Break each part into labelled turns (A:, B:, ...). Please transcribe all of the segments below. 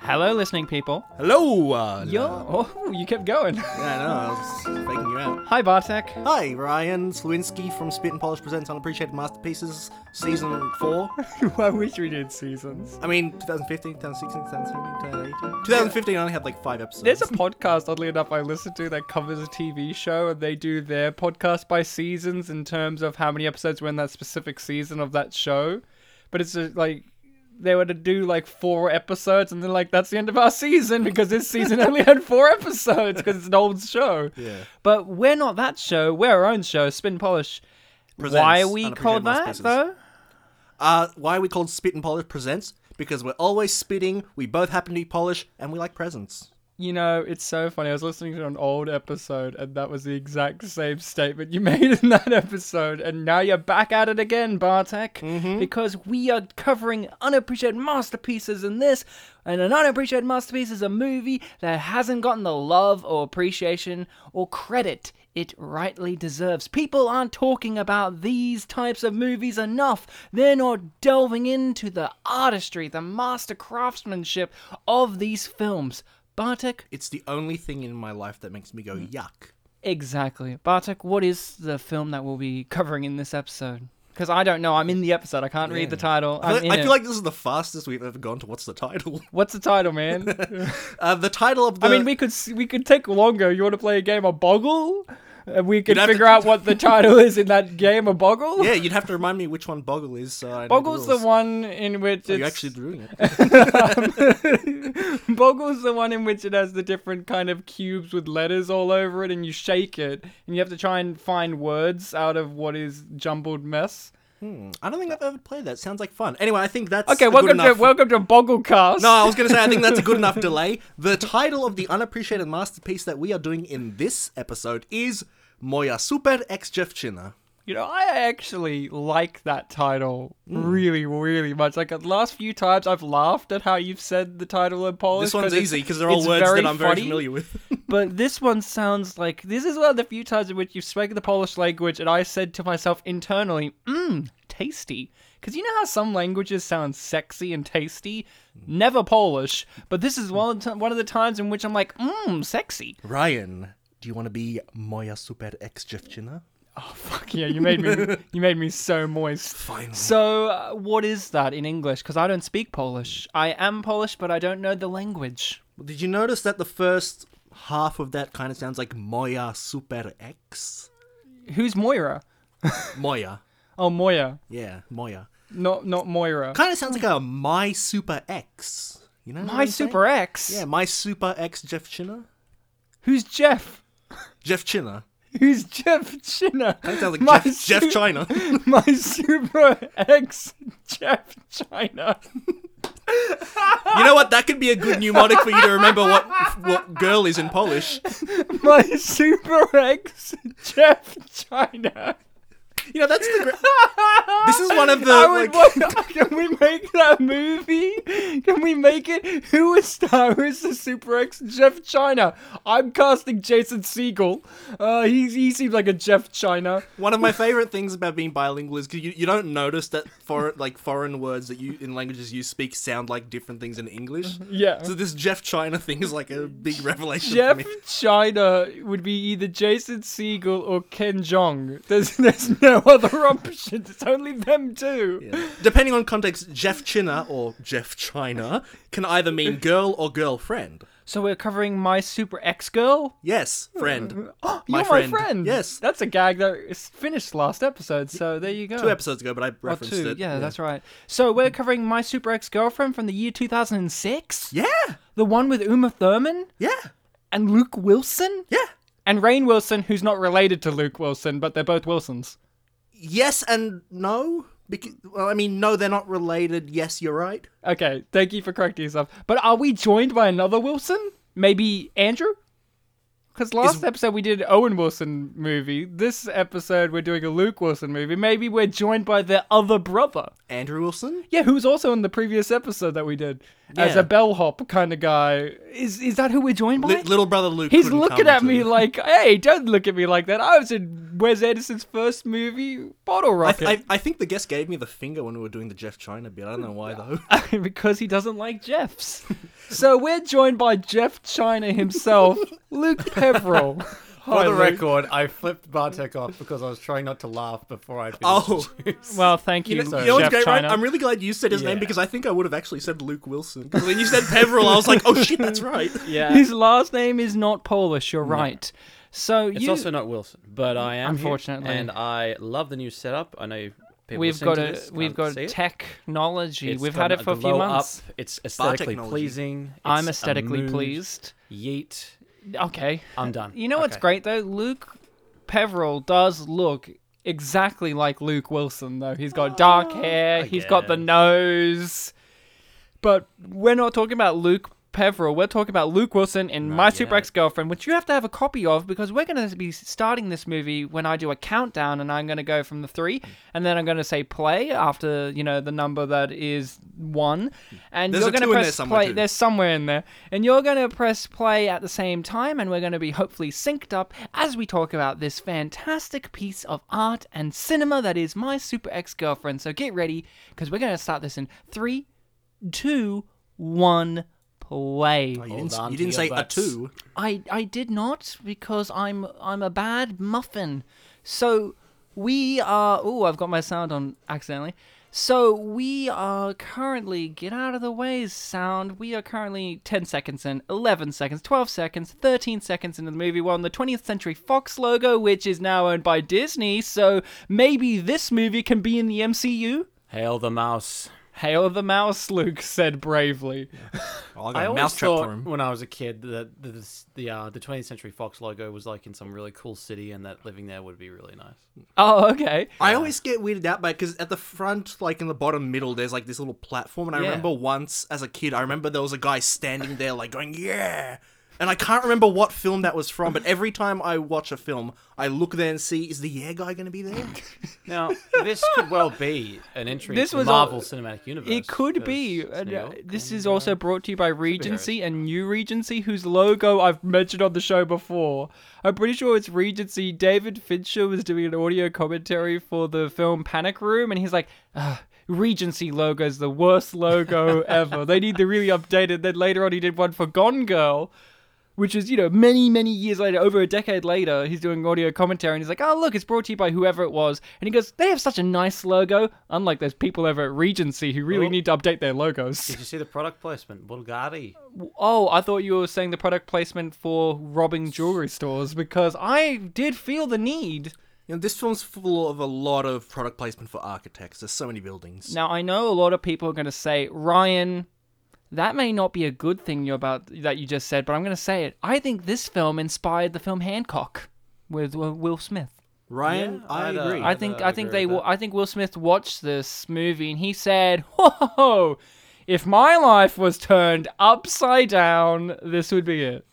A: Hello, listening people.
B: Hello. Uh,
A: Yo, oh, you kept going.
B: Yeah, no, I was faking you out.
A: Hi, Bartek.
B: Hi, Ryan Slewinski from Spit and Polish presents Unappreciated Masterpieces, season four.
A: I wish we did seasons.
B: I mean, 2015, 2016, 2017, 2018. 2015 I only had like five episodes.
A: There's a podcast, oddly enough, I listen to that covers a TV show, and they do their podcast by seasons in terms of how many episodes were in that specific season of that show. But it's just like they were to do like four episodes, and they're like, "That's the end of our season because this season only had four episodes because it's an old show."
B: Yeah.
A: But we're not that show. We're our own show, Spin Polish.
B: Presents
A: Why are we
B: Unappreciated
A: called that
B: Masterpieces.
A: though?
B: Uh, why are we called Spit and Polish presents? Because we're always spitting, we both happen to be Polish, and we like presents.
A: You know, it's so funny. I was listening to an old episode, and that was the exact same statement you made in that episode. And now you're back at it again, Bartek, because we are covering unappreciated masterpieces in this. And an unappreciated masterpiece is a movie that hasn't gotten the love or appreciation or credit it rightly deserves. People aren't talking about these types of movies enough. They're not delving into the artistry, the master craftsmanship of these films. Bartek,
B: It's the only thing in my life that makes me go, yuck.
A: exactly. Bartek, what is the film that we'll be covering in this episode? Because I don't know. I'm in the episode. I can't read the title. I'm
B: I,
A: in
B: I
A: it.
B: feel like this is the fastest we've ever gone to what's the title.
A: What's the title, man?
B: Uh, the title of the.
A: I mean, we could s- we could take longer. You want to play a game of Boggle? And we could
B: have to-
A: figure out what the title is in that game of Boggle.
B: Yeah, you'd have to remind me which one Boggle is. So I know
A: Boggle's the
B: rules.
A: one in which
B: Are you
A: it's
B: actually doing it?
A: Boggle's the one in which it has the different kind of cubes with letters all over it, and you shake it, and you have to try and find words out of what is jumbled mess.
B: I don't think I've ever played that. Sounds like fun. Anyway, I think that's
A: Okay,
B: a good
A: welcome to
B: enough-
A: welcome to Bogglecast.
B: No, I was going to say I think that's a good enough delay. The title of the unappreciated masterpiece that we are doing in this episode is Moja Super Ex Dziewczyna.
A: You know, I actually like that title
B: Hmm.
A: really, really much. Like the last few times, I've laughed at how you've said the title in Polish.
B: This one's
A: 'cause it's-
B: easy because they're all
A: it's
B: words
A: very
B: that I'm very
A: funny.
B: familiar with.
A: But this one sounds like this is one of the few times in which you've spoken the Polish language, and I said to myself internally, mmm, tasty. Because you know how some languages sound sexy and tasty?
B: Hmm.
A: Never Polish. But this is one, of the- one of the times in which I'm like, mmm, sexy.
B: Ryan, do you want to be Moja Super Ex Dziewczyna?
A: Oh, fuck yeah, you made me, you made me so moist.
B: Finally.
A: So, uh, what is that in English? Because I don't speak Polish. I am Polish, but I don't know the language.
B: Did you notice that the first half of that kind of sounds like Moja Super Ex?
A: Who's Moira?
B: Moja.
A: Oh, Moya.
B: Yeah, Moja.
A: Not, not Moira.
B: Kind of sounds like a My Super X. You know? what
A: My
B: I'm saying?
A: Super X.
B: Yeah, My Super X Jeff Chinner.
A: Who's Jeff?
B: Jeff Chinner.
A: Who's Jeff China?
B: That sounds like
A: My
B: Jeff, Jeff
A: su-
B: China.
A: My super ex, Jeff China.
B: You know what? That could be a good mnemonic for you to remember what what girl is in Polish.
A: My super ex, Jeff China.
B: You know, that's the. Gra- this is one of the.
A: I would
B: Like,
A: want- can we make that movie? Can we make it? Who is Star is the Super X Jeff China? I'm casting Jason Siegel. Uh, he, he seems like a Jeff China.
B: one of my favorite things about being bilingual is 'cause you, you don't notice that foreign like foreign words that you in languages you speak sound like different things in English.
A: Yeah.
B: So this Jeff China thing is like a big revelation
A: Jeff
B: for me.
A: China would be either Jason Siegel or Ken Jong. There's there's no other option. It's only them two.
B: Yeah. Depending on context, Jeff China or Jeff China can either mean girl or girlfriend.
A: So we're covering my super ex girl.
B: Yes, friend.
A: You're
B: My
A: my friend.
B: friend. Yes.
A: that's a gag that is finished last episode. So there you go.
B: Two episodes ago, but I
A: Or
B: referenced
A: Oh. two.
B: it.
A: Yeah, that's right. So we're covering my super ex girlfriend from the year 2006.
B: Yeah,
A: The one with Uma Thurman
B: yeah,
A: and Luke Wilson
B: yeah.
A: and Rain Wilson, who's not related to Luke Wilson, but they're both Wilsons.
B: Yes and no. Because, well, I mean, no, they're not related. Yes, you're right.
A: Okay, thank you for correcting yourself. But are we joined by another Wilson? Maybe Andrew? Because last episode we did an Owen Wilson movie. This episode we're doing a Luke Wilson movie. Maybe we're joined by their other brother.
B: Andrew Wilson?
A: Yeah, who was also in the previous episode that we did as a
B: Yeah.
A: bellhop kind of guy. Is is that who we're joined by?
B: Li- little brother Luke.
A: He's
B: couldn't
A: looking
B: come
A: at
B: to-
A: me like, "Hey, don't look at me like that." I was in Wes Anderson's first movie, Bottle
B: I,
A: Rocket.
B: th- I, I think the guest gave me the finger when we were doing the Jeff China bit. I don't know why though.
A: because he doesn't like Jeff's. so we're joined by Jeff China himself, Luke Peveril.
C: For
A: Hi,
C: the
A: Luke.
C: record, I flipped Bartek off because I was trying not to laugh before I finished.
B: Oh,
A: Well, thank you,
B: you know,
A: Jeff
B: you know what's great,
A: China.
B: right? I'm really glad you said his name
C: Yeah.
B: because I think I would have actually said Luke Wilson. 'Cause when you said Peveril, I was like, oh shit, that's right.
D: Yeah.
A: His last name is not Polish. You're right. So
D: It's
A: you,
D: also not Wilson, but I am. here,
A: Unfortunately.
D: and I love the new setup. I know people.
A: we've
D: listening
A: got
D: to
A: a
D: this
A: we've
D: can't
A: got
D: see it.
A: technology.
D: It's
A: we've had
D: got
A: it for a few
D: glow
A: months.
D: Up. It's aesthetically
B: technology.
D: pleasing. It's
A: I'm
D: a
A: aesthetically
D: mood.
A: pleased.
D: Yeet.
A: Okay.
D: I'm done.
A: You know what's
D: Okay.
A: great though? Luke Peveril does look exactly like Luke Wilson though. He's got dark hair,
D: Oh, I
A: he's got the
D: guess.
A: nose. But we're not talking about Luke Peveril. We're talking about Luke Wilson in My Super
D: yet.
A: Ex Girlfriend, which you have to have a copy of because we're going to be starting this movie when I do a countdown and I'm going to go from the three and then I'm going to say play after, you know, the number that is one. And
B: There's
A: you're
B: a
A: going to
B: two in there
A: press
B: somewhere
A: play.
B: too.
A: There's somewhere in there. And you're going to press play at the same time and we're going to be hopefully synced up as we talk about this fantastic piece of art and cinema that is My Super Ex Girlfriend. So get ready because we're going to start this in three, two, one, play.
B: You didn't,
C: on
B: you
C: to your
B: didn't say a
C: butts.
B: two.
A: I I did not because I'm I'm a bad muffin. So we are. Oh, I've got my sound on accidentally. So we are currently get out of the way sound. We are currently 10 seconds in, 11 seconds, 12 seconds, 13 seconds into the movie. We're on the 20th Century Fox logo, which is now owned by Disney. So maybe this movie can be in the MCU.
D: Hail the mouse.
A: Hail the mouse, Luke said bravely.
B: Oh, I
C: I
B: got a
C: always
B: mousetrap
C: thought
B: for him.
D: when I was a kid that the the- the, uh, the 20th Century Fox logo was like in some really cool city, and that living there would be really nice.
A: Oh, okay.
B: I always get weirded out by because at the front, like in the bottom middle, there's like this little platform, and I
A: Yeah.
B: remember once as a kid, I remember there was a guy standing there like going yeah, and I can't remember what film that was from, but every time I watch a film, I look there and see is the yeah guy going to be there?
D: Now, this could well be an entry
A: This
D: into
A: was
D: the Marvel
A: all-
D: Cinematic Universe.
A: It could
D: 'cause
A: be.
D: it's
A: And,
D: New
A: uh,
D: York
A: this
D: and,
A: is
D: uh,
A: also brought to you by Regency and New Regency, whose logo I've mentioned on the show before. I'm pretty sure it's Regency. David Fincher was doing an audio commentary for the film Panic Room, and he's like, Ugh, Regency logo is the worst logo ever. They need to really update it. Then later on, he did one for Gone Girl. Which is, you know, many, many years later, over a decade later, he's doing audio commentary and he's like, oh, look, it's brought to you by whoever it was. And he goes, they have such a nice logo, unlike those people over at Regency who really
D: Oh.
A: need to update their logos.
D: Did you see the product placement? Bulgari.
A: Oh, I thought you were saying the product placement for robbing jewelry stores because I did feel the need.
B: You know, this film's full of a lot of product placement for architects. There's so many buildings.
A: Now I know a lot of people are going to say, "Ryan, that may not be a good thing you about that you just said," but I'm going to say it. I think this film inspired the film Hancock with uh, Will Smith.
B: Ryan,
D: Yeah,
B: I
D: I'd, uh,
B: agree.
A: I think
D: I
A: I think
D: agree
A: they
D: with
A: wa-
D: that.
A: I think Will Smith watched this movie and he said, "Whoa, if my life was turned upside down, this would be it."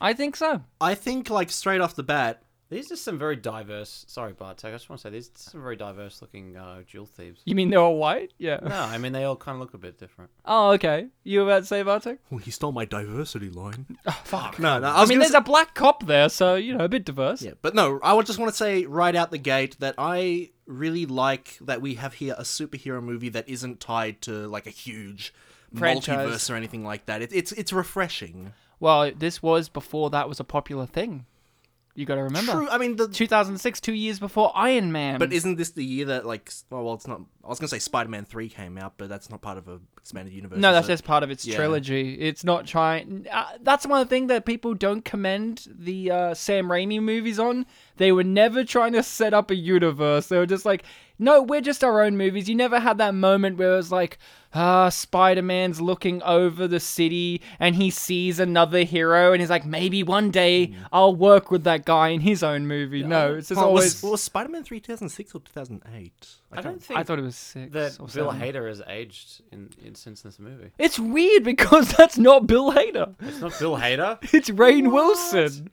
A: I think so.
B: I think like straight off the bat,
D: These are some very diverse. Sorry, Bartek. I just want to say these are some very diverse looking uh, jewel thieves.
A: You mean they're all white? Yeah.
D: No, I mean they all kind of look a bit different.
A: Oh, okay. You were about to say Bartek?
B: oh, he stole my diversity line. Oh, fuck. No, no. I,
A: I
B: was
A: mean,
B: gonna
A: there's a black cop there, so you know, a bit diverse.
B: Yeah, but no, I would just want to say right out the gate that I really like that we have here a superhero movie that isn't tied to like a huge
A: Franchise.
B: multiverse or anything like that. It, it's it's refreshing.
A: Well, this was before that was a popular thing. You got to remember.
B: True. I mean, the,
A: 2006, two years before Iron Man.
B: but isn't this the year that like? Oh well, it's not. I was gonna say Spider-Man Three came out, but that's not part of a expanded universe.
A: no,
B: is
A: that's
B: it?
A: just part of its
B: Yeah.
A: trilogy. It's not trying. Uh, that's one thing that people don't commend the uh, Sam Raimi movies on. They were never trying to set up a universe. They were just like, no, we're just our own movies. You never had that moment where it was like, ah, Spider Man's looking over the city and he sees another hero and he's like, maybe one day I'll work with that guy in his own movie. No, it's just
B: Well,
A: always.
B: Oh, was, was Spider-Man Three 2006 or 2008?
D: I don't think
A: I thought it was six.
D: that
A: or
D: Bill
A: seven.
D: Hader has aged in, in since this movie.
A: It's weird because that's not Bill Hader.
D: It's not Bill Hader.
A: It's Rain Wilson.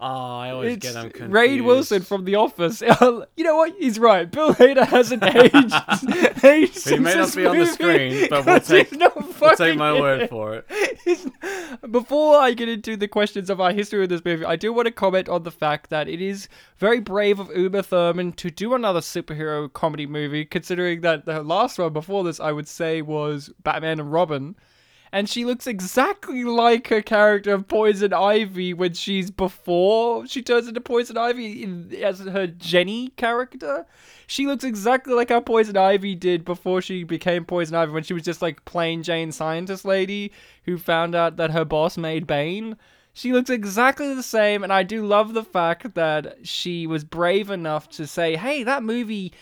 D: Oh, I always
A: It's
D: get them confused.
A: Ray Wilson from The Office. you know what? He's right. Bill Hader hasn't aged. aged
D: He may
A: since
D: not
A: this
D: be on the
A: movie,
D: screen, but we'll
A: 'cause
D: take-
A: he's not
D: I'll
A: fucking
D: take my
A: in
D: word
A: it.
D: for it.
A: It's- Before I get into the questions of our history with this movie, I do want to comment on the fact that it is very brave of Uma Thurman to do another superhero comedy movie, considering that the last one before this, I would say, was Batman and Robin. And she looks exactly like her character of Poison Ivy when she's before she turns into Poison Ivy in, as her Jenny character. She looks exactly like how Poison Ivy did before she became Poison Ivy when she was just like plain Jane scientist lady who found out that her boss made Bane. She looks exactly the same, and I do love the fact that she was brave enough to say, hey, that movie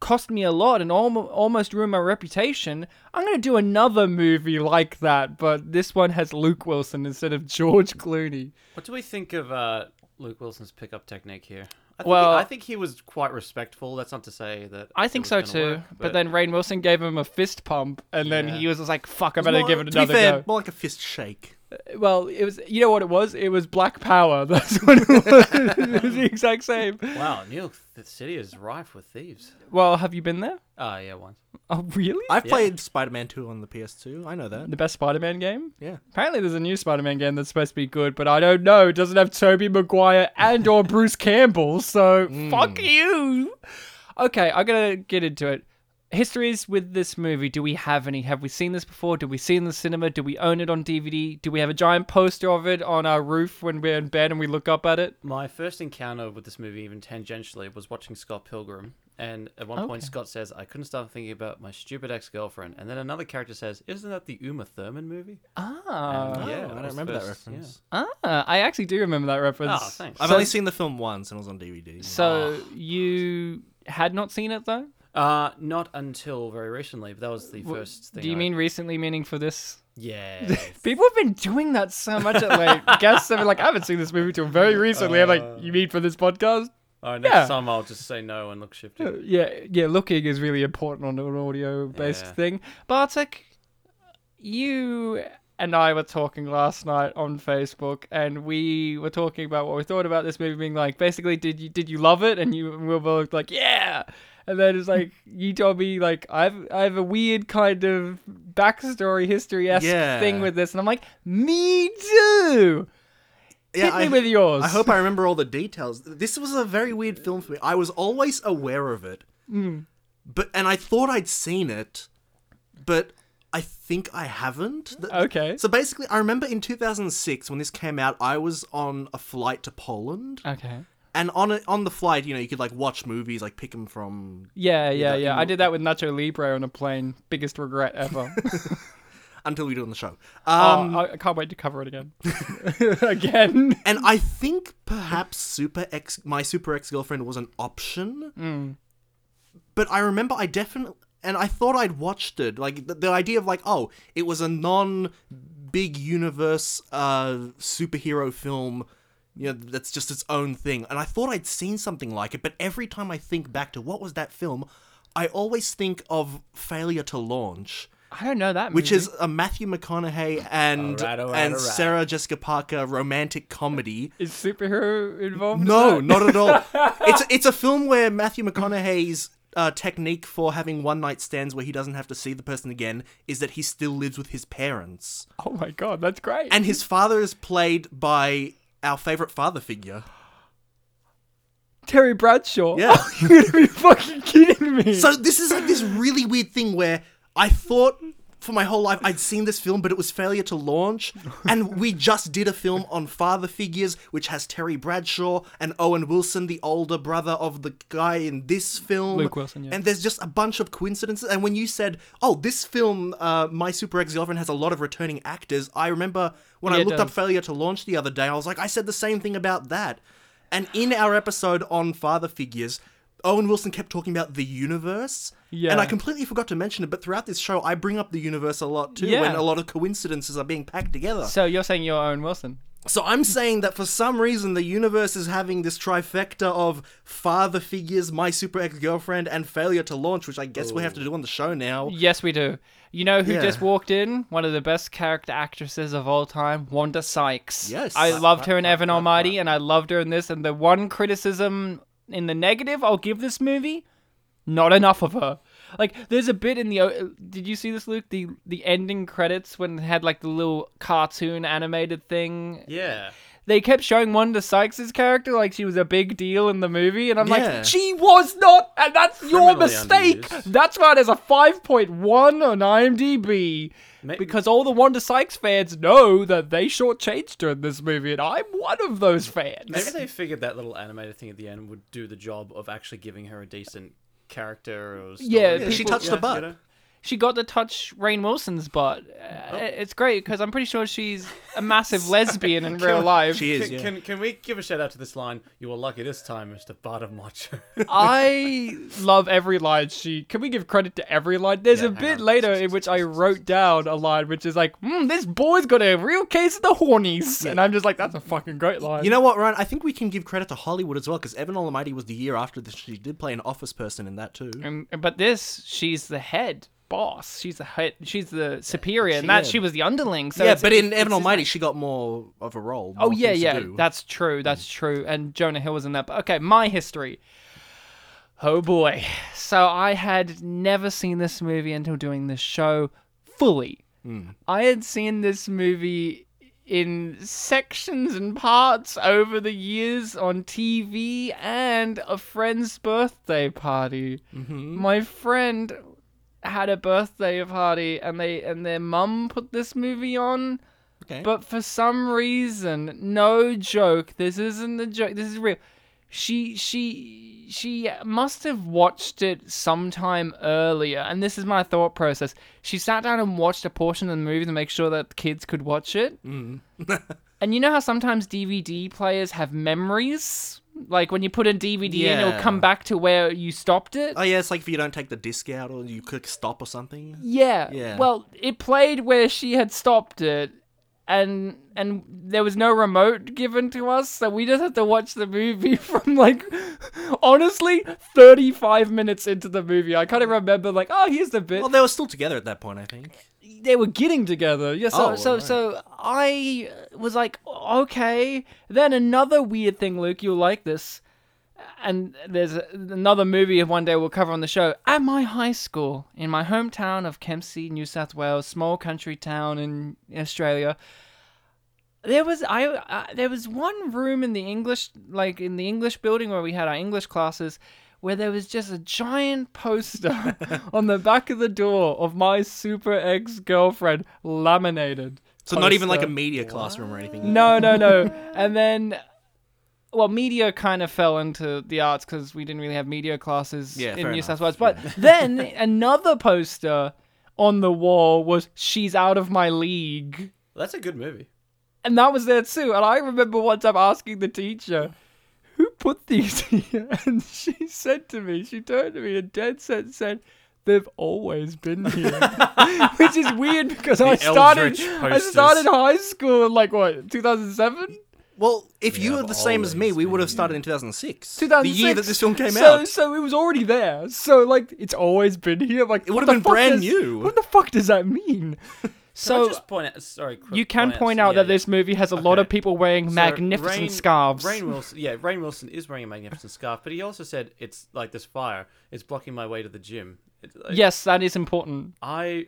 A: cost me a lot and almo almost ruined my reputation. I'm going to do another movie like that, but this one has Luke Wilson instead of George Clooney.
D: What do we think of uh, Luke Wilson's pickup technique here? I think
A: Well-
D: he, I think he was quite respectful. That's not to say that
A: I think
D: it
A: so
D: was gonna
A: too.
D: work,
A: but... then Rain Wilson gave him a fist pump, and then
D: Yeah.
A: he was just like, fuck, I better
B: More-
A: give it
B: to be
A: another
B: fair,
A: go.
B: more like a fist shake.
A: Well, it was, you know what it was? It was Black Power. That's what it was. it was the exact same.
D: wow, New York th- City is rife with thieves.
A: Well, have you been there?
D: Oh, yeah, once.
A: Oh, really?
B: I've played Spider Man 2 on the PS2. I know that.
A: the best Spider-Man game?
B: Yeah.
A: Apparently, there's a new Spider-Man game that's supposed to be good, but I don't know. It doesn't have Tobey Maguire and or Bruce Campbell, so fuck you. Okay, I'm gonna get into it. Histories with this movie. Do we have any? Have we seen this before? Do we see it in the cinema? Do we own it on DVD? Do we have a giant poster of it on our roof when we're in bed and we look up at it?
D: My first encounter with this movie, even tangentially, was watching Scott Pilgrim. And at one point,
A: Okay.
D: Scott says, I couldn't stop thinking about my stupid ex girlfriend. And then another character says, Isn't that the Uma Thurman movie?
A: Ah,
B: Oh,
D: Yeah, that
B: I don't
D: was
B: remember that
D: first- yeah.
B: reference.
A: ah, I actually do remember that reference.
D: Oh, thanks.
B: I've
A: So-
B: only seen the film once, and it was on DVD.
A: So you had not seen it though?
D: Uh, not until very recently, but that was the first thing.
A: Do you
D: I-
A: mean recently? Meaning for this
D: Yeah.
A: People have been doing that so much at like guests have been like, I haven't seen this movie till very recently. I'm like,
D: Uh,
A: you mean for this podcast?
D: oh, next
A: Yeah.
D: time I'll just say no and look shifty.
A: Uh, Yeah, yeah. Looking is really important on an audio-based
D: Yeah.
A: thing. Bartek, you and I were talking last night on Facebook, and we were talking about what we thought about this movie. Being like, basically, did you did you love it? And you and we were both like, yeah. And then it's like you told me like I've I have a weird kind of backstory history esque
B: Yeah.
A: thing with this, and I'm like, me too. Hit me
B: I,
A: with yours.
B: I hope I remember all the details. This was a very weird film for me. I was always aware of it,
A: Hmm.
B: but and I thought I'd seen it, but I think I haven't. Th-
A: Okay.
B: So basically, I remember in 2006 when this came out, I was on a flight to Poland,
A: Okay.
B: and on a, on the flight, you know, you could like watch movies, like pick them from
A: Yeah, yeah,
B: that
A: yeah.
B: you-
A: I did that with Nacho Libre on a plane. Biggest regret ever.
B: until we do it on the show.
A: Oh,
B: Um,
A: I, I can't wait to cover it again. again.
B: and I think perhaps Super Ex, my Super Ex girlfriend was an option. But I remember I definitely, and I thought I'd watched it. Like the, the idea of like, oh, it was a non big universe uh, superhero film. You know, that's just its own thing. And I thought I'd seen something like it, but every time I think back to what was that film, I always think of Failure to Launch
A: I don't know that.
B: which
A: movie.
B: is a Matthew McConaughey and
D: Alright, alright,
B: and
D: alright.
B: Sarah Jessica Parker romantic comedy.
A: is superhero involved? in
B: No,
A: that?
B: not at all. It's it's a film where Matthew McConaughey's uh, technique for having one night stands where he doesn't have to see the person again is that he still lives with his parents,
A: Oh my god, that's great.
B: and his father is played by our favorite father figure.
A: Terry Bradshaw.
B: Yeah.
A: You're gonna be fucking kidding me.
B: So this is like this really weird thing where I thought for my whole life I'd seen this film, but it was failure to launch. And we just did a film on father figures, which has Terry Bradshaw and Owen Wilson, the older brother of the guy in this film.
A: Luke Wilson, yeah.
B: And there's just a bunch of coincidences. And when you said, "Oh, this film, uh, My Super Ex Girlfriend has a lot of returning actors," I remember when
A: Yeah,
B: I
A: it
B: looked up
A: does.
B: failure to launch the other day, I was like, I said the same thing about that. And in our episode on father figures, Owen Wilson kept talking about the universe.
A: Yeah.
B: And I completely forgot to mention it, but throughout this show, I bring up the universe a lot too,
A: Yeah.
B: when a lot of coincidences are being packed together.
A: So you're saying you're Owen Wilson?
B: So I'm saying that for some reason the universe is having this trifecta of father figures, my super ex girlfriend, and failure to launch, which I guess we have to do on the show now.
A: Yes, we do. You know who
B: Yeah.
A: just walked in? One of the best character actresses of all time, Wanda Sykes.
B: Yes.
A: I
B: Clap,
A: loved her in Evan Almighty, and I loved her in this. And the one criticism in the negative I'll give this movie, not enough of her. Like, there's a bit in the. o- Did you see this, Luke? The the ending credits when they had like the little cartoon animated thing.
D: Yeah.
A: They kept showing Wanda Sykes' character like she was a big deal in the movie, and I'm
B: Yeah.
A: like, she was not, and that's your
D: Criminally
A: mistake.
D: underused.
A: That's why there's a 5.1 on IMDb. Because all the Wanda Sykes fans know that they shortchanged her in this movie, and I'm one of those fans.
D: Maybe they figured that little animated thing at the end would do the job of actually giving her a decent character or story.
A: Yeah,
B: Yeah, she
A: people-
B: touched the butt.
A: She got to touch Rain Wilson's butt.
B: Oh.
A: Uh, It's great because I'm pretty sure she's a massive lesbian in real life.
B: She is.
D: Can,
B: Yeah.
D: can, can we give a shout out to this line? You were lucky this time, Mr. Bartamacho.
A: I love every line she. Can we give credit to every line? There's a
D: hang
A: bit
D: on.
A: later in which I wrote down a line which is like, mm, "This boy's got a real case of the hornies," and I'm just like, "That's a fucking great line."
B: You know what, Ryan? I think we can give credit to Hollywood as well, because Evan Almighty was the year after this. She did play an office person in that too.
A: And, but this, she's the head boss. She's the head. She's the superior, and that she was the underling. So
B: yeah,
A: it's-
B: but in Evan Almighty, she got more of a role.
A: Oh
B: more
A: yeah,
B: things to
A: yeah,
B: do. Mm.
A: that's true, that's true. And Jonah Hill was in that. But okay, my history. Oh boy. So I had never seen this movie until doing this show fully.
B: Mm.
A: I had seen this movie in sections and parts over the years on TV and a friend's birthday party.
B: Mm-hmm.
A: My friend had a birthday party and they and their mum put this movie on.
B: Okay.
A: But for some reason, no joke. This isn't a joke. This is real. She she she must have watched it sometime earlier, and this is my thought process. She sat down and watched a portion of the movie to make sure that kids could watch it.
B: Mm.
A: and you know how sometimes DVD players have memories, like when you put a DVD in, it'll
B: Yeah.
A: come back to where you stopped it.
B: Oh yeah, it's like if you don't take the disc out or you click stop or something.
A: Yeah.
B: Yeah.
A: Well, it played where she had stopped it, and and there was no remote given to us, so we just had to watch the movie from like, honestly, thirty five minutes into the movie. I kind of remember like, oh, here's the bit
B: Well, they were still together at that point, I think.
A: they were getting together. Yeah, so
B: Oh,
A: so
B: right.
A: so I was like, okay. Then another weird thing, Luke, you'll like this. And there's a- another movie one day we'll cover on the show. At my high school, in my hometown of Kempsey, New South Wales, small country town in Australia, there was I uh, there was one room in the English like in the English building where we had our English classes where there was just a giant poster on the back of the door of my super ex girlfriend laminated.
B: So not even like a
A: poster.
B: media classroom or anything.
A: No, no, no. and then, well, media kind of fell into the arts because we didn't really have media classes
B: Yeah,
A: in
B: fair
A: New
B: enough.
A: South Wales. But then another poster on the wall was "She's out of my league."
D: That's a good movie.
A: And that was there too. And I remember one time asking the teacher, who put these here? And she said to me, she turned to me and dead set said, they've always been here. Which is weird because I started
D: Eldritch
A: I
D: posters.
A: started high school in like what, 2007?
B: Well, if you
D: Yeah,
B: were
D: I've
B: the same as me,
D: always
B: we would have
D: been
B: started in 2006.
A: 2006.
B: The year that this film came
A: so,
B: out.
A: So it was already there. So like it's always been here. Like
B: It
A: what
B: would've
A: the
B: been
A: fuck
B: brand
A: does-
B: new.
A: What the fuck does that mean?
D: Can I
A: So
D: just point out, sorry, quick
A: you can point out
D: yeah,
A: that
D: yeah.
A: this movie has a lot
D: Okay.
A: of people wearing
D: So
A: magnificent
D: Rain-
A: scarves.
D: Rain Wilson, yeah, Rain Wilson is wearing a magnificent scarf, but he also said it's like this fire. It's blocking my way to the gym. It, like,
A: Yes, that is important.
D: I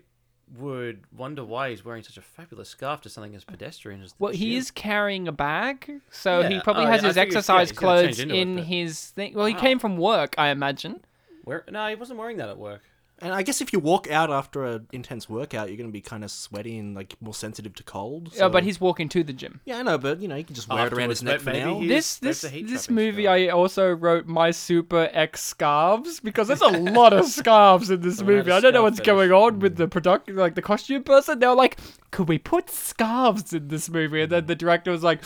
D: would wonder why he's wearing such a fabulous scarf to something as pedestrian as. The
A: Well, he
D: gym.
A: is carrying a bag, so he
D: Yeah.
A: probably
D: Oh,
A: has
D: yeah, I
A: his
D: figured- yeah,
A: exercise
D: he's gonna change
A: clothes
D: into it,
A: in
D: but-
A: his thing. Well, he came from work, I imagine.
D: Where, no, he wasn't wearing that at work.
B: And I guess if you walk out after an intense workout, you're going to be kind of sweaty and like more sensitive to cold.
A: Oh,
B: so-
A: but he's walking to the gym.
B: Yeah, I know, but you know, you can just wear it around
D: Afterwards,
B: his neck for
D: but maybe
B: now.
D: he-
A: This
D: that's
A: this
D: the heat
A: this
D: trapping
A: movie,
D: stuff.
A: I also wrote my super X scarves because there's a lot of scarves in this
D: Someone had
A: movie.
D: a
A: I don't know
D: scarf
A: what's
D: fetish.
A: going on with the production, like the costume person. They were like, "Could we put scarves in this movie?" And then the director was like,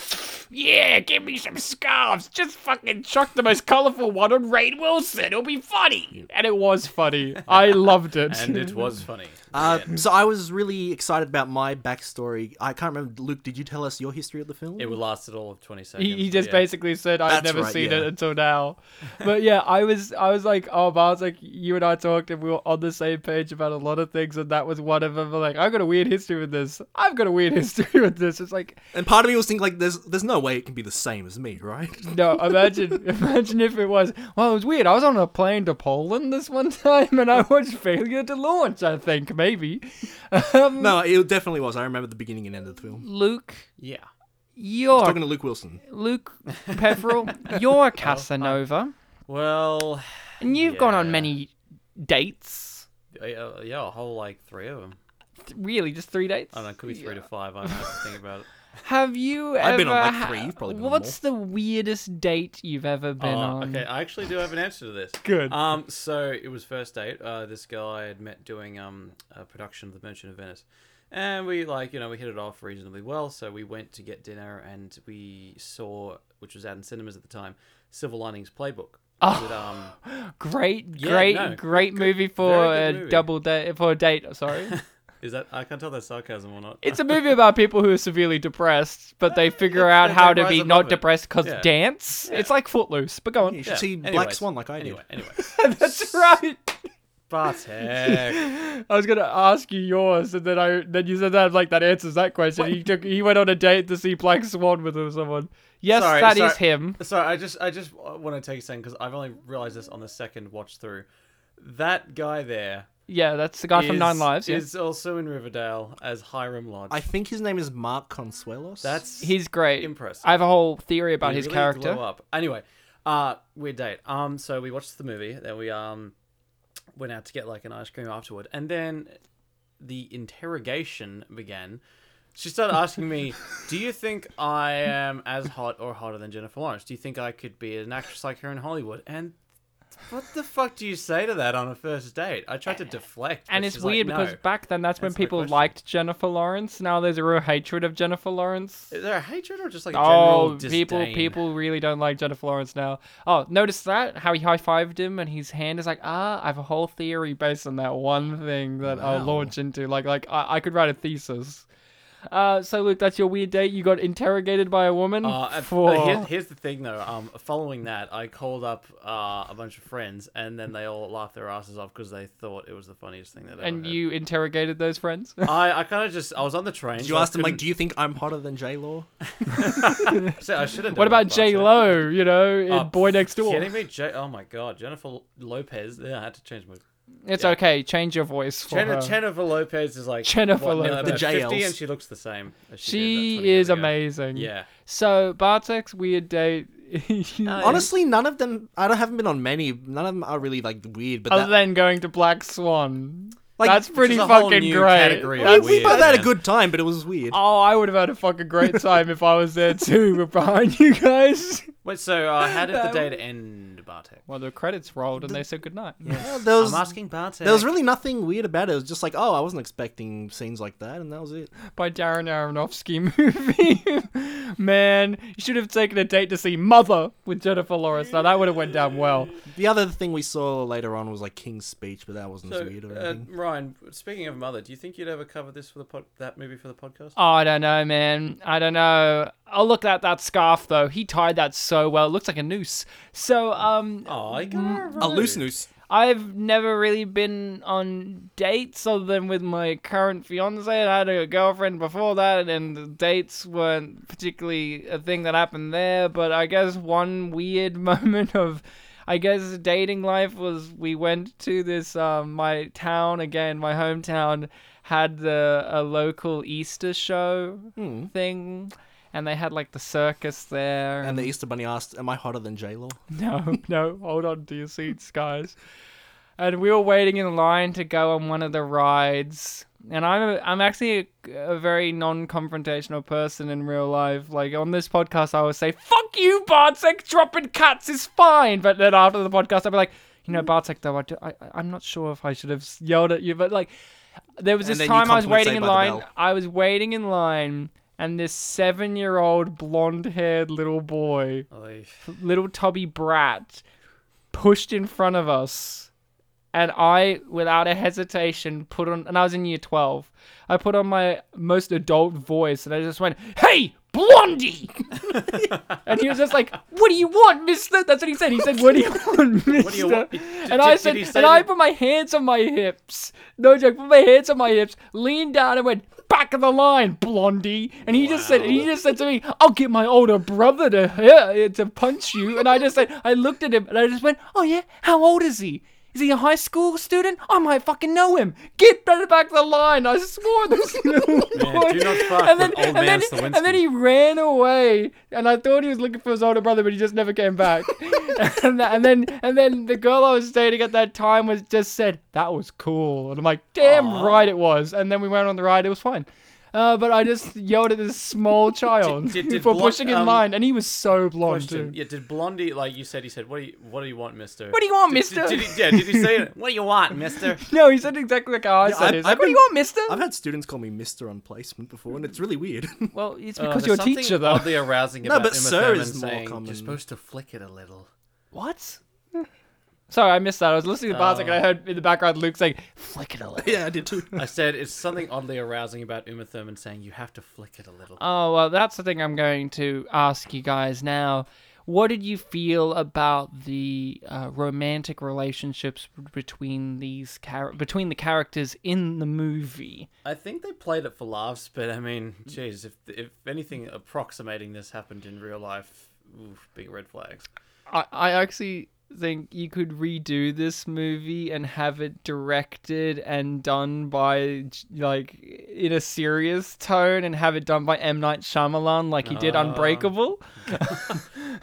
A: "Yeah, give me some scarves. Just fucking chuck the most colorful one on Rain Wilson. It'll be funny." And it was funny. I loved it.
D: And it was funny.
B: Uh, so I was really excited about my backstory. I can't remember. Luke, did you tell us your history of the film?
D: It would lasted all of twenty seconds.
A: He, he just
D: yeah.
A: basically said I've
B: That's
A: never
B: right,
A: seen
B: yeah.
A: it until now. But yeah, I was I was like, oh, but I was like, you and I talked and we were on the same page about a lot of things, and that was one of them. Like, I've got a weird history with this. I've got a weird history with this. It's like,
B: and part of me was thinking like, there's there's no way it can be the same as me, right?
A: no, imagine imagine if it was. Well, it was weird. I was on a plane to Poland this one time, and I watched Failure to Launch. I think maybe. Um,
B: no, it definitely was. I remember the beginning and end of the film.
A: Luke,
D: Yeah.
A: you're
B: Talking to Oh, Luke Wilson.
A: Luke Peveril. You're Casanova,
D: Well,
A: and you've gone on
D: yeah.
A: many dates.
D: yeah, yeah, a whole like three of them.
A: really just three dates
D: I don't know, it could be three to five. I don't have to think about it.
A: have you
B: I've
A: ever
B: been on like
A: ha-
B: three, you've probably been on
A: what's the weirdest date you've ever been
D: Oh,
A: on
D: okay, I actually do have an answer to this.
A: Good.
D: Um, so it was first date. Uh, this girl I had met doing um a production of The Merchant of Venice, and we like you know we hit it off reasonably well. So we went to get dinner and we saw, which was out in cinemas at the time, Silver Linings Playbook.
A: Oh.
D: With, um,
A: great
D: Yeah,
A: great
D: no.
A: great
D: Good-
A: movie for
D: very
A: a
D: good movie.
A: double date for a date sorry
D: is that I can't tell that's sarcasm or not.
A: it's a movie about people who are severely depressed but they figure
D: it's-
A: out
D: they-
A: how
D: they
A: to be
D: rise
A: not
D: above it.
A: depressed because
D: Yeah.
A: dance it's like footloose but go on
B: You should see Black
D: anyways,
B: Swan like I did.
D: Anyway, anyway,
A: that's right
D: Bartek.
A: I was gonna ask you yours, and then I then you said that like that answers that question. He took he went on a date to see Black Swan with someone. Yes, that
D: Sorry,
A: is
D: sorry.
A: him.
D: Sorry, I just I just want to take a second because I've only realized this on the second watch through. That guy there
A: Yeah, that's the guy from
D: is-
A: Nine Lives. yeah.
D: is also in Riverdale as Hiram Lodge.
B: I think his name is Mark Consuelos.
D: That's
A: He's great.
D: impressive.
A: I have a whole theory about
D: They
A: his
D: really
A: character.
D: Glow up. Anyway, uh, weird date. Um, so we watched the movie, then we um went out to get like an ice cream afterward, and then the interrogation began. She started asking me, "Do you think I am as hot or hotter than Jennifer Lawrence? Do you think I could be an actress like her in Hollywood?" And what the fuck do you say to that on a first date? I tried to deflect,
A: Eh. And
D: but
A: it's
D: she's like,
A: weird
D: "No."
A: because back then that's when
D: That's my
A: people
D: question.
A: liked Jennifer Lawrence. Now there's a real hatred of Jennifer Lawrence.
D: is there a hatred or just like a general
A: Oh, people
D: disdain?
A: people really don't like Jennifer Lawrence now. Oh, notice that how he high fived him and his hand is like ah. I have a whole theory based on that one thing that I'll launch into. Like like I, I could write a thesis. Uh, so Luke, that's your weird date. You got interrogated by a woman
D: Uh, and-
A: for.
D: uh, here- here's the thing, though. Um, following that, I called up uh, a bunch of friends, and then they all laughed their asses off because they thought it was the funniest thing that ever.
A: and
D: heard.
A: you interrogated those friends.
D: I, I kind of just I was on the train.
B: you
D: so I
B: asked him like,
D: couldn't-
B: do you think I'm hotter than J Law?
D: so I should have.
A: What about J Lo? You know, in
D: Oh,
A: Boy Next Door.
D: Kidding me? J- oh my god, Jennifer L- Lopez. Yeah, I had to change my.
A: It's
D: Yeah.
A: okay. Change your voice for
D: Jennifer,
A: her.
D: Jennifer Lopez is like
A: Jennifer
D: what, nearly
A: Lopez.
D: about
B: The
D: 50,
B: JLs.
D: and she looks the same. As she, did about 20
A: she
D: years
A: is
D: ago.
A: amazing.
D: Yeah.
A: So Bartek's weird date.
D: Uh,
B: Honestly, none of them. I don't haven't been on many. None of them are really like weird. But
A: other
B: that,
A: than going to Black Swan,
B: Like,
A: that's
D: Which
A: pretty
D: is a whole
A: fucking
D: new
A: great.
D: category of
B: I mean, we
D: weird,
B: both had a
D: man.
B: good time, but it was weird.
A: Oh, I would have had a fucking great time if I was there too, but behind you guys.
D: Wait, so uh, how did the date end, Bartek?
A: Well, the credits rolled and they said goodnight.
B: Yeah, there was
D: I'm asking Bartek.
B: there was really nothing weird about it. It was just like, oh, I wasn't expecting scenes like that, and that was it.
A: By Darren Aronofsky movie. Man, you should have taken a date to see Mother with Jennifer Lawrence. Now that would have went down well.
B: The other thing we saw later on was like King's Speech, but that wasn't as weird or
D: uh,
B: anything.
D: Ryan, speaking of Mother, do you think you'd ever cover this for the pod- that movie for the podcast?
A: Oh, I don't know, man. I don't know. Oh, look at that scarf though. He tied that so well. It looks like a noose. So, um,
D: Oh, I got
B: A loose noose.
A: I've never really been on dates other than with my current fiance. And I had a girlfriend before that, and the dates weren't particularly a thing that happened there. But I guess one weird moment of. I guess dating life was we went to this um, my town again, my hometown had the a local Easter show
B: Hmm.
D: um,
A: thing, and they had like the circus there,
B: And the Easter Bunny asked, "Am I hotter than J Law?"
A: no, no, hold on to your seats, guys. And we were waiting in line to go on one of the rides. And I'm a, I'm actually a, a very non-confrontational person in real life. Like on this podcast, I would say "fuck you, Bartek." Dropping cats is fine, but then after the podcast, I'd be like, you know, Bartek, though I, do, I I'm not sure if I should have yelled at you, but like, there was
B: And
A: this
B: then you
A: time I was
B: compensate
A: waiting in
B: by the
A: line.
B: bell.
A: I was waiting in line, and this seven-year-old blonde-haired little boy
D: Oh,
A: little tubby brat pushed in front of us and I, without a hesitation, put on, and I was in year 12, I put on my most adult voice and I just went, Hey, Blondie! and he was just like, What do you want, mister? That's what he said. He said, What do you want, mister?
D: do you want? Did-
A: and
D: did-
A: I
D: did
A: said,
D: he say
A: And I
D: that-
A: put my hands on my hips. No joke, put my hands on my hips, leaned down and went, Back of the line, Blondie. And he just said, and He just said to me, I'll get my older brother to, yeah, to punch you. And I just said, I looked at him and I just went, Oh, yeah? How old is he? Is he a high school student? I might fucking know him. Get better back the line. I swore this little boy.
D: do not fuck
A: and then,
D: with old
A: and
D: man
A: then,
D: Slawinski.
A: and then he ran away, and I thought he was looking for his older brother, but he just never came back. and, th- and then, and then the girl I was dating at that time was just said that was cool, and I'm like, damn right it was. And then we went on the ride; it was fine. Uh, but I just yelled at this small child
D: did- did
A: for
D: Blond-
A: pushing in
D: um,
A: line, and he was so blonde.
D: Question.
A: too.
D: Yeah, did Blondie like you said? He said, "What do you What do you want, Mister?
A: What do you want,
D: Did-
A: mister?
D: Did, did he, yeah, did he say it? What do you want, Mister?
A: No, he said exactly like how I said
B: I've-
A: it. He's
B: I've
A: like, what do
B: been-
A: you want, mister?
B: I've had students call me Mister on placement before, and it's really weird.
A: Well, it's
D: Uh,
A: because
D: there's
A: you're a
D: something
A: teacher, though.
D: Oddly arousing
B: No,
D: about
B: but
D: Emma
B: sir
D: Thurman
B: is more
D: saying,
B: common.
D: You're supposed to flick it a little.
A: What? Sorry, I missed that. I was listening to Bartek and I heard in the background Luke saying, flick it a little.
B: yeah, I did too.
D: I said it's something oddly arousing about Uma Thurman saying you have to flick it a little.
A: Oh, well, that's the thing I'm going to ask you guys now. What did you feel about the uh, romantic relationships between these char- between the characters in the movie?
D: I think they played it for laughs, but I mean, jeez, if if anything approximating this happened in real life, oof, big red flags.
A: I, I actually think you could redo this movie and have it directed and done by j- like in a serious tone and have it done by M Night Shyamalan like he did
D: Ah.
A: Unbreakable.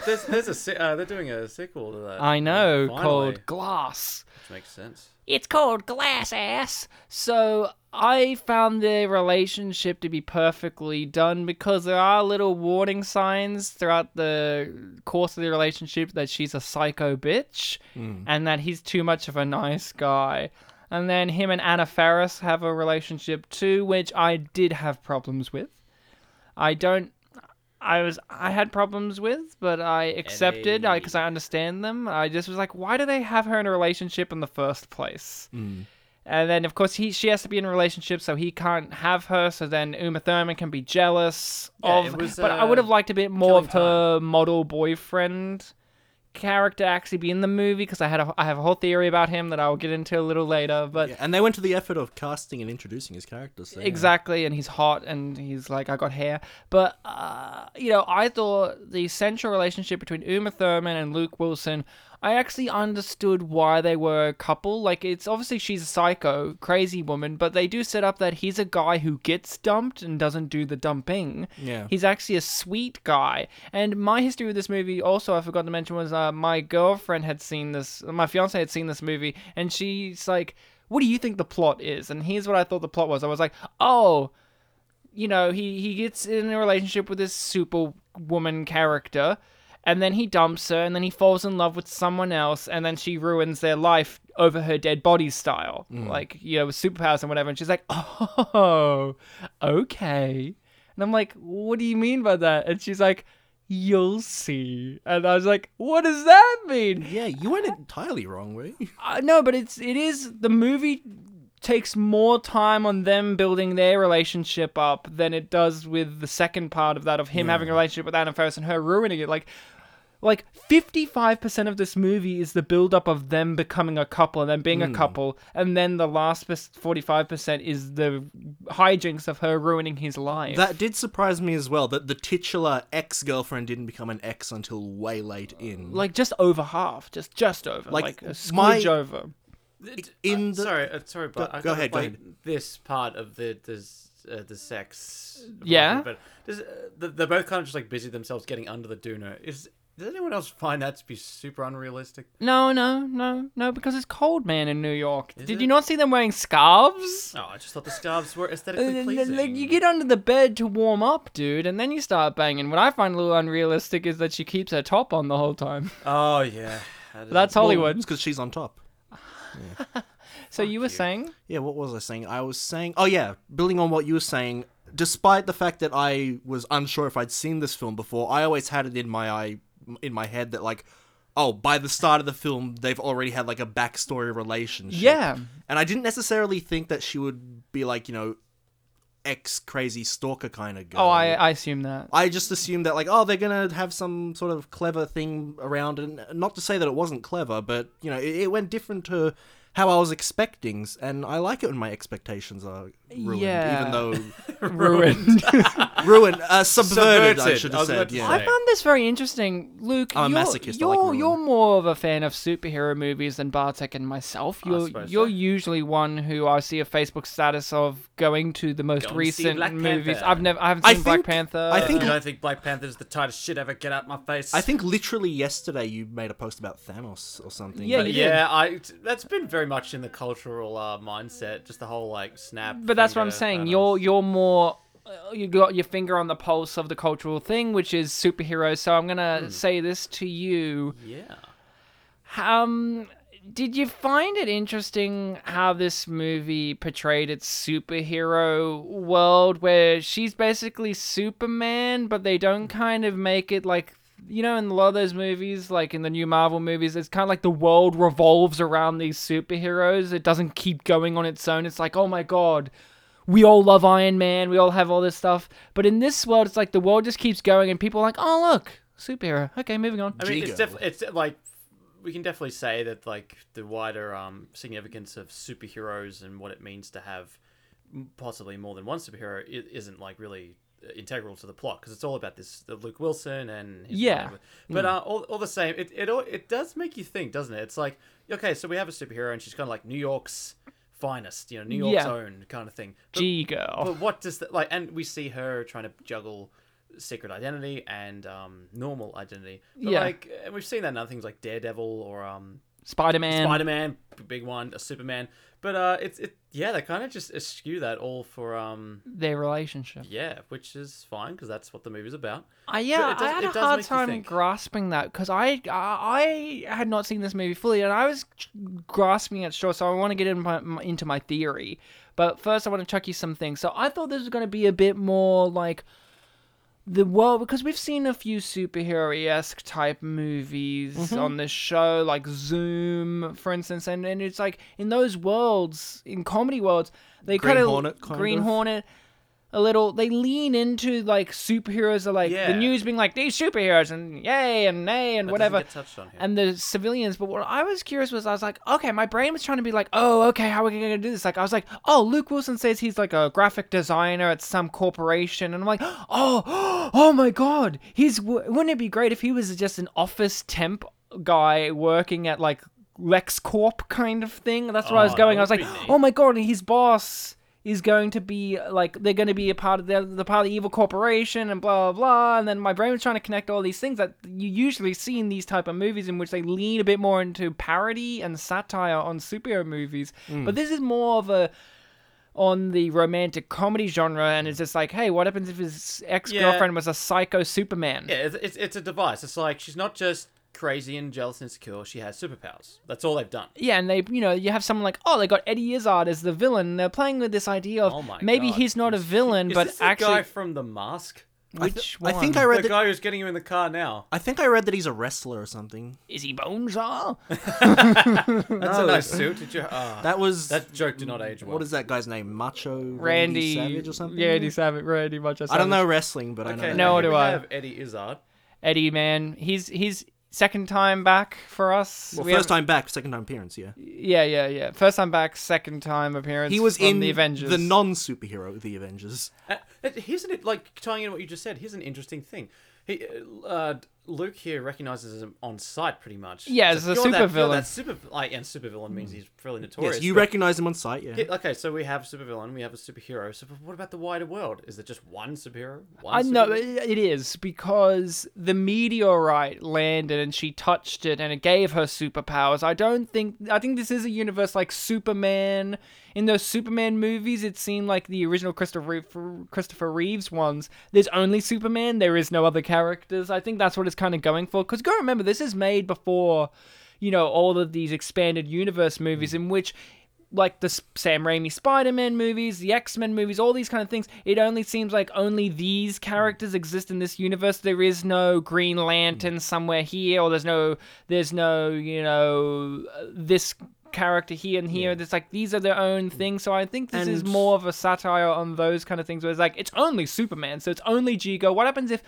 D: There's there's a se- uh, they're doing a sequel to that. uh,
A: I know
D: Finally,
A: called Glass.
D: which makes sense.
A: It's called Glass Ass. So I found the relationship to be perfectly done because there are little warning signs throughout the course of the relationship that she's a psycho bitch and that he's too much of a nice guy. And then him and Anna Faris have a relationship too, which I did have problems with. I don't. I was I had problems with, but I accepted because I understand them. I just was like, why do they have her in a relationship in the first place?
D: Mm.
A: And then of course he she has to be in a relationship, so he can't have her. So then Uma Thurman can be jealous
D: Yeah,
A: of.
D: it was,
A: but I
D: uh,
A: would have liked a bit more of
D: killing time.
A: her model boyfriend character actually be in the movie because I had a, I have a whole theory about him that I will get into a little later. But
B: Yeah, and they went to the effort of casting and introducing his characters. so, yeah.
A: Exactly, and he's hot, and he's like, I got hair. But, uh, you know, I thought the central relationship between Uma Thurman and Luke Wilson, I actually understood why they were a couple. Like, it's obviously she's a psycho, crazy woman, but they do set up that he's a guy who gets dumped and doesn't do the dumping.
B: Yeah.
A: He's actually a sweet guy. And my history with this movie, also, I forgot to mention, was uh, my girlfriend had seen this, my fiance had seen this movie, and she's like, What do you think the plot is? And here's what I thought the plot was. I was like, Oh, you know, he, he gets in a relationship with this superwoman character, and then he dumps her, and then he falls in love with someone else, and then she ruins their life over her dead body style, like, you know, with superpowers and whatever. And she's like, oh, okay. And I'm like, what do you mean by that? And she's like, you'll see. And I was like, what does that mean?
B: Yeah, you went entirely wrong, way.
A: Uh, no, but it's it is the movie takes more time on them building their relationship up than it does with the second part of that of him having a relationship with Anna Faris and her ruining it. Like like 55% of this movie is the build up of them becoming a couple and then being a couple and then the last pers- 45% is the hijinks of her ruining his life.
B: That did surprise me as well. That the titular ex girlfriend didn't become an ex until way late in.
A: like just over half, just just over, like,
B: Like,
A: a
B: my-
A: smidge over.
B: in the
D: sorry, uh, sorry, but
B: Go-
D: I
B: go
D: gotta
B: ahead, go
D: play
B: ahead.
D: This part of the the s- uh, the sex.
A: Yeah?
D: but does, uh, the- they're both kind of just like busy themselves getting under the doona. Is does anyone else find that to be super unrealistic?
A: No, no, no, no, because it's cold, man, in New York. Did
D: it?
A: you not see them wearing scarves?
D: Oh, I just thought the scarves were aesthetically
A: Uh,
D: pleasing.
A: Like you get under the bed to warm up, dude, and then you start banging. What I find a little unrealistic is that she keeps her top on the whole time.
D: oh yeah, That is-
A: That's Hollywood.
B: because she's on top.
A: So you were saying?
B: Yeah, what was I saying? I was saying, oh yeah, building on what you were saying. Despite the fact that I was unsure if I'd seen this film before, I always had it in my eye, in my head that like, oh, by the start of the film, they've already had like a backstory relationship.
A: Yeah.
B: And I didn't necessarily think that she would be like, you know, ex crazy stalker kind of girl.
A: Oh, I, I assume that.
B: I just assumed that, like, oh, they're gonna have some sort of clever thing around, and not to say that it wasn't clever, but you know, it, it went different to how I was expecting, and I like it when my expectations are ruined,
A: Yeah.
B: even though
A: Ruined.
B: ruined, uh, subverted, I
D: Subverted,
B: should
D: I
B: have
D: was about
B: said,
D: to
B: yeah.
A: I
D: Right.
A: found this very interesting, Luke.
B: I'm a
A: you're,
B: masochist, I like
A: You're
B: ruin.
A: you're more of a fan of superhero movies than Bartek and myself. You're
D: suppose
A: you're
D: so.
A: usually one who I see a Facebook status of going to the most
D: Go and see
A: recent
D: Black
A: movies.
D: Panther.
A: I've never I haven't
B: I
A: seen Black
B: think-
A: Panther.
B: I think-
D: I don't think Black Panther's the tightest shit ever. Get out my face.
B: I think literally yesterday you made a post about Thanos or something.
A: Yeah,
B: but-
A: you-
D: yeah, I that's been very much in the cultural uh, mindset, just the whole like snap.
A: But that's what I'm
D: finger
A: saying.
D: photos.
A: You're you're more uh, you got your finger on the pulse of the cultural thing, which is superheroes. So I'm gonna say this to you.
D: yeah.
A: Um, did you find it interesting how this movie portrayed its superhero world, where she's basically Superman, but they don't kind of make it like. You know, in a lot of those movies, like in the new Marvel movies, it's kind of like the world revolves around these superheroes. It doesn't keep going on its own. It's like, oh my god, we all love Iron Man, we all have all this stuff. But in this world, it's like the world just keeps going, and people are like, oh look, superhero. Okay, moving on.
D: I mean, it's
B: Jigo.
D: definitely it's like we can definitely say that like the wider um, significance of superheroes and what it means to have m- possibly more than one superhero is isn't like really uh, integral to the plot because it's all about this the Luke Wilson and his
A: Yeah. Mm.
D: whatever. But uh, all, all the same, it it all, it does make you think, doesn't it? It's like okay, so we have a superhero and she's kind of like New York's finest, you know, New York's
A: Yeah.
D: own kind of thing. But-
A: G girl.
D: but what does that like? And we see her trying to juggle secret identity and um, normal identity. But
A: Yeah.
D: Like, and we've seen that in other things like Daredevil or um,
A: Spider Man.
D: Spider Man, big one, a Superman. But uh, it's it yeah, they kind of just eschew that all for um,
A: their relationship.
D: yeah, which is fine because that's what the movie's about.
A: I Uh, yeah,
D: it does-
A: I had
D: it
A: a
D: does
A: hard
D: make you
A: time
D: think.
A: grasping that because I, I I had not seen this movie fully, and I was ch- grasping at straws. So I want to get in my, my- into my theory, but first I want to chuck you some things. So I thought this was going to be a bit more like the world because we've seen a few superhero esque type movies on this show, like Zoom, for instance, and, and it's like in those worlds, in comedy worlds, they
B: Green
A: kinda-
B: Hornet, kind
A: Green
B: of.
A: Hornet, a little they lean into like superheroes are like the
D: Yeah.
A: news being like these superheroes and yay and nay and
D: That
A: whatever
D: doesn't get touched on here.
A: and the civilians but what i was curious was i was like okay my brain was trying to be like oh okay how are we gonna do this like i was like oh luke wilson says he's like a graphic designer at some corporation and i'm like oh oh my god he's w- wouldn't it be great if he was just an office temp guy working at like LexCorp kind of thing. That's where I was
D: Oh,
A: going.
D: that
A: I was
D: would
A: like,
D: be neat.
A: oh my god, and his boss is going to be like they're going to be a part of the, the part of the evil corporation and blah blah blah. And then my brain was trying to connect all these things that you usually see in these type of movies in which they lean a bit more into parody and satire on superhero movies. But this is more of a on the romantic comedy genre and it's just like hey what happens if his ex-girlfriend was a psycho superman
D: Yeah, it's, it's it's a device. It's like she's not just crazy and jealous and insecure. She has superpowers. That's all they've done.
A: Yeah, and they, you know, you have someone like, oh, they got Eddie Izzard as the villain. and They're playing with this idea of
D: Oh my
A: maybe
D: God.
A: he's not a
D: Is-
A: villain,
D: Is
A: but
D: this the
A: actually,
D: guy from The Mask,
B: I th-
A: which
B: I think
A: one?
B: I read
D: the
B: that.
D: guy who's getting you in the car now.
B: I think I read that he's a wrestler or something.
A: is he Bonesaw?
D: That's a nice suit. Did you? ah.
B: That was
D: That joke did not age well.
B: what is that guy's name? Macho Randy,
A: Randy
B: Savage or something?
A: Yeah, Eddie Savage. Randy Macho.
B: I don't know
A: Savage.
B: wrestling, but I know.
D: Okay,
B: that
A: No,
D: here
A: do
D: we
A: I.
D: Have Eddie Izzard.
A: Eddie, man, he's he's second time back for us.
B: Well,
A: We
B: first
A: haven't-
B: time back, second time appearance. Yeah,
A: Yeah, yeah, yeah. First time back, second time appearance.
B: he was
A: from
B: in
A: the Avengers.
B: the non-superhero, the Avengers.
D: Uh, it- here's an like tying in what you just said. Here's an interesting thing. He, uh, Luke here recognizes him on sight pretty much.
A: Yeah,
D: It's
A: as a
D: you're that-
A: supervillain.
D: you're That super like and supervillain means he's fairly notorious.
B: yes, you
D: but-
B: recognize him on sight. Yeah,
D: Yeah, Okay, so we have supervillain, we have a superhero. So, but what about the wider world? Is there just one superhero? One
A: I know
D: supervillain?
A: it it is because the meteorite landed and she touched it and it gave her superpowers. I don't think I think this is a universe like Superman. In those Superman movies, it seemed like the original Christopher Reeve- Christopher Reeves ones. There's only Superman. There is no other characters. I think that's what it's kind of going for. Because go remember, this is made before, you know, all of these expanded universe movies in which like the S- Sam Raimi Spider-Man movies, the X-Men movies, all these kind of things, it only seems like only these characters exist in this universe. There is no Green Lantern somewhere here, or there's no there's no you know uh, this character here and here. There's like these are their own things. So I think this is
B: And-
A: more of a satire on those kind of things, where it's like it's only Superman, so it's only Jigo. What happens if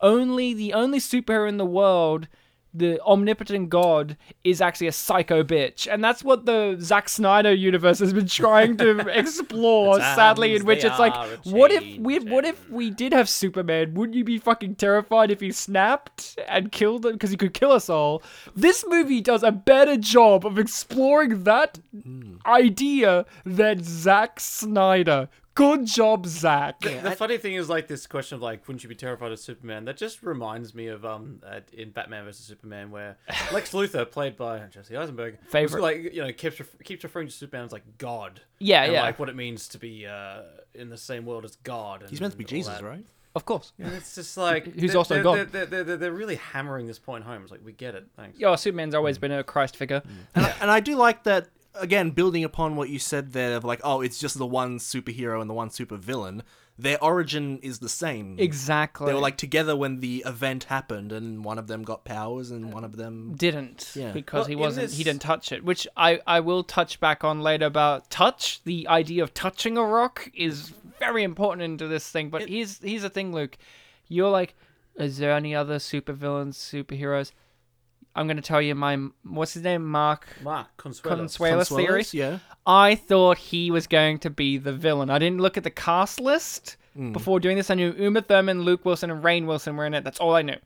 A: only the only superhero in the world? the omnipotent god is actually a psycho bitch. And that's what the Zack Snyder universe has been trying to explore,
D: Sometimes
A: sadly, in which
D: they
A: it's like,
D: are a
A: what if we
D: change,
A: what if we did have Superman? Wouldn't you be fucking terrified if he snapped and killed him? Because he could kill us all. This movie does a better job of exploring that idea than Zack Snyder. Good job, Zack.
D: The funny thing is, like this question of like, wouldn't you be terrified of Superman? That just reminds me of um uh, in Batman versus Superman, where Lex Luthor, played by Jesse Eisenberg, was,
A: Favorite.
D: like you know keeps ref- keeps referring to Superman as like God.
A: Yeah,
D: and,
A: yeah.
D: Like what it means to be uh in the same world as God. And
B: He's meant to be
D: all
B: Jesus,
D: that.
B: right?
A: Of course.
D: And it's just like
A: Who's
D: they're-
A: also
D: they're,
A: God.
D: They're, they're, they're, they're, they're really hammering this point home. It's like we get it. Thanks.
A: Yeah, Superman's always been a Christ figure.
B: And I, and I do like that. Again, building upon what you said there of like, oh, it's just the one superhero and the one supervillain. Their origin is the same.
A: Exactly.
B: They were like together when the event happened, and one of them got powers, and one of them.
A: didn't
B: Yeah.
A: because
D: Well,
A: he
D: in
A: wasn't
D: this-
A: he didn't touch it which I, I will touch back on later about touch the idea of touching a rock is very important into this thing but here's here's the thing luke you're like is there any other supervillains superheroes i'm going to tell you my what's his name mark
D: Mark Consuelo.
A: consuelos theory
B: uh, Consuelos, Yeah.
A: I thought he was going to be the villain. I didn't look at the cast list
B: Hmm.
A: before doing this. I knew Uma Thurman, Luke Wilson, and Rain Wilson were in it. That's all I knew.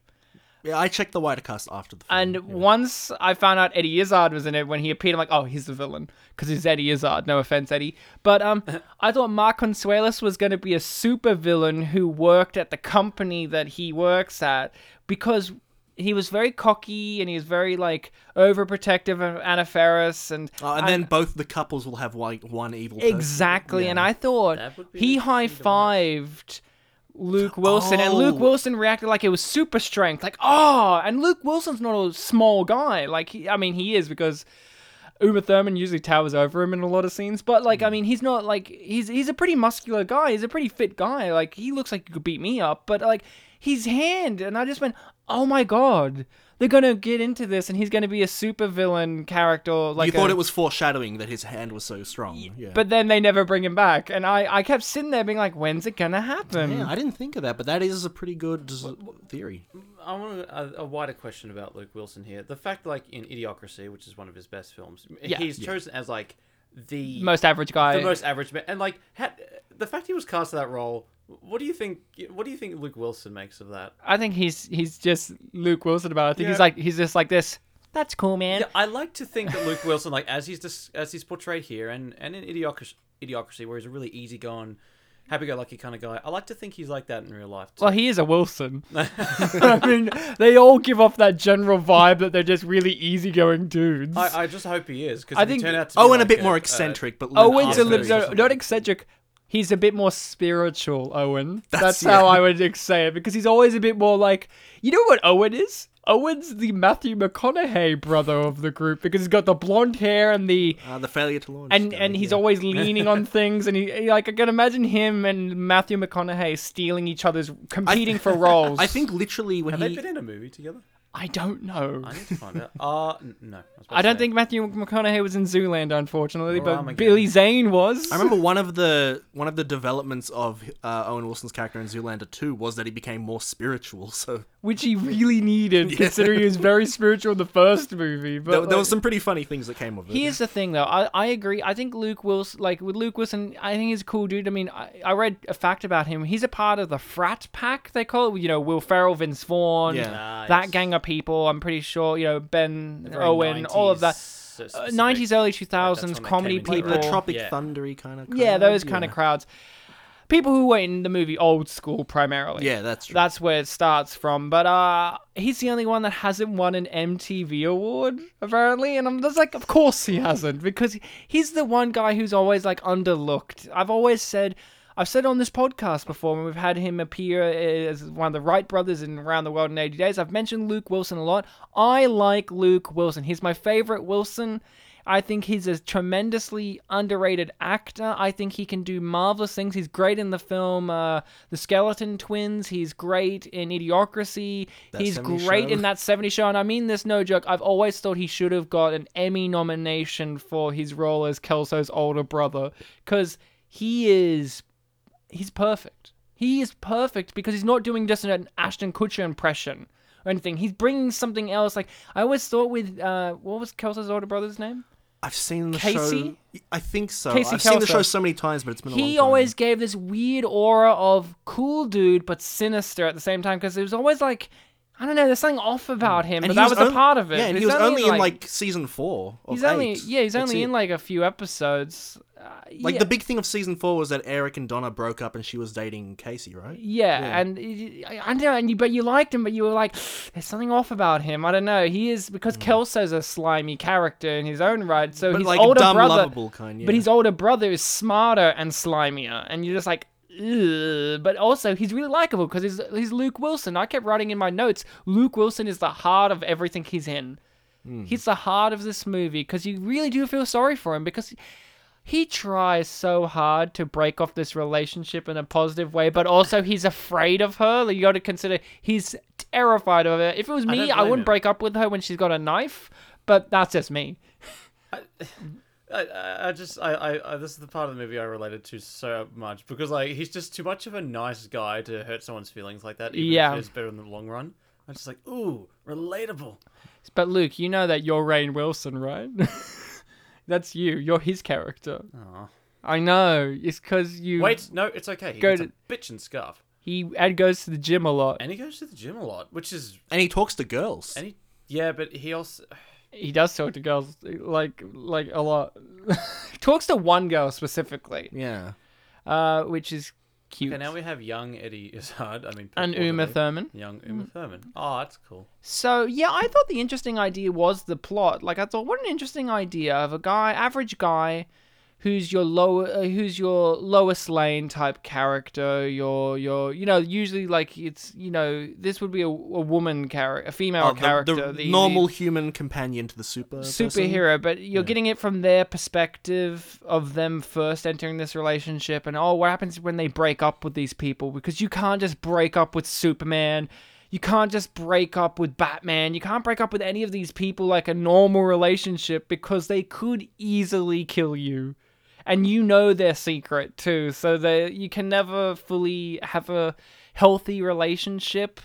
B: Yeah, I checked the wider cast after the film.
A: And once I found out Eddie Izzard was in it, when he appeared, I'm like, oh, he's the villain because he's Eddie Izzard. No offense, Eddie, but um, I thought Mark Consuelos was going to be a super villain who worked at the company that he works at because he was very cocky and he was very like overprotective of Anna Ferris and
B: Oh, and then both the couples will have like one evil. person.
A: Exactly, and I thought
D: That would be
A: he
D: an
A: high
D: interesting
A: fived Luke Wilson, and Luke
B: Oh.
A: Wilson reacted like it was super strength, like oh. And Luke Wilson's not a small guy. Like he, I mean, he is because Uma Thurman usually towers over him in a lot of scenes. But like,
B: Hmm.
A: I mean, he's not like he's he's a pretty muscular guy. He's a pretty fit guy. Like he looks like he could beat me up. But like his hand, and I just went, oh my god. They're gonna get into this, and he's gonna be a super villain character. Like
B: you thought
A: a-
B: it was foreshadowing that his hand was so strong. Yeah.
A: but then they never bring him back. And I, I kept sitting there being like, when's it gonna happen?
B: yeah, I didn't think of that, but that is a pretty good uh, theory.
D: I want a, a wider question about Luke Wilson here. The fact, like in Idiocracy, which is one of his best films,
A: Yeah.
D: he's chosen as like the
A: Most average guy.
D: the most average man, and like ha the fact he was cast for that role. What do you think? What do you think Luke Wilson makes of that?
A: I think he's he's just Luke Wilson about. It. I think he's
D: Yeah.
A: like he's just like this. That's cool, man.
D: Yeah, I like to think that Luke Wilson, like as he's dis- as he's portrayed here, and and in Idiocracy, Idiocracy where he's a really easygoing, happy-go-lucky kind of guy. I like to think he's like that in real life. Too.
A: Well, he is a Wilson. I mean, they all give off that general vibe that they're just really easygoing dudes.
D: I, I just hope he is because
A: I
D: he
A: think-
D: turned out to be
B: Owen Oh, a
D: like
B: bit more
D: uh,
B: eccentric, but Luke
A: Owen's a
B: is
A: little
B: very
A: no,
B: specific.
A: not eccentric. He's a bit more spiritual, Owen. That's,
B: That's-
A: how
B: yeah.
A: I would ex- say it because he's always a bit more like, you know what Owen is? Owen's the Matthew McConaughey brother of the group because he's got the blonde hair and the
B: Uh, the failure to launch.
A: and
B: guy,
A: and he's
B: yeah.
A: always leaning on things and he he- like I can imagine him and Matthew McConaughey stealing each other's competing for roles.
B: I think literally when
D: Have
B: he
D: they been in a movie together?
A: I don't know.
D: I need to find out. Uh, n- no. was about
A: I
D: to
A: don't
D: say.
A: think Matthew McConaughey was in Zoolander, unfortunately,
D: Or
A: but
D: Armageddon.
A: Billy Zane was.
B: I remember one of the one of the developments of uh, Owen Wilson's character in Zoolander 2 was that he became more spiritual. So
A: which he really needed, considering he was very spiritual in the first movie. But
B: there, there
A: like-
B: was some pretty funny things that came of it.
A: Here's the thing, though. I, I agree. I think Luke Wilson, like with Luke Wilson, I think he's a cool dude. I mean, I, I read a fact about him. He's a part of the frat pack they call it. You know, Will Ferrell, Vince Vaughn,
B: Yeah.
A: that
D: Nice.
A: gang of people. I'm pretty sure. You know, Ben
D: Very
A: Owen, all of
D: 90s,
A: that. uh,
D: so specific.
A: Nineties, early two
D: that's when
A: thousands
D: they came
A: comedy
D: into it,
B: like
A: people.
D: right?
B: the Tropic
D: Yeah.
B: Thundery kind of.
A: yeah,
B: crowd,
A: those
B: yeah.
A: kind of crowds. People who were in the movie old school primarily.
B: Yeah, that's true.
A: That's where it starts from. But uh he's the only one that hasn't won an MTV award, apparently. And I'm just like, of course he hasn't, because he's the one guy who's always like underlooked. I've always said I've said on this podcast before when we've had him appear as one of the Wright brothers in Around the World in 80 Days. I've mentioned Luke Wilson a lot. I like Luke Wilson. He's my favorite Wilson. I think he's a tremendously underrated actor. I think he can do marvelous things. He's great in the film uh, The Skeleton Twins. He's great in Idiocracy. he's
B: 70
A: great
B: show.
A: in that 70 show. And I mean this no joke. I've always thought he should have got an Emmy nomination for his role as Kelso's older brother because he is he's perfect. He is perfect because he's not doing just an Ashton Kutcher impression or anything. He's bringing something else. Like I always thought with uh, what was Kelso's older brother's name?
B: I've seen the
A: Casey?
B: show. I think so.
A: Casey
B: I've seen the
A: Kelso.
B: show so many times, but it's been a long
A: He
B: time.
A: always gave this weird aura of cool dude but sinister at the same time because it was always like I don't know. There's something off about him,
B: Mm.
A: but
B: And he
A: that was
B: on-
A: a part of it.
B: Yeah, and
A: He's
B: he was only in like season four. Of
A: he's only
B: eight.
A: yeah he's
B: That's
A: only
B: it.
A: in like a few episodes. Uh,
B: Like
A: yeah.
B: the big thing of season four was that Eric and Donna broke up and she was dating Casey, right?
A: Yeah, and y- I I know, and you, but you liked him, but you were like, there's something off about him. I don't know. He is because Kelso's a slimy character in his own right. So
B: Mm. But
A: his
B: like
A: older
B: dumb,
A: brother,
B: lovable kind. Yeah.
A: but his older brother is smarter and slimier, and you're just like. Ugh. But also, he's really likable because he's, he's Luke Wilson. I kept writing in my notes Luke Wilson is the heart of everything he's in.
D: Hmm.
A: He's the heart of this movie because you really do feel sorry for him because he tries so hard to break off this relationship in a positive way, but also he's afraid of her. Like, you got to consider he's terrified of her. If it was me,
D: don't
A: I,
D: blame
A: wouldn't
D: him.
A: break up with her when she's got a knife, but that's just me.
D: I, I, I just I, I, I this is the part of the movie I related to so much because like he's just too much of a nice guy to hurt someone's feelings like that. Even
A: Yeah.
D: if it's better in the long run. I'm just like ooh relatable.
A: But Luke, you know that you're Rain Wilson, right? that's you. You're his character.
D: Aw.
A: I know. It's because you.
D: Wait, no, it's okay. He
A: Go
D: gets
A: to-
D: a bitch and scarf,
A: He Ed goes to the gym a lot.
D: and he goes to the gym a lot, which is
B: and he talks to girls.
D: and he yeah, but he also
A: He does talk to girls like like a lot. he talks to one girl specifically,
B: yeah.
A: uh, which is cute.
D: okay, now we have young Eddie Izzard. I mean,
A: and Uma
D: purportedly,
A: Thurman.
D: young Uma Thurman. Oh, that's cool.
A: So yeah, I thought the interesting idea was the plot. Like I thought, what an interesting idea of a guy, average guy, who's your lower, uh, who's your lowest lane type character. Your your you know usually like it's you know this would be a, a woman character, a female
B: Oh,
A: character,
B: the, the,
A: the- the
B: normal human companion to the super person.
A: superhero, but you're getting it from their perspective of them first entering this relationship and oh, what happens when they break up with these people? Because you can't just break up with Superman. You can't just break up with Batman. You can't break up with any of these people like a normal relationship because they could easily kill you. And you know their secret too, so they you can never fully have a healthy relationship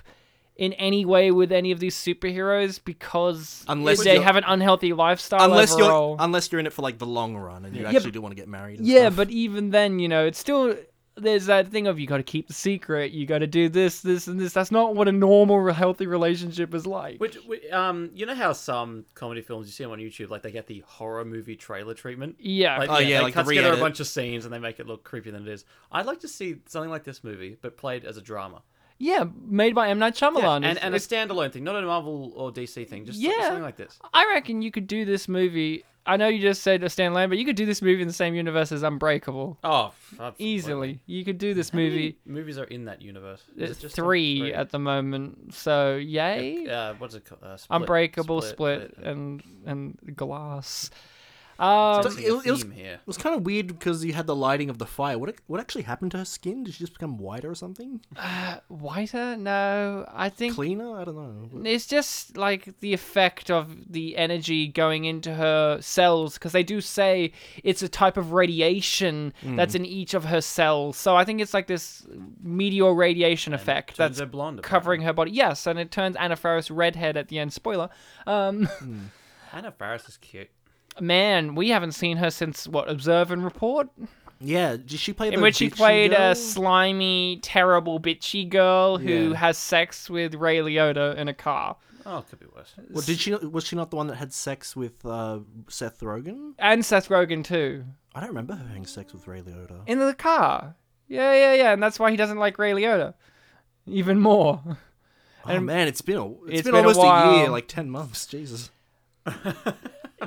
A: in any way with any of these superheroes because
B: Unless
A: they
B: you're-
A: have an unhealthy lifestyle
B: Unless
A: overall.
B: you're unless you're in it for like the long run and you
A: but-
B: actually do want to get married. And
A: yeah,
B: stuff.
A: but even then, you know, it's still there's that thing of you got to keep the secret, you got to do this, this, and this. That's not what a normal, healthy relationship is like.
D: Which, which um, you know how some comedy films you see them on YouTube, like they get the horror movie trailer treatment.
A: Yeah.
D: like,
B: Oh, yeah,
D: they
B: like
D: cut
B: the
D: together a
B: re-edit.
D: bunch of scenes and they make it look creepier than it is. I'd like to see something like this movie, but played as a drama,
A: yeah, made by M Night Shyamalan.
D: and,
A: It's-
D: and a
A: it's-
D: standalone thing, not a Marvel or DC thing. Just
A: Yeah.
D: something like this.
A: I reckon you could do this movie. I know you just said a standalone, but you could do this movie in the same universe as Unbreakable
D: Oh,
A: easily. You could do this
D: Movie
A: movie.
D: movies are in that universe. Is
A: It's
D: it just
A: three,
D: three?
A: at the moment, so yay.
D: Uh, what's it called? Uh, Split, uh,
A: Unbreakable, Split, and and Glass. Um,
B: Does-
D: Something
B: it, was- it was
D: theme here.
B: it was kind of weird because you had the lighting of the fire. What what actually happened to her skin? Did she just become whiter or something?
A: whiter? No, I think
B: Cleaner? I don't know.
A: it's just like the effect of the energy going into her cells because they do say it's a type of radiation that's in each of her cells. So I think it's like this meteor radiation effect
D: Turns
A: that's
D: her blonde.
A: covering her body. Yes, and it turns Anna Faris redhead at the end. Spoiler. Um,
D: apparently. Anna Faris is cute.
A: man, we haven't seen her since what? Observe and report.
B: Yeah, did she play
A: in
B: the
A: which he
B: bitchy
A: played uh,
B: girl?
A: a slimy, terrible, bitchy girl who
B: Yeah.
A: has sex with Ray Liotta in a car,
D: Oh, it could be worse.
B: Well, did she? not- Was she not the one that had sex with uh, Seth Rogen?
A: and Seth Rogen too
B: I don't remember her having sex with Ray Liotta.
A: in the car. Yeah, yeah, yeah, and that's why he doesn't like Ray Liotta even more.
B: oh man, it's been a,
A: it's
B: it's been,
A: been a
B: almost a, year,
A: while.
B: like ten months. Jesus.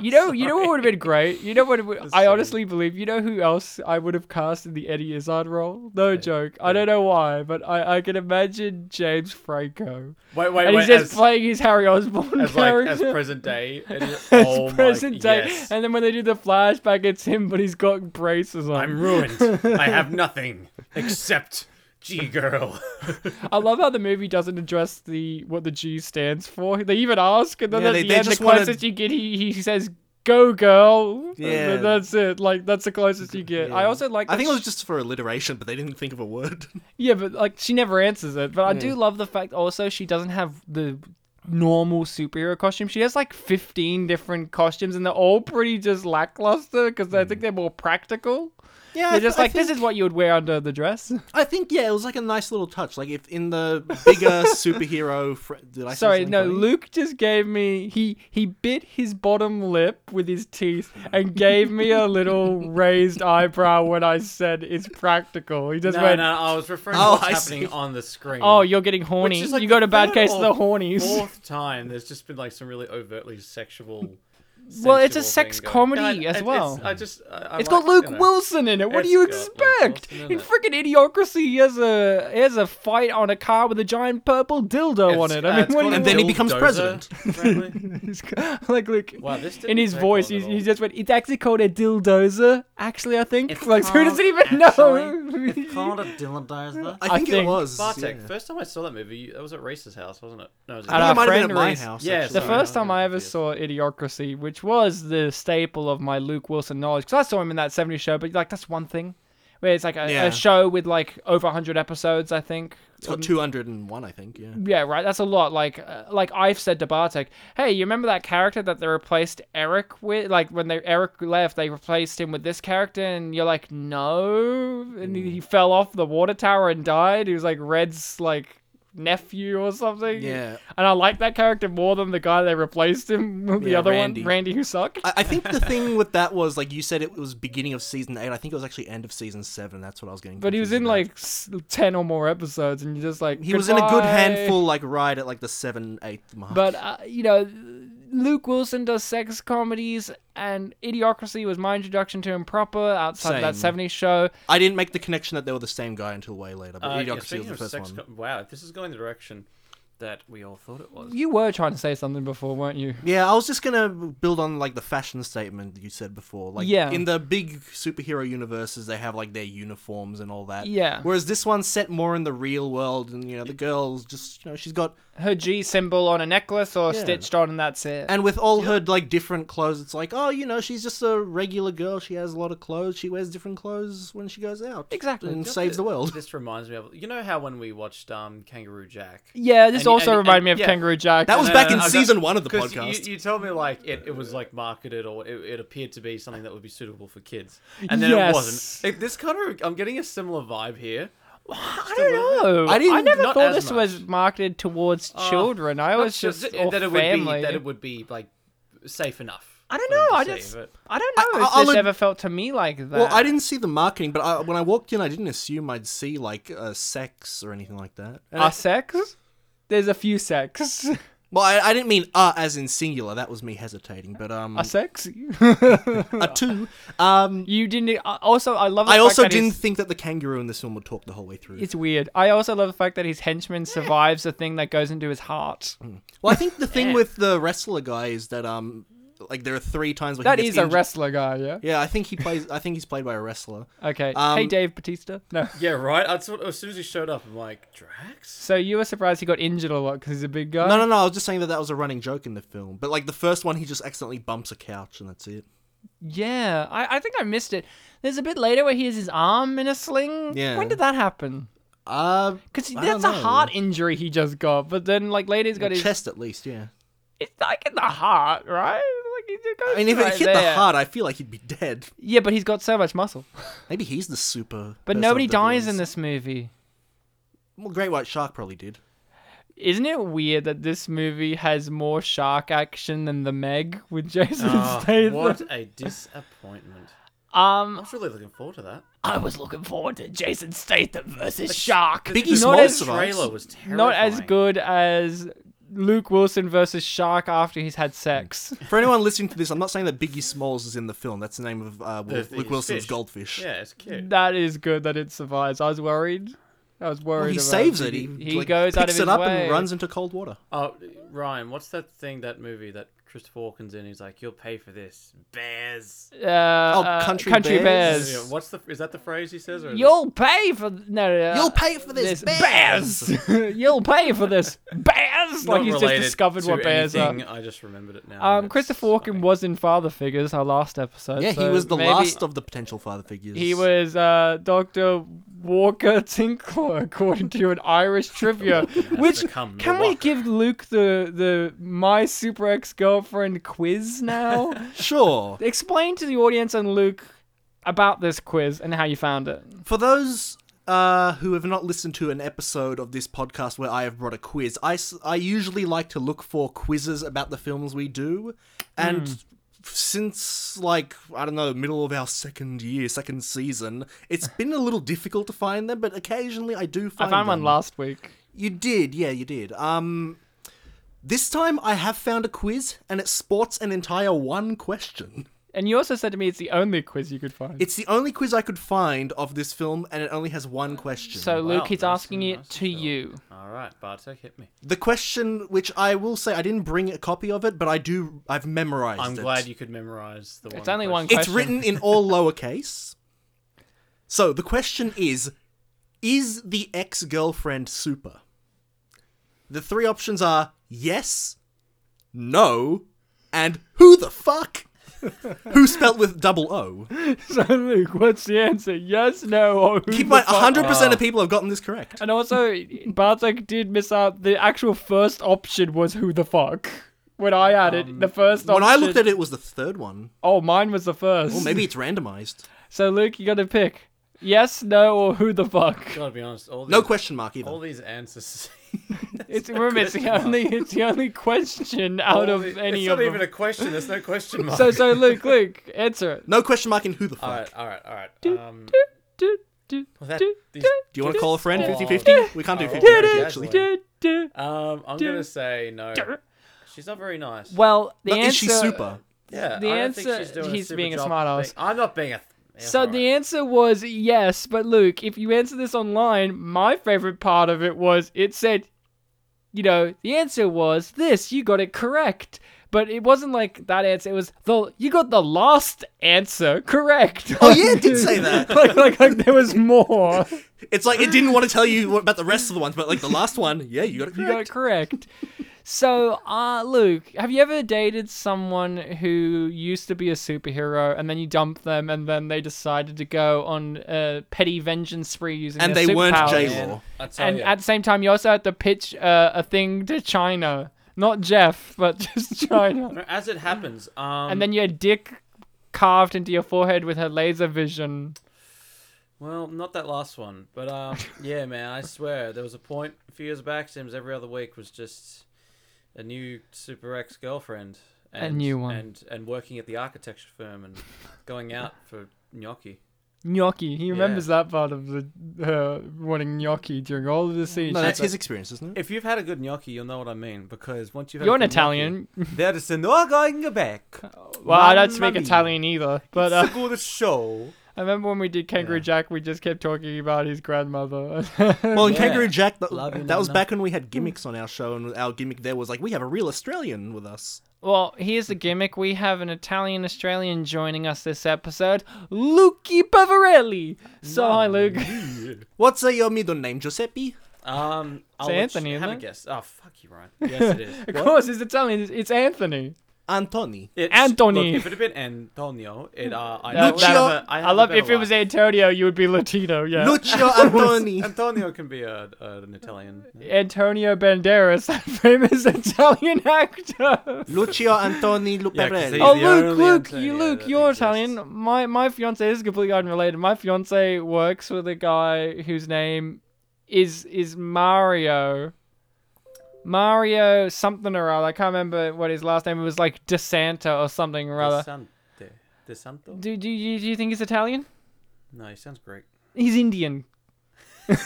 A: You know, you know what would have been great. You know what? Would, I
D: sorry.
A: honestly believe. You know who else I would have cast in the Eddie Izzard role? No joke. I don't know why, but I, I can imagine James Franco,
D: Wait, wait,
A: and
D: wait.
A: he's just
D: as,
A: playing his Harry Osborn
D: as like as
A: character.
D: present day. and he-
A: as
D: oh my-
A: present day,
D: yes.
A: and then when they do the flashback, it's him, but he's got braces on.
D: I'm ruined. I have nothing except G girl.
A: I love how the movie doesn't address the what the G stands for. They even ask, and then
B: Yeah,
A: at
B: they-
A: the
B: they
A: end, the
B: just wanna-
A: closest you get, he, he says, "Go, girl." And
B: Yeah.
A: then that's it. Like that's the closest you get. I also like.
B: I think it
A: that
B: was just for alliteration, but they didn't think of a word.
A: Yeah, but like she never answers it. But I do love the fact also she doesn't have the normal superhero costume. She has like 15 different costumes and they're all pretty just lackluster because I think they're more practical.
B: Hmm. Yeah,
A: They're just like, this is what you would wear under the dress.
B: I think yeah, it was like a nice little touch. Like if in the bigger superhero, fr- did I say
A: Sorry,
B: something
A: no,
B: funny?
A: Luke just gave me he he bit his bottom lip with his teeth and gave me a little raised eyebrow when I said it's practical. He just
D: No,
A: went,
D: no, I was referring
B: Oh,
D: to what's
B: I
D: happening
B: see.
D: on the screen.
A: "Oh, you're getting horny.
D: Which is, like,
A: you got
D: the
A: a bad
D: third
A: case of the
D: or
A: hornies."
D: Fourth time, there's just been like some really overtly sexual.
A: Well, it's a
D: sensual
A: sex
D: thing going-
A: comedy
D: Yeah, I-
A: as
D: it's-
A: well.
D: I just, I, I
A: It's
D: like,
A: got Luke
D: you know,
A: Wilson in it. What do you
D: It's got Luke
A: expect?
D: Wilson in
A: In
D: it.
A: freaking Idiocracy, he has a he has a fight on a car with a giant purple dildo on
D: it's-
A: it.
D: uh,
A: I mean,
D: it's
A: what do
D: called
A: you
B: And then he becomes
D: Dildoza,
B: president.
D: apparently.
A: He's ca- like look
D: Wow, this didn't
A: in his
D: take
A: voice,
D: long at
A: he's, he
D: all.
A: just went. It's actually called a dildozer. Actually, I think
D: It's
A: like who doesn't
D: called-
A: even
D: actually,
A: know.
D: it's called a dildozer.
B: I think, it
A: think-
B: was.
D: Bartek,
B: yeah.
D: first time I saw that movie, that was at Reese's house, wasn't it? No, it was
A: I
B: I
A: At
B: think
A: our
B: it might have been
A: friend
B: at my
A: Reese.
B: house.
D: Yeah,
B: actually.
A: the
D: Sorry,
A: first
D: I'm
A: time I ever
D: confused.
A: saw Idiocracy, which was the staple of my Luke Wilson knowledge, because I saw him in that 70s show, but like that's one thing, where it's like a,
B: Yeah.
A: a show with like over 100 episodes, I think.
B: It's got 201, I think, yeah.
A: Yeah, right. That's a lot. Like, uh, like I've said to Bartek, "Hey, you remember that character that they replaced Eric with? Like when they Eric left, they replaced him with this character." And you're like, "No," and he,
B: Mm.
A: he fell off the water tower and died. He was like Red's like nephew or something.
B: Yeah.
A: And I like that character more than the guy they replaced him with. The
B: Yeah,
A: other
B: Randy.
A: one, Randy, who sucked.
B: I, I think the thing with that was, like, you said it was beginning of season 8. I think it was actually end of season 7. That's what I was getting
A: but he was
B: confused
A: in
B: about.
A: like s- ten or more episodes, and you're just like,
B: He was in a good
A: "Goodbye."
B: handful, like, right at, like, the 7, 8th mark.
A: But uh, you know, Luke Wilson does sex comedies, and Idiocracy was my introduction to him proper outside of that
B: Same.
A: '70s show.
B: I didn't make the connection that they were the same guy until way later. But
D: Uh, yeah,
B: Idiocracy
D: speaking
B: was the
D: of
B: first
D: sex
B: one.
D: co- wow, this is going the direction that we all thought it was.
A: You were trying to say something before, weren't you?
B: Yeah, I was just gonna build on like the fashion statement you said before. Like,
A: Yeah.
B: in the big superhero universes, they have like their uniforms and all
D: Uh,
B: that.
A: Yeah.
B: Whereas this one's set more in the real world, and you know the girl's just you know she's got
A: Her G symbol on a necklace or
B: Yeah.
A: stitched on, and that's it.
B: and with all her like different clothes, it's like oh you know she's just a regular girl. She has a lot of clothes. She wears different clothes when she goes out.
A: Exactly.
B: and
A: Just
B: saves the world.
D: This reminds me of you know how when we watched um Kangaroo Jack.
A: yeah, this
D: And-
A: also
D: and-
A: reminded
D: and-
A: me of
D: yeah.
A: Kangaroo Jack.
B: That
A: and-
B: was back in
D: I've got-
B: season one of the
D: Uh, 'cause you-
B: podcast.
D: You, told me like it, it was like marketed or it, it appeared to be something that would be suitable for kids, and then
A: Yes.
D: it wasn't. It, this kind of I'm getting a similar vibe here.
A: I don't know. I,
B: I didn't-
A: never
D: not
A: thought
D: as Oh.
A: this was marketed towards children. I
D: Not
A: was
D: sure-
A: just or
D: that it would
A: family.
D: be that it would be like safe enough.
A: I don't
D: for them
A: know.
D: to
A: I
D: see,
A: just
D: but-
A: I don't know if
B: I- I'll
A: this
B: ad-
A: ever felt to me like that.
B: Well, I didn't see the marketing, but I, when I walked in, I didn't assume I'd see like uh, sex or anything like that. And
A: Are sex? There's a few sex.
B: Well, I, I didn't mean uh as in singular. That was me hesitating, but um,
A: Are sexy?
B: a two. Um,
A: You didn't. e, I- Also, I love. The
B: I
A: fact
B: also
A: that he's-
B: didn't think that the kangaroo in this film would talk the whole way through.
A: It's weird. I also love the fact that his henchman survives the thing that goes into his heart.
B: Well, I think the thing with the wrestler guy is that um, like there are three times where
A: That
B: he gets
A: is a
B: injured.
A: wrestler guy, yeah.
B: Yeah, I think he plays. I think he's played by a wrestler.
A: Okay.
B: Um,
A: hey, Dave Batista. No.
D: Yeah, right. I sort of- as soon as he showed up, I'm like Drax.
A: So you were surprised he got injured a lot because he's a big guy.
B: No, no, no. I was just saying that that was a running joke in the film. But like the first one, he just accidentally bumps a couch, and that's it.
A: Yeah, I, I think I missed it. There's a bit later where he has his arm in a sling.
B: Yeah.
A: When did that happen?
B: Uh,
A: Because
B: I don't
A: that's a
B: know.
A: heart injury he just got, but then like later he's got his.
B: chest at least. Yeah.
A: It's like in the heart, right? Like he just goes
B: I mean, if
A: right
B: it hit the
A: there.
B: heart, I feel like he'd be dead.
A: Yeah, but he's got so much muscle.
B: Maybe he's the super.
A: But
B: person
A: nobody
B: of the
A: dies
B: villains.
A: in this movie.
B: Well, Great White Shark probably did.
A: Isn't it weird that this movie has more shark action than The Meg with Jason
D: Ah,
A: Statham?
D: what a disappointment. I
A: Um,
D: was really looking forward to that.
A: I was looking forward to Jason Statham versus Shark.
B: Biggie
A: not
B: Smalls
A: as,
B: survives.
D: Trailer was terrible.
A: not as good as Luke Wilson versus Shark after he's had sex.
B: For anyone listening to this, I'm not saying that Biggie Smalls is in the film. That's the name of uh, Wil-
D: The-
B: Luke
D: his
B: Wilson's
D: fish.
B: goldfish.
D: Yeah, it's cute.
A: That is good that it survives. I was worried. I was worried.
B: Well, Oh, he
A: about
B: saves it. He,
A: he
B: like,
A: goes
B: picks
A: out of his
B: it up
A: way.
B: and runs into cold water.
D: Oh, Ryan, what's that thing, that movie that Christopher Walken's in? He's like, you'll pay for this. Bears.
A: Uh, uh,
B: Oh, Country
A: country
B: Bears?
A: bears.
D: Yeah, what's the? Is that the phrase he says? Or is
A: You'll pay for no. no, uh, no
B: You'll pay for this, bears!
A: You'll pay for this, bears. like
D: it not
A: he's just
D: related
A: discovered
D: to
A: what bears
D: anything?
A: are.
D: I just remembered it now.
A: Um,
D: That's
A: Christopher Walken
D: funny.
A: was in Father Figures, our last episode.
B: Yeah, he
A: so
B: was the
A: maybe
B: last of the potential father figures.
A: He was uh, Doctor Walker Tinkler, according to an Irish trivia. which
D: become the
A: can we
D: Walker.
A: give Luke the the my super ex girlfriend quiz now?
B: Sure.
A: Explain to the audience and Luke about this quiz and how you found it.
B: For those uh, who have not listened to an episode of this podcast where I have brought a quiz, I, s- I usually like to look for quizzes about the films we do. And
A: Hmm.
B: since, like, I don't know, middle of our second year, second season, it's been a little difficult to find them, but occasionally I do
A: I
B: find
A: found one
B: them.
A: last week.
B: You did, yeah, you did. Um, this time I have found a quiz, and it sports an entire one question.
A: And you also said to me it's the only quiz you could find.
B: It's the only quiz I could find of this film, and it only has one question.
A: so
D: Wow,
A: Luke, he's
D: nice
A: asking
D: and
A: it
D: nice
A: to
D: and short.
A: you.
D: All right, Bartek, hit me.
B: the question, which I will say, I didn't bring a copy of it, but I do. I've memorized.
D: I'm
B: it.
D: glad you could memorize the one.
A: It's only
D: question.
A: one
B: It's
A: question.
B: written in all lowercase. So the question is: Is the ex-girlfriend super? The three options are yes, no, and who the fuck? who spelt with double O?
A: so Luke, what's the answer? Yes, no, or who
B: Keep
A: the
B: my
A: fuck-
B: 100% of people have gotten this correct.
A: And also, Bartek did miss out. The actual first option was who the fuck. When I had it, the first
B: Um, When
A: option.
B: I looked at it, it was the third one.
A: Oh, mine was the first.
B: Well, maybe it's randomized.
A: So, Luke, you gotta pick yes, no, or who the fuck.
D: Gotta be honest. All these,
B: No question mark either.
D: All these answers.
A: It's, remember, it's the,
D: question mark.
A: only, it's the only question out
D: All
A: of
D: the-
A: any
D: it's
A: of
D: not
A: them.
D: even a question. There's no question mark.
A: so, so, Luke, Luke, answer it.
B: No question mark in who the
D: all
B: fuck.
D: right, all right, all right. Um,
A: Do, do,
D: well, that,
A: do,
D: these,
B: Do you want to call a friend
D: Oh.
B: 50 50? We can't do
D: Oh,
B: 50 50
D: yeah,
B: actually.
D: actually.
A: do, do.
D: um, I'm
A: do-
D: gonna say no. She's not very nice.
A: Well, the
B: But
A: answer.
B: is she super?
D: Yeah,
A: the
D: I don't think
A: answer-
D: she's doing
A: he's
D: super
A: being a
D: job
A: smartass.
D: being- I'm not being a. yeah,
A: So
D: alright.
A: the answer was yes, but Luke, if you answer this online, my favorite part of it was it said, you know, the answer was this. You got it correct, but it wasn't like that answer. It was the you got the last answer correct.
B: Oh, yeah, it did say that.
A: like, like, like there was more.
B: It's like it didn't want to tell you what- about the rest of the ones, but like the last one, yeah, you got it
A: You got it
B: correct.
A: correct. So, uh, Luke, have you ever dated someone who used to be a superhero and then you dumped them and then they decided to go on a petty vengeance spree using
B: And
A: their
B: they weren't
A: superpowers?
B: J-Lo.
D: Man, I tell
A: And
D: ya.
A: at the same time, you also had to pitch uh, a thing to China. Not Jeff, but just China.
D: No, as it happens, um,
A: and then your dick carved into your forehead with her laser vision.
D: well, not that last one, but um, yeah, man, I swear there was a point a few years back. Sims every other week was just a new super ex girlfriend,
A: new one.
D: and and working at the architecture firm and going out for gnocchi.
A: Gnocchi. He remembers that part of the uh, wanting gnocchi during all of the scenes.
B: No, that's his experience, isn't it?
D: If you've had a good gnocchi, you'll know what I mean because once you've had a
A: You're an
D: good gnocchi,
A: Italian.
D: there is no going back.
A: Well, I don't
D: Mamma
A: speak
D: mia.
A: Italian either, but uh,
D: it's a good show.
A: I remember when we did Kangaroo Jack, we just kept talking about his grandmother.
B: Well, in
D: Yeah.
B: Kangaroo Jack, that,
D: Love you,
B: that was
D: Nana.
B: back when we had gimmicks on our show, and our gimmick there was like, we have a real Australian with us.
A: well, here's the gimmick: we have an Italian Australian joining us this episode, Luki Pavarelli. So hi, Luke.
B: What's uh, your middle name, Giuseppe?
D: Um, I'll
A: It's
D: let
A: Anthony,
D: you-
A: isn't
D: have
A: it?
D: a guess. Oh fuck you, Ryan. Yes, it is.
A: Of course, it's Italian. It's, it's Anthony.
B: Antoni.
D: It's,
A: Anthony.
D: Look, if it had been Antonio, it uh, I
A: No,
D: would
B: that-
D: have a- I,
A: I love if it was Antonio, you would be Latino. Yeah.
B: Lucio Antoni.
D: Antonio can be a, a, an Italian.
A: Antonio Banderas, that famous Italian actor.
B: Lucio Antoni Luperelli.
D: he's
A: Oh,
D: the
A: Luke,
D: only
A: Luke,
D: Antonio
A: you, Luke,
D: that
A: you're
D: exists.
A: Italian. My my fiance this is completely unrelated. My fiance works with a guy whose name is is Mario. Mario something or other. I can't remember what his last name was. Like DeSanta or something or
D: De
A: other.
D: Sante. De Santo?
A: Do do you do you think he's Italian?
D: No, he sounds Greek.
A: He's Indian.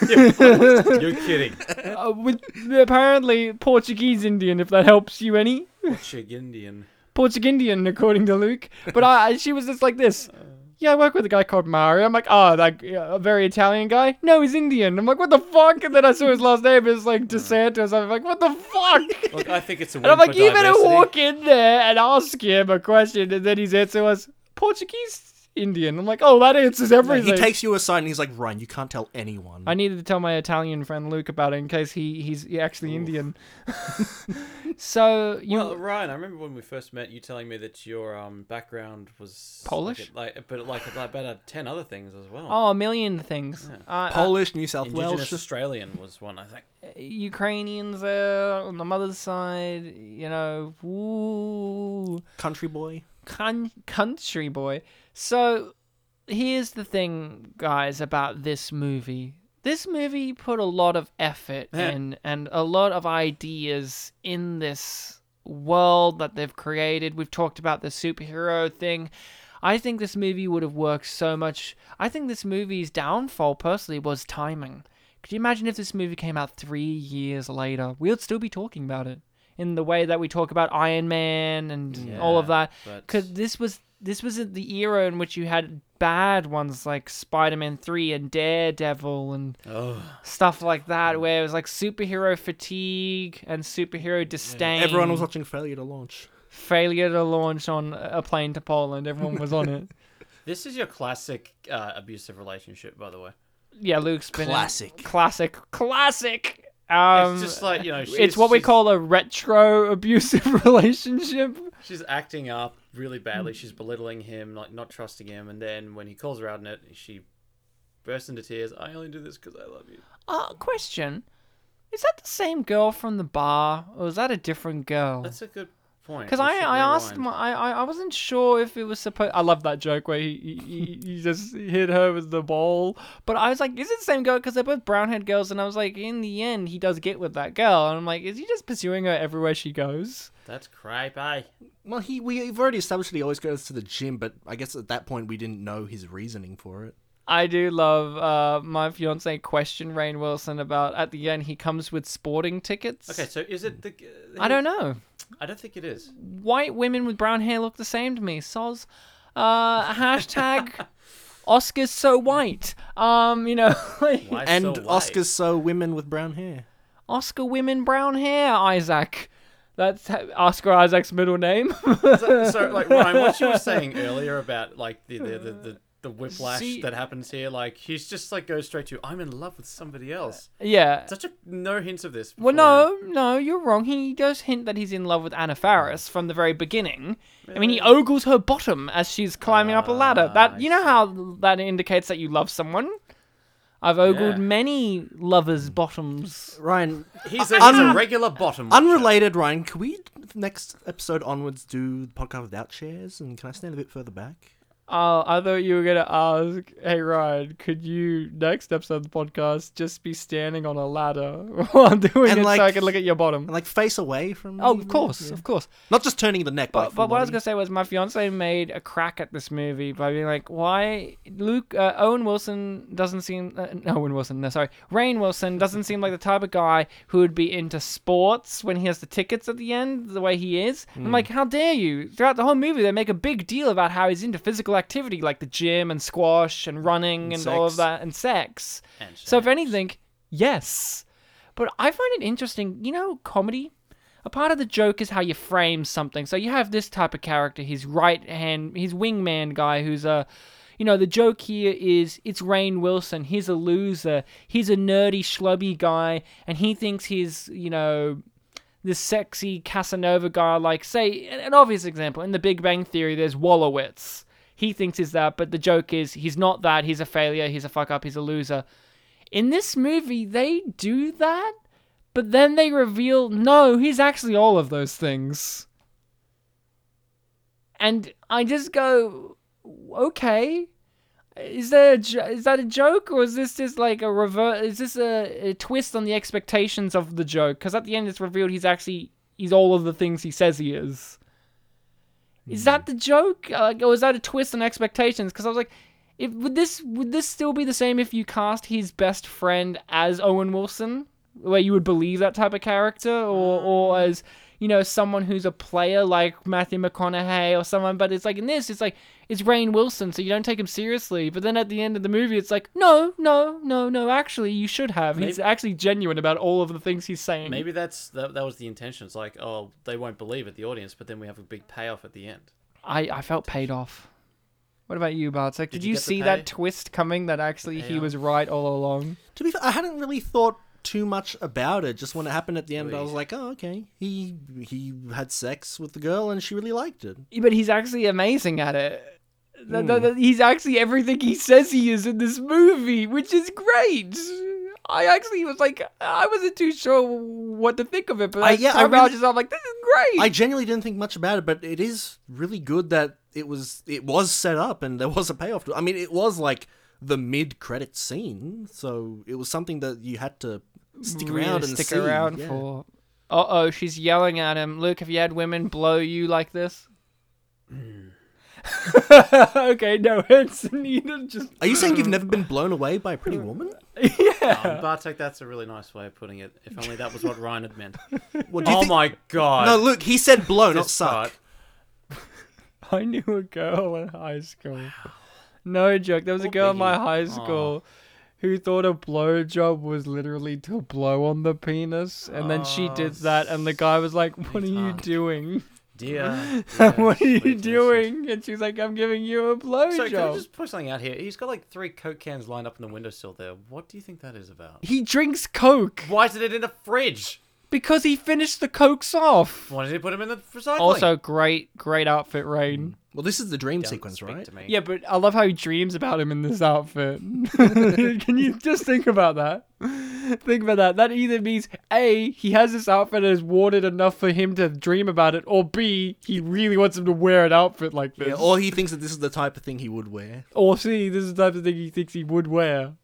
D: You're kidding.
A: Uh, with apparently Portuguese Indian, if that helps you any.
D: Chig Indian.
A: Portuguese Indian, according to Luke. But I, I- she was just like this. Yeah, I work with a guy called Mario. I'm like, oh, that uh, a very Italian guy. No, he's Indian. I'm like, what the fuck? And then I saw his last name is like DeSantis. I'm like, what the fuck?
D: Look, I think it's a win
A: And I'm like,
D: for
A: you better
D: diversity.
A: walk in there and ask him a question, and then his answer was Portuguese Indian. I'm like, oh, that answers everything.
B: He takes you aside and he's like, Ryan, you can't tell anyone.
A: I needed to tell my Italian friend Luke about it in case he he's actually Indian. so you
D: Well, Ryan, I remember when we first met, you telling me that your um background was like
A: Polish?
D: a- like, but like, like about ten other things as well.
A: oh a million things. Uh, uh,
B: Polish, New South
D: Indigenous
B: Wales. just-
D: Australian was one, I think.
A: Ukrainians there on the mother's side, you know, woo,
B: Country boy.
A: con- country boy. So here's the thing, guys, about this movie. This movie put a lot of effort
D: Yeah.
A: in and a lot of ideas in this world that they've created. We've talked about the superhero thing. I think this movie would have worked so much. I think this movie's downfall, personally, was timing. Could you imagine if this movie came out three years later? We'd still be talking about it in the way that we talk about Iron Man and all of
D: Yeah,
A: that.
D: but-
A: Because this was this was at the era in which you had bad ones like Spider-Man 3 and Daredevil and
D: Oh,
A: stuff like that where it was like superhero fatigue and superhero disdain.
B: Everyone was watching Failure to Launch.
A: failure to launch on a plane to Poland. Everyone was on it.
D: this is your classic uh, abusive relationship, by the way.
A: Yeah, Luke's been in-
B: Classic.
A: Classic. Classic. Um,
D: it's just like you know, she's,
A: it's what we
D: she's-
A: call a retro abusive relationship.
D: She's acting up really
A: Hmm.
D: badly. She's belittling him, like not trusting him, and then when he calls her out on it, she bursts into tears. I only do this because I love you.
A: Uh, question. Is that the same girl from the bar, or is that a different girl?
D: That's a good point.
A: Because
D: We
A: I,
D: should
A: I asked
D: rewind.
A: my I, I I wasn't sure if it was supposed. I love that joke where he, he- he he just hit her with the ball. But I was like, is it the same girl? Because they're both brown haired girls, and I was like, in the end, he does get with that girl, and I'm like, is he just pursuing her everywhere she goes?
D: That's eh? creepy.
B: Well, he we've already established that he always goes to the gym, but I guess at that point we didn't know his reasoning for it.
A: I do love uh, my fiance question Rain Wilson about at the end he comes with sporting tickets.
D: Okay, so is it the?
A: I don't know.
D: I don't think it is.
A: white women with brown hair look the same to me. Soz. Uh, hashtag Oscars so white. Um, you know, like,
D: Why
B: and
D: so white?
B: Oscars so women with brown hair.
A: Oscar women brown hair, Isaac. That's ha- Oscar Isaac's middle name.
D: so like Ryan, what you were saying earlier about like the the the, the, the whiplash
A: See-
D: that happens here, like he's just like goes straight to I'm in love with somebody else.
A: yeah.
D: Such a no hints of this.
A: Well,
D: beforehand.
A: no, no, you're wrong. He does hint that he's in love with Anna Faris from the very beginning. I mean, he ogles her bottom as she's climbing up a ladder. That you know how that indicates that you love someone. I've ogled
D: Yeah.
A: many lovers' bottoms.
B: Ryan,
D: He's a, he's a regular bottom. washer.
B: unrelated. Ryan, can we next episode onwards do the podcast without chairs? And can I stand a bit further back?
A: Oh, I thought you were gonna ask, hey Ryan, could you next episode of the podcast just be standing on a ladder while doing
B: And,
A: it
B: like-
A: so I can look at your bottom?
B: And like face away from.
A: Oh,
B: me,
A: of course,
B: Mm, yeah.
A: of course.
B: Not just turning the neck,
A: But,
B: but,
A: but what I was
B: full
A: gonna say was my fiance made a crack at this movie by being like, "Why Luke uh, Owen Wilson doesn't seem uh, no, Owen Wilson, no sorry, Rain Wilson doesn't seem like the type of guy who would be into sports when he has the tickets at the end the way he is." I'm like, "How dare you!" Throughout the whole movie, they make a big deal about how he's into physical activity like the gym and squash and running and, all of
B: sex.
A: that and sex.
D: And
A: So if anything, yes. But I find it interesting, you know, comedy. A part of the joke is how you frame something. So you have this type of character, his right hand, his wingman guy, who's a, you know, the joke here is it's Rain Wilson. He's a loser. He's a nerdy, schlubby guy, and he thinks he's, you know, this sexy Casanova guy. Like, say, an an obvious example in The Big Bang Theory, there's Wallowitz. He thinks he's that, but the joke is he's not that. He's a failure. He's a fuck up. He's a loser. In this movie, they do that, but then they reveal no, he's actually all of those things. And I just go, okay. Is there a jo- is that a joke or is this just like a revert? Is this a, a twist on the expectations of the joke? Because at the end, it's revealed he's actually he's all of the things he says he is. Is that the joke? Uh, Like, or is that a twist on expectations? Because I was like, If would this would this still be the same if you cast his best friend as Owen Wilson, where you would believe that type of character, or or as you know someone who's a player like Matthew McConaughey or someone? But it's like in this, it's like it's Rain Wilson, so you don't take him seriously. But then at the end of the movie, it's like no, no, no, no. Actually, you should have. He's
D: Maybe-
A: actually genuine about all of the things he's saying.
D: Maybe that's that, that was the intention. It's like, oh, they won't believe it, the audience, but then we have a big payoff at the end.
A: I, I felt paid off. What about you, Bartek? Did,
D: you
A: you,
D: get the
A: see
D: pay?
A: that twist coming that actually he
D: Payoff.
A: was right all along?
B: To be fair, I hadn't really thought too much about it. Just when it happened at the end, I
D: Wait.
B: was like, oh, okay. He he had sex with the girl and she really liked it.
A: But he's actually amazing at it. Th- th- th- He's actually everything he says he is in this movie, which is great. I actually was like, I wasn't too sure what to think of it, but
B: I-
A: I,
B: yeah,
A: yeah,
B: I
A: I
B: really-
A: I'm like, this is great.
B: I genuinely didn't think much about it, but it is really good that it was it was set up and there was a payoff. To, I mean, it was like the mid credit scene, so it was something that you had to stick
A: Really
B: around and
A: Mm, stick
B: see.
A: around
B: yeah.
A: for. Uh oh, she's yelling at him. Luke, have you had women blow you like this?
B: Mm.
A: okay, no, it's needed. Just
B: Are you saying you've never been blown away by a pretty woman?
D: Um, Bartek, that's a really nice way of putting it. If only that was what Ryan had meant.
B: What do you
D: oh
B: think-
D: my god!
B: No, look, he said blow, not
D: This
B: suck.
D: part.
A: I knew a girl in high school. No joke. There was a girl in my high school who thought a blowjob was literally to blow on the penis, and then she did that, and the guy was like, "What are you
D: sweetheart.
A: doing?
D: Dear,
A: what are
D: dear
A: you
D: sweet innocent.
A: doing?" And she's like, "I'm giving you a
D: So can I
A: blowjob."
D: just push something out here? He's got like three coke cans lined up in the windowsill there. What do you think that is about?
A: He drinks coke
D: Why is it in the fridge?
A: because he finished the cokes off.
D: Why did he put him in the recycling?
A: Also, great, great outfit, Rain.
B: Well, this is the dream
D: Don't
B: sequence,
D: speak
B: right?
D: to me.
A: Yeah, but I love how he dreams about him in this outfit. Can you just think about that? Think about that. That either means A, he has this outfit that is watered enough for him to dream about it, or B, he really wants him to wear an outfit like this.
B: Yeah, or he thinks that this is the type of thing he would wear.
A: or C, this is the type of thing he thinks he would wear.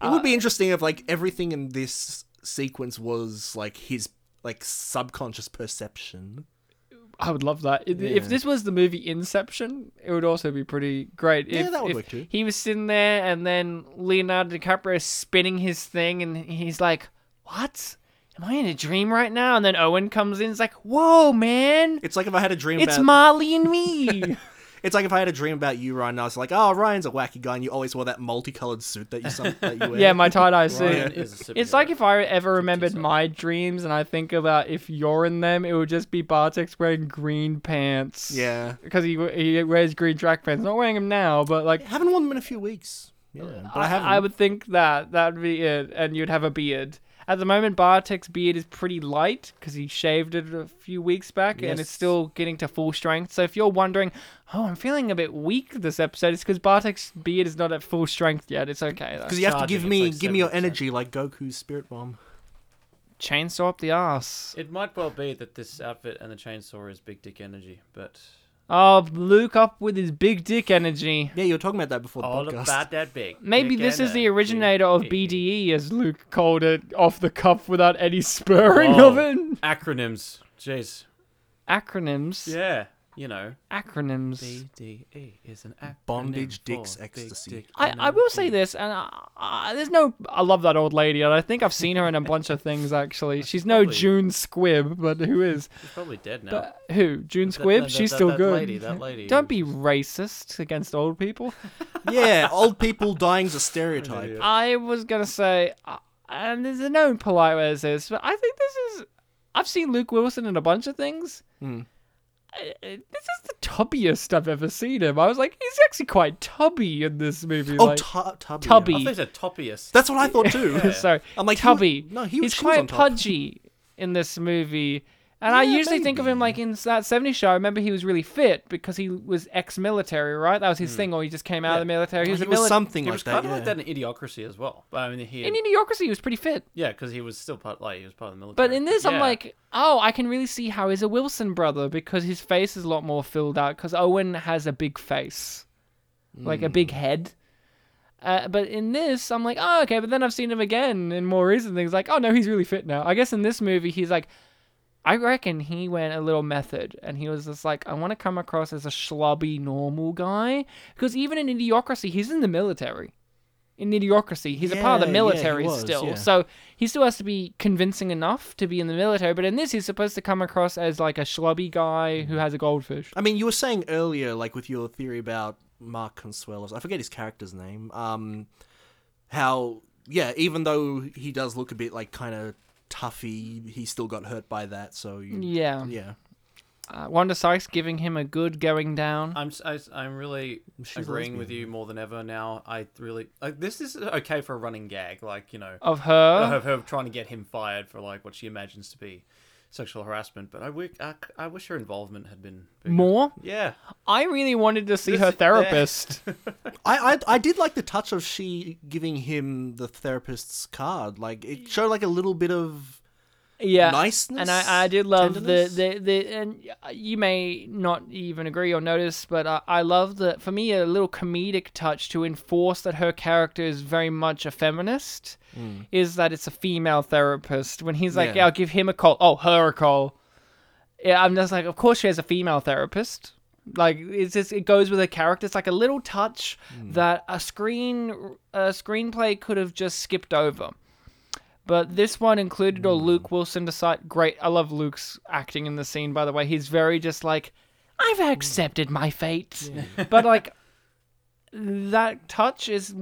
B: It would
D: Uh,
B: be interesting if like everything in this sequence was like his like subconscious perception.
A: I would love that. I- If this was the movie Inception, it would also be pretty great.
B: Yeah,
A: if,
B: that would
A: if
B: work too.
A: He was sitting there, and then Leonardo DiCaprio spinning his thing, and he's like, "What? Am I in a dream right now?" And then Owen comes in, and is like, "Whoa, man!
B: It's like if I had a dream
A: It's
B: about
A: Marley and me."
B: It's like if I had a dream about you, Ryan, and I was like, oh, Ryan's a wacky guy, and you always wore that multicolored suit that you, some, that you wear.
A: yeah, my tie dye suit.
D: Ryan is a
A: It's like
D: superhero.
A: if I ever remembered my dreams and I think about if you're in them, it would just be Bartek's wearing green pants.
B: Yeah.
A: Because he, he wears green track pants. Not wearing them now, but like
B: I haven't worn them in a few weeks. Yeah, but I,
A: I,
B: haven't.
A: I would think that that would be it, and you'd have a beard. At the moment, Bartek's beard is pretty light because he shaved it a few weeks back, and
B: Yes.
A: it's still getting to full strength. So if you're wondering, oh, I'm feeling a bit weak this episode, it's because Bartek's beard is not at full strength yet. It's okay though.
B: Because you have to give
D: Charging,
B: me
D: it's like
B: give me your
D: 70%.
B: energy like Goku's spirit bomb.
A: Chainsaw up the ass.
D: It might well be that this outfit and the chainsaw is big dick energy, but
A: Oh, Luke up with his big dick energy.
B: Yeah, you were talking about that before the
D: all
B: podcast.
D: about that big.
A: Maybe
D: dick
A: this is the
D: energy.
A: originator of E. BDE, as Luke called it, off the cuff without any spurring
D: Whoa.
A: of it.
D: Acronyms. Jeez.
A: Acronyms.
D: Yeah. E. You know.
A: Acronyms. E
D: BDE is an acronym
B: Bondage,
D: for
B: dicks,
D: big
B: ecstasy.
D: dick
A: I, I will say this, and I, I, there's no. I love that old lady, and I think I've seen her in a bunch of things actually. She's no
D: Probably.
A: June Squibb, but who is?
D: She's probably dead now.
A: But who? June
D: That-
A: Squibb?
D: that- that-
A: She's
D: that-
A: still
D: that
A: good.
D: lady, that lady
A: Don't be
D: who
A: racist against old people.
B: yeah, old people dying's a stereotype.
A: I was gonna say, uh, and there's a known polite way to say this, but I think this is. I've seen Luke Wilson in a bunch of things.
D: Hmm.
A: I- I- This is the tubbiest I've ever seen him. I was like, he's actually quite tubby in this movie.
B: Oh,
A: like,
B: tu- tubby.
A: Tubby.
D: I thought a toppiest.
B: That's what I thought too.
A: Sorry.
B: I'm like, he was-
A: Tubby.
B: no, he was-
A: he's
B: she was on
A: quite
B: top.
A: pudgy in this movie. And I
B: Yeah,
A: usually think of him like in that 70s show. I remember he was really fit because he was ex military, right? That was his thing, or he just came out of the military. He was a
B: It Hmm. was
A: mili-
B: something
D: He
B: like
D: was
B: that.
D: kind of
B: yeah.
D: like that in Idiocracy as well. But I mean, he
A: In Idiocracy, he was pretty fit.
D: yeah, because he was still part like he was part of the military.
A: But in this, I'm
D: Yeah.
A: like, oh, I can really see how he's a Wilson brother because his face is a lot more filled out because Owen has a big face, like a
B: Hmm.
A: big head. Uh, but in this, I'm like, oh, okay. But then I've seen him again in more recent things. Like, oh no, he's really fit now. I guess in this movie, he's like, I reckon he went a little method and he was just like, I want to come across as a schlubby normal guy. Because even in Idiocracy, he's in the military. In Idiocracy, he's a part of the
B: Yeah, yeah, he
A: military
B: was,
A: still.
B: yeah.
A: So he still has to be convincing enough to be in the military. But in this, he's supposed to come across as like a schlubby guy who has a goldfish.
B: I mean, you were saying earlier, like with your theory about Mark Consuelos, I forget his character's name. Um, how yeah, even though he does look a bit like kind of toughy, he still got hurt by that. So you,
A: Yeah.
B: yeah,
A: Uh, Wanda Sykes giving him a good going down.
D: I'm s- I, am i am really
B: She's lesbian.
D: agreeing with you more than ever now. I really like this is okay for a running gag, like you know,
A: of her.
D: of her trying to get him fired for like what she imagines to be sexual harassment. But I, wi- I, c- I wish her involvement had been bigger.
A: More?
D: Yeah,
A: I really wanted to see
D: This-
A: her
D: yeah.
A: therapist.
B: I, I I did like the touch of she giving him the therapist's card. Like it showed like a little bit of
A: yeah.
B: niceness.
A: And I, I do love the,
B: tenderness.
A: the, the, and you may not even agree or notice, but I, I love the, for me, a little comedic touch to enforce that her character is very much a feminist is that it's a female therapist. When he's like,
B: Mm. Yeah.
A: yeah, I'll give him a call. Oh, her a call. Yeah, I'm just like, of course she has a female therapist. Like it's just it goes with her character. It's like a little touch
B: Mm.
A: that a screen a screenplay could have just skipped over. But this one included or Luke Wilson decide great. I love Luke's acting in the scene by the way. He's very just like I've accepted my fate. But like that touch is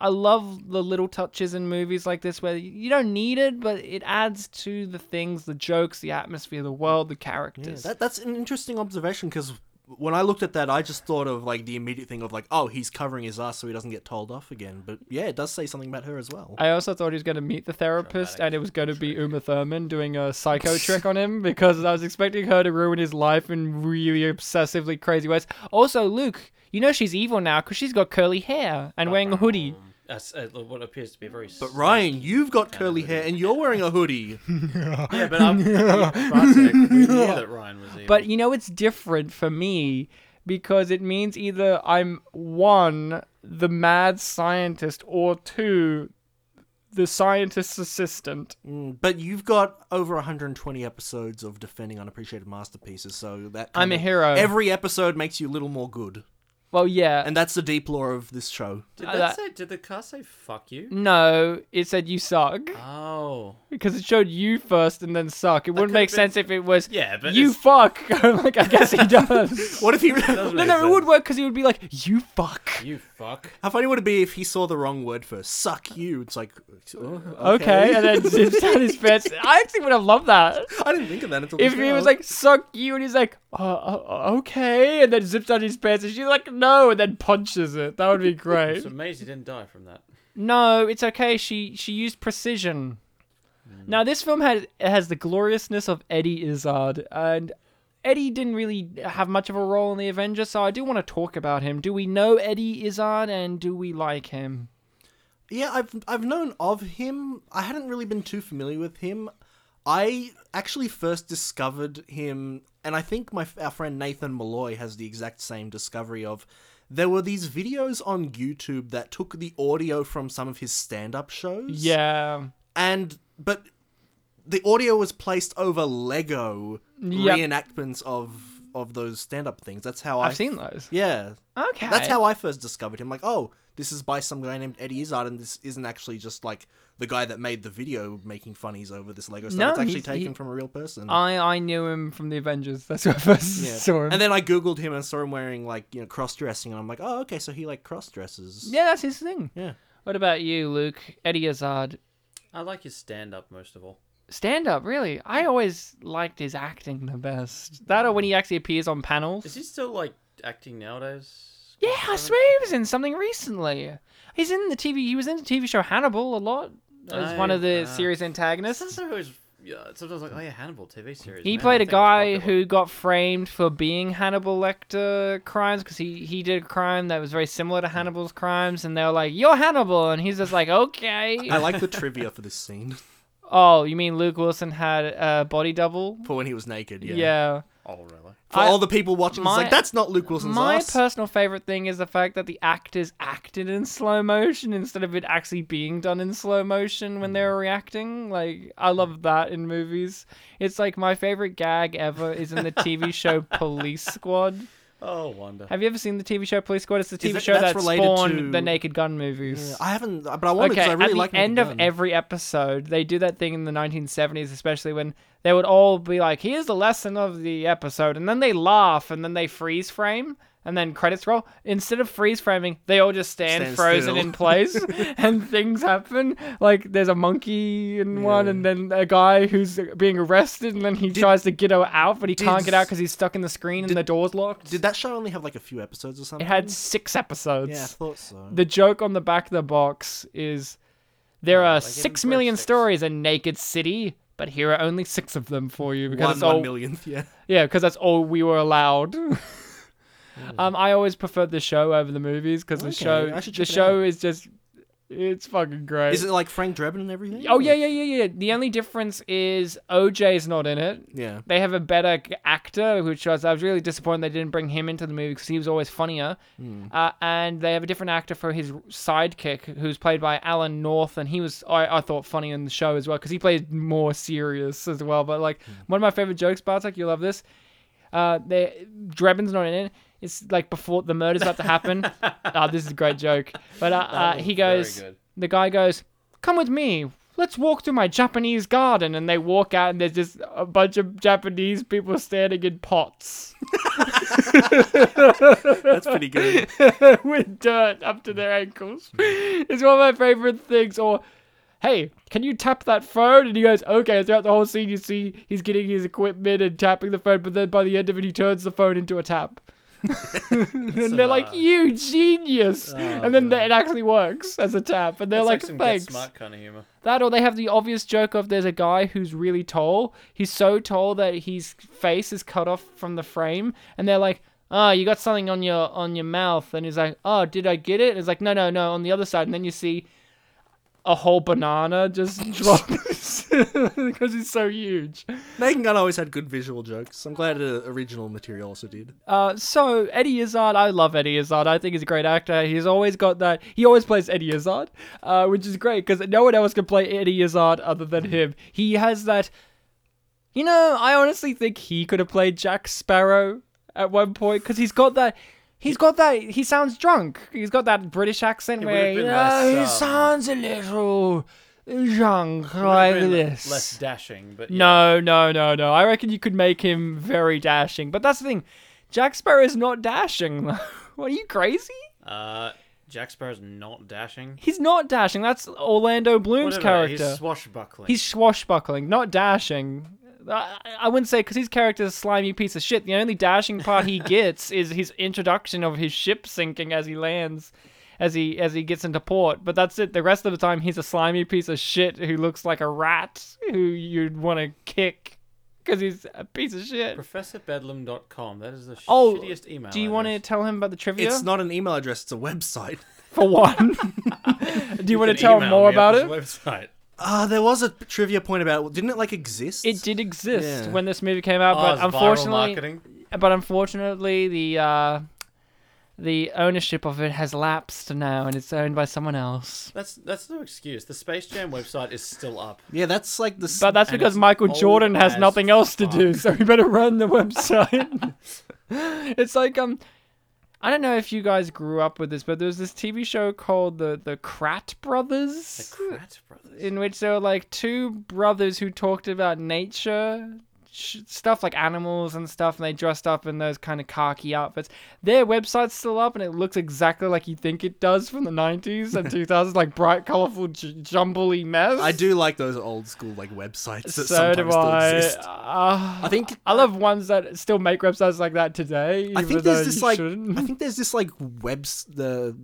A: I love the little touches in movies like this where you don't need it but it adds to the things, the jokes, the atmosphere, the world, the characters.
B: That, that's an interesting observation because when I looked at that, I just thought of like the immediate thing of like, oh, he's covering his ass so he doesn't get told off again. But yeah, it does say something about her as well.
A: I also thought he was going to meet the therapist, and it was going to be Uma Thurman doing a psycho trick on him because I was expecting her to ruin his life in really obsessively crazy ways. Also, Luke, you know she's evil now because she's got curly hair and wearing a hoodie.
B: Mm,
D: that's uh, what appears to be a very.
B: But Ryan, you've got curly hair and you're wearing a hoodie.
D: yeah, but I'm, yeah, Bartek, we knew that Ryan was evil.
A: But you know, it's different for me because it means either I'm one, the mad scientist, or two, the scientist's assistant.
B: Mm, But you've got over 120 episodes of defending unappreciated masterpieces, so that
A: I'm
B: kind
A: a
B: of-
A: hero.
B: Every episode makes you a little more good,
A: Well, yeah.
B: and that's the deep lore of this show.
D: did,
A: uh,
D: that
A: that-
D: say, did the car say "fuck you"?
A: no, it said you suck.
D: Oh,
A: Because it showed you first and then suck. It wouldn't
D: could've
A: make
D: been-
A: sense if it was
D: Yeah, but
A: you
D: it's-
A: fuck. I'm like, I guess he does.
B: What if he?
D: Doesn't
A: no,
D: make
A: no, it
D: sense.
A: would work because he would be like, you fuck.
D: You fuck.
B: How funny would it be if he saw the wrong word first? Suck you. It's like, oh,
A: Okay, and then zips out his pants. I actually would have loved that.
B: I didn't think of that until
A: If
B: just
A: he was
B: now.
A: like, suck you, and he's like, uh, uh, okay, and then zips out his pants, and she's like, no, and then punches it. That would be great.
D: It's amazing he didn't die from that.
A: No, it's okay. She she used precision.
B: Mm.
A: Now this film had has the gloriousness of Eddie Izzard, and Eddie didn't really have much of a role in the Avengers, so I do want to talk about him. Do we know Eddie Izzard, and do we like him?
B: Yeah, I've I've known of him. I hadn't really been too familiar with him. I actually first discovered him, and I think my our friend Nathan Malloy has the exact same discovery of. There were these videos on YouTube that took the audio from some of his stand-up shows.
A: Yeah,
B: and but the audio was placed over Lego
A: Yep.
B: reenactments of of those stand-up things. That's how I
A: I've seen those.
B: Yeah,
A: Okay,
B: that's how I first discovered him. Like, oh, this is by some guy named Eddie Izzard, and this isn't actually just like the guy that made the video making funnies over this Lego stuff.
A: No,
B: it's actually
A: he's-
B: taken
A: he-
B: from a real person.
A: I I knew him from the Avengers. That's where I first
B: Yeah.
A: saw him.
B: And then I googled him and saw him wearing like you know cross dressing, and I'm like, oh, okay, so he like cross dresses.
A: yeah, that's his thing.
B: Yeah.
A: What about you, Luke? Eddie Izzard,
D: I like his stand up most of all.
A: stand up. Really, I always liked his acting the best. That or when he actually appears on panels.
D: Is he still like acting nowadays?
A: Yeah, I swear he was in something recently. He's in the TV. He was in the TV show Hannibal a lot as
D: Oh,
A: one of the
D: ah.
A: series antagonists.
D: Sometimes I always, yeah, sometimes like, oh yeah, Hannibal TV series.
A: He
D: man,
A: played a
D: that thing was
A: guy
D: popular.
A: who got framed for being Hannibal Lecter crimes because he, he did a crime that was very similar to Hannibal's crimes, and they were like, "You're Hannibal," and he's just like, "Okay."
B: I like the trivia for this scene
A: oh, you mean Luke Wilson had a body double?
B: for when he was naked. Yeah.
A: Yeah.
D: Oh, really?
B: For
A: I-
B: all the people watching, it's
A: my-
B: like that's not Luke Wilson's
A: My
B: ass.
A: personal favorite thing is the fact that the actors acted in slow motion instead of it actually being done in slow motion when they
B: Hmm.
A: were reacting. Like, I love that in movies. It's like my favorite gag ever is in the TV show Police Squad.
D: Oh, wonder.
A: Have you ever seen the TV show Police Squad? It's the TV
B: that-
A: show
B: that's
A: that
B: related
A: spawned
B: to-
A: the Naked Gun movies.
B: I haven't, but I wanted because I really
A: at the
B: like
A: end
B: Naked
A: of
B: Gun.
A: every episode, they do that thing in the 1970s, especially when they would all be like, "Here's the lesson of the episode," and then they laugh, and then they freeze frame, and then credits roll. Instead of freeze framing, they all just stand,
B: Stand
A: frozen
B: still.
A: in place, and things happen. Like there's a monkey in one, and then a guy who's being arrested, and then he tries to get out, but he can't get out because he's stuck in the screen and the door's locked.
B: Did that show only have like a few episodes or
A: it
B: something?
A: had six episodes
B: yeah, I thought so.
A: the joke on the back of the box is there
B: Oh,
A: are
D: gave him
A: six million
D: breadsticks.
A: stories in Naked City, but here are only six of them for you because
B: One,
A: it's all
B: one millionth, yeah.
A: yeah, because that's all we were allowed.
B: Hmm.
A: um, I always preferred the show over the movies because the
B: Okay,
A: show
B: I should
A: the
B: check it
A: show is just it's fucking great.
B: Is it like Frank Drebin and everything?
A: oh yeah, yeah, yeah, yeah. The only difference is OJ's not in it.
B: Yeah.
A: They have a better c- actor, which was I was really disappointed they didn't bring him into the movie because he was always funnier.
D: Hmm.
A: Uh, and they have a different actor for his r- sidekick, who's played by Alan North, and he was I, I thought funny in the show as well because he played more serious as well. But
D: Hmm.
A: like one of my favorite jokes, Bartek, you love this. Uh, they Drebin's not in it. It's like before the murder's about to happen. Ah, this is a great joke. But uh, uh, he
D: was Oh, very
A: goes,
D: good.
A: the guy goes, "Come with me. Let's walk to my Japanese garden." And they walk out, and there's just a bunch of Japanese people standing in pots
B: That's pretty good.
A: with dirt up to their ankles. It's one of my favorite things. Or, hey, can you tap that phone? And he goes, "Okay." Throughout the whole scene, you see he's getting his equipment and tapping the phone, but then by the end of it, he turns the phone into a tap. and they're like,
D: amazing.
A: "You genius!"
D: Oh,
A: and then it actually works as a tap, and they're
D: That's
A: like,
D: some
A: "Thanks."
D: Get smart kind of humor.
A: That or they have the obvious joke of there's a guy who's really tall. He's so tall that his face is cut off from the frame, and they're like, "Ah, you got something on your on your mouth," and he's like, "Oh, did I get it?" And it's like, "No, no, no, on the other side." And then you see a whole banana just drops because he's so huge.
B: Naked Gun always had good visual jokes. I'm glad uh, original material also did.
A: Uh, so Eddie Izzard, I love Eddie Izzard. I think he's a great actor. He's always got that. He always plays Eddie Izzard, uh, which is great because no one else can play Eddie Izzard other than
D: Hmm.
A: him. He has that. You know, I honestly think he could have played Jack Sparrow at one point because he's got that. He's got that. He sounds drunk. He's got that British accent
D: It would have
A: where
D: been
A: "Yeah, he
D: less, um,
A: sounds a little drunk like
D: Would've been
A: this.
D: Less dashing, but yeah.
A: No, no, no, no. I reckon you could make him very dashing. But that's the thing. Jack Sparrow is not dashing. what are you crazy?
D: Uh, Jack Sparrow's not dashing.
A: He's not dashing. That's Orlando Bloom's
D: Whatever,
A: character.
D: He's swashbuckling.
A: He's swashbuckling, not dashing. I, I wouldn't say because his character is a slimy piece of shit. The only dashing part he gets is his introduction of his ship sinking as he lands, as he as he gets into port. But that's it. The rest of the time, he's a slimy piece of shit who looks like a rat who you'd want to kick because he's a piece of shit.
D: ProfessorBedlam.com. That is the
A: Oh,
D: shittiest email.
A: Do you want to
D: address.
A: tell him about the trivia
B: It's not an email address; it's a website.
A: for one? Do you want to
D: can
A: tell him
D: email
A: more
D: me
A: about
D: at
A: it?
D: this Website.
B: Ah, there was a trivia point about didn't it like exist?
A: It did exist
B: Yeah.
A: when this movie came out,
D: Oh,
A: but
D: it's viral
A: unfortunately,
D: marketing.
A: but unfortunately the uh, the ownership of it has lapsed now and it's owned by someone else.
D: That's that's no excuse. The Space Jam website is still up.
B: Yeah, that's like the. s-
A: But that's
D: And
A: because
D: it's
A: Michael
D: old
A: Jordan has
D: as
A: nothing else to
D: fuck.
A: do, so we better run the website. it's like um I don't know if you guys grew up with this, but there was this TV show called the the Krat Brothers.
D: The Krat Brothers.
A: in which there were like two brothers who talked about nature sh- stuff like animals and stuff and they dressed up in those kind of khaki outfits their website's still up and it looks exactly like you think it does from the 90s and 2000s like bright colorful j- jumbly mess
B: I do like those old school like websites that
A: so
B: sometimes
A: do
B: still
A: i
B: exist.
A: Ah,
B: I think
A: i love ones that still make websites like that today
B: I
A: even
B: think
A: though
B: there's this
A: you
B: like
A: shouldn't.
B: I think there's this like webs the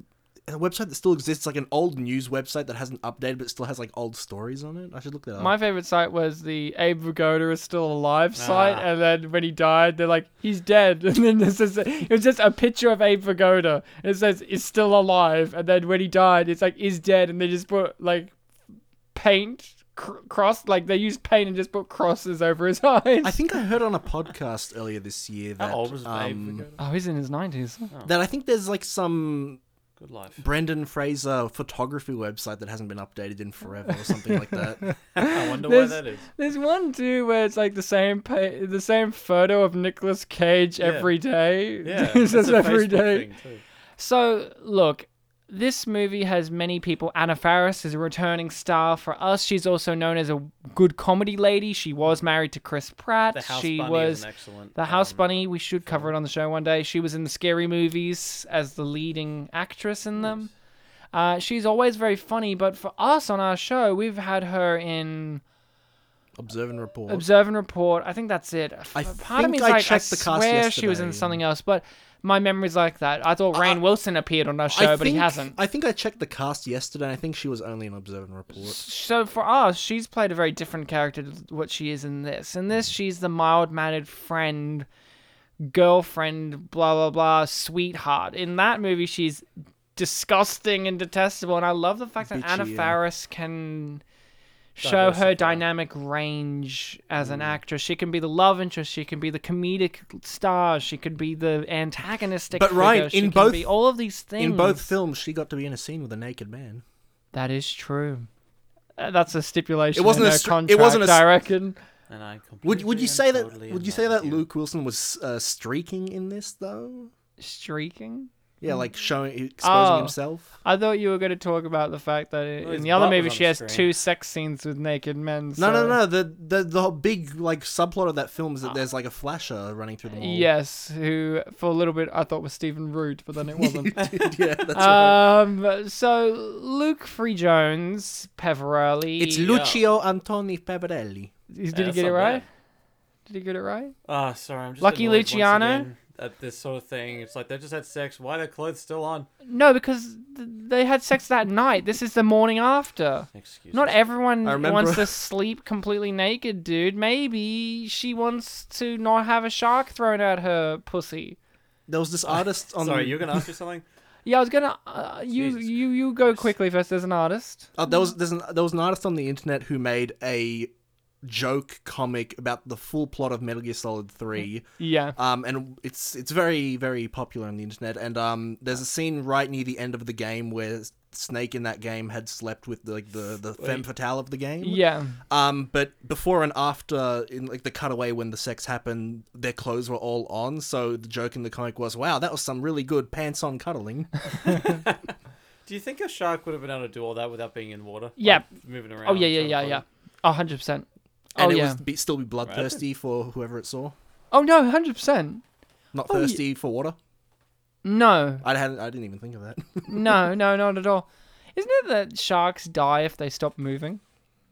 B: a website that still exists like an old news website that hasn't updated but still has like old stories on it. I should look that up.
A: My favorite site was the Abe Vigoda is still alive site,
D: Oh. Ah.
A: and then when he died, they're like, he's dead. And then this is it was just a picture of Abe Vigoda. And it says is still alive, and then when he died, it's like is dead, and they just put like paint cr- crossed. Like they used paint and just put crosses over his eyes.
B: I think I heard on a podcast earlier this year that
D: How old was
B: um,
D: Babe?
A: Oh, he's in his nineties.
D: Oh.
B: that I think there's like some
D: Good life.
B: Brendan Fraser photography website that hasn't been updated in forever or something like that.
D: I wonder why
A: There's-
D: that is.
A: There's one too where it's like the same pa- the same photo of Nicolas Cage every day.
D: Yeah,
A: It says
D: it's a
A: every
D: Facebook
A: day.
D: thing too.
A: So look, this movie has many people. Anna Faris is a returning star for us. She's also known as a good comedy lady. She was married to Chris Pratt.
D: The house
A: she
D: bunny
A: was
D: is an excellent.
A: the House
D: um,
A: Bunny. We should cover it on the show one day. She was in the scary movies as the leading actress in them. Uh, she's always very funny, but for us on our show, we've had her in
B: Observe and report.
A: Observe and Report. I think that's it.
B: I
A: Part of me
B: think
A: is
B: I
A: like, I
B: checked the cast
A: swear she was in
B: yesterday.
A: something else, but my memory's like that. I thought Rain Wilson appeared on our show, but
B: think,
A: he hasn't.
B: I think I checked the cast yesterday. I think she was only in Observe and Report.
A: so for us, she's played a very different character to what she is in this. In this, she's the mild-mannered friend, girlfriend, blah blah blah, sweetheart. In that movie, she's disgusting and detestable, and I love the fact that
B: Bitchy,
A: Anna
B: yeah.
A: Faris can show her
D: Diversify.
A: dynamic range as
B: Mm.
A: an actress. She can be the love interest, she can be the comedic star, she could be the antagonistic.
B: But right,
A: figure, she
B: in
A: can
B: both-
A: be all of these things
B: In both films, she got to be in a scene with a naked man.
A: that is true. Uh, that's a stipulation.
B: It wasn't
A: in
B: a
A: their
B: stri- it
A: contract.
B: wasn't a
A: I
B: s-
A: reckon.
D: And I completely
B: Would Would you
D: and
B: say that
D: totally
B: Would
D: in
B: you say
D: love
B: that
D: with you.
B: Luke Wilson was uh, streaking in this though?
A: Streaking.
B: Yeah, like showing exposing
A: Mm. Oh.
B: himself.
A: I thought you were going to talk about the fact that i-
D: Well,
A: in
D: his
A: the other
D: butt was
A: movie
D: on
A: she
D: the
A: has
D: screen.
A: two sex scenes with naked men.
B: No, no,
A: so-
B: no. The the the big like subplot of that film is that there's like a flasher running through the mall.
A: Yes, who for a little bit I thought was Stephen Root, but then it wasn't.
B: yeah, that's right.
A: um, so Luke Free Jones, Peverelli.
B: It's Lucio Antoni Peverelli.
A: Did
D: Yeah,
A: he
D: that's
A: get it
D: not
A: right?
D: bad.
A: Did he get it right?
D: Ah, sorry, I'm just
A: Lucky
D: annoyed once
A: Luciano?
D: again At this sort of thing, it's like they just had sex. Why are their clothes still on?
A: No, because th- they had sex that night. This is the morning after.
D: Excuse
A: Not
D: me.
A: everyone
B: I remember-
A: wants to sleep completely naked, dude. Maybe she wants to not have a shark thrown at her pussy.
B: There was
A: Uh,
B: this artist
A: e-
B: on.
A: Um,
D: Sorry, you're gonna ask me something.
A: Yeah, I was gonna. Uh, you
D: Jesus
A: you you go quickly first. There's an artist.
B: Oh, there was there's an, there was an artist on the internet who made a joke comic about the full plot of Metal Gear Solid
A: Mm-hmm.
B: Three.
A: Yeah.
B: Um, and it's it's very very popular on the internet. And um, there's a scene right near the end of the game where Snake in that game had slept with like the the femme fatale of the game.
A: Yeah.
B: Um, but before and after, in like the cutaway when the sex happened, their clothes were all on. So the joke in the comic was, "Wow, that was some really good pants on cuddling."
D: Do you think a shark would have been able to do all that without being in water?
A: Yeah.
D: Like, moving around.
A: Oh yeah yeah
D: trying to
A: yeah
D: find-
A: yeah. A hundred percent. Oh
B: And it
A: yeah.
B: was be, still be bloodthirsty for whoever it saw.
A: Oh no, hundred percent.
B: Not
A: Oh, yeah.
B: thirsty for water.
A: No,
B: I hadn't. I didn't even think of that.
A: no, no, not at all. Isn't it that sharks die if they stop moving?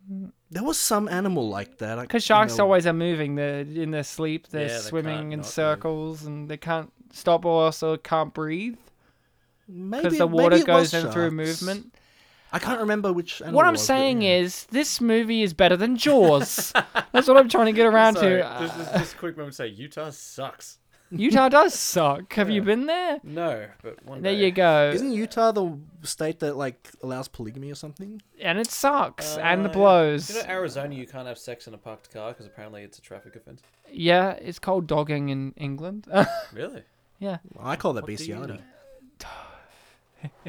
B: there was some animal like that. I
A: Because sharks
B: know.
A: always are moving. They're in their sleep. They're
D: Yeah, they can't
A: swimming in
D: not move.
A: circles, and they can't stop or also can't breathe
B: maybe
A: because the
B: maybe
A: water
B: it was
A: goes in through
B: sharks.
A: movement.
B: I can't remember which. Animal
A: What I'm saying is, this movie is better than Jaws. That's what I'm trying to get around
D: Sorry,
A: to. Uh,
D: just, just, just a quick moment. to Say Utah sucks.
A: Utah does suck. Have you been there?
D: No, but one
A: There
D: day.
A: you go.
B: isn't Utah the state that like allows polygamy or something?
A: and it sucks. and the
D: Uh,
A: blows.
D: You know, Arizona, you can't have sex in a parked car because apparently it's a traffic offense.
A: yeah, it's called dogging in England.
D: Really?
A: yeah,
B: I call that
D: What do you
B: bestiality.
D: know?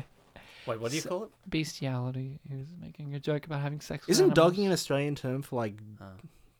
D: Wait, what do you call it?
A: bestiality. He was making a joke about having sex. with
B: Isn't
A: animals.
B: dogging an Australian term for like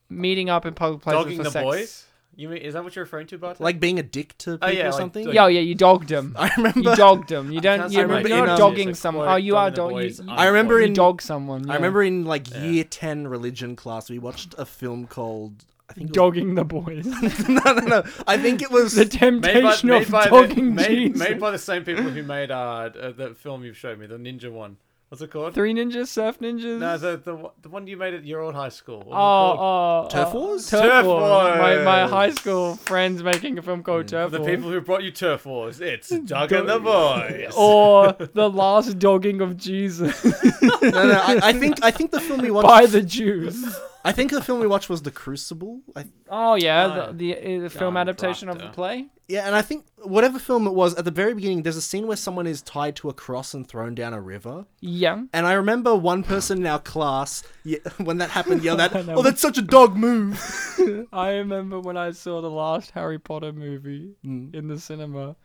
A: meeting up in public places
D: Dogging
A: for
D: the
A: sex?
D: boys? You mean is that what you're referring to, Bartek?
B: like being a dick to people
D: Oh, yeah,
B: or
D: like
B: something?
D: doing-
A: Yeah, oh, yeah, you dogged them.
B: I remember.
A: You dogged them. You
D: I
A: don't.
D: can't
A: You,
D: say
B: remember
A: you're
B: in,
A: not
B: um,
A: dogging
D: It's a
A: someone.
D: quote,
A: Oh, you are
D: dogging the
A: dogging.
D: boys,
A: You,
D: I'm
A: you,
B: I remember
A: you
B: in-
A: dog someone.
B: I
A: yeah.
B: remember in like year ten religion class, we watched a film called I think it was-
A: dogging the boys.
B: no, no, no. I think it was
A: the temptation of
D: the,
A: dogging
D: made,
A: Jesus.
D: made by the same people who made uh, uh, the film you showed me, the ninja one. What's it called?
A: Three ninjas, surf ninjas.
D: No, the, the one- the one you made at your old high school. What was it
A: Oh,
D: called?
A: oh, oh.
B: Turf Wars?
A: Turf,
D: Turf
A: Wars. My, my
D: Wars.
A: high school friends making a film called Turf
D: the
A: Wars.
D: people who brought you turf wars. It's Doug and the boys.
A: or the last dogging of Jesus
B: no, no. I, I think I think the film we watched
A: by the Jews.
B: I think the film we watched was The Crucible. I,
A: Oh yeah,
D: Oh,
A: the the, uh, the film
D: John
A: adaptation of the
D: Proctor.
A: play.
B: yeah, and I think whatever film it was, at the very beginning, there's a scene where someone is tied to a cross and thrown down a river.
A: Yeah.
B: And I remember one person in our class, ye when that happened, yelled out, "Oh, that's such a dog move!"
A: I remember when I saw the last Harry Potter movie
B: Hmm.
A: in the cinema.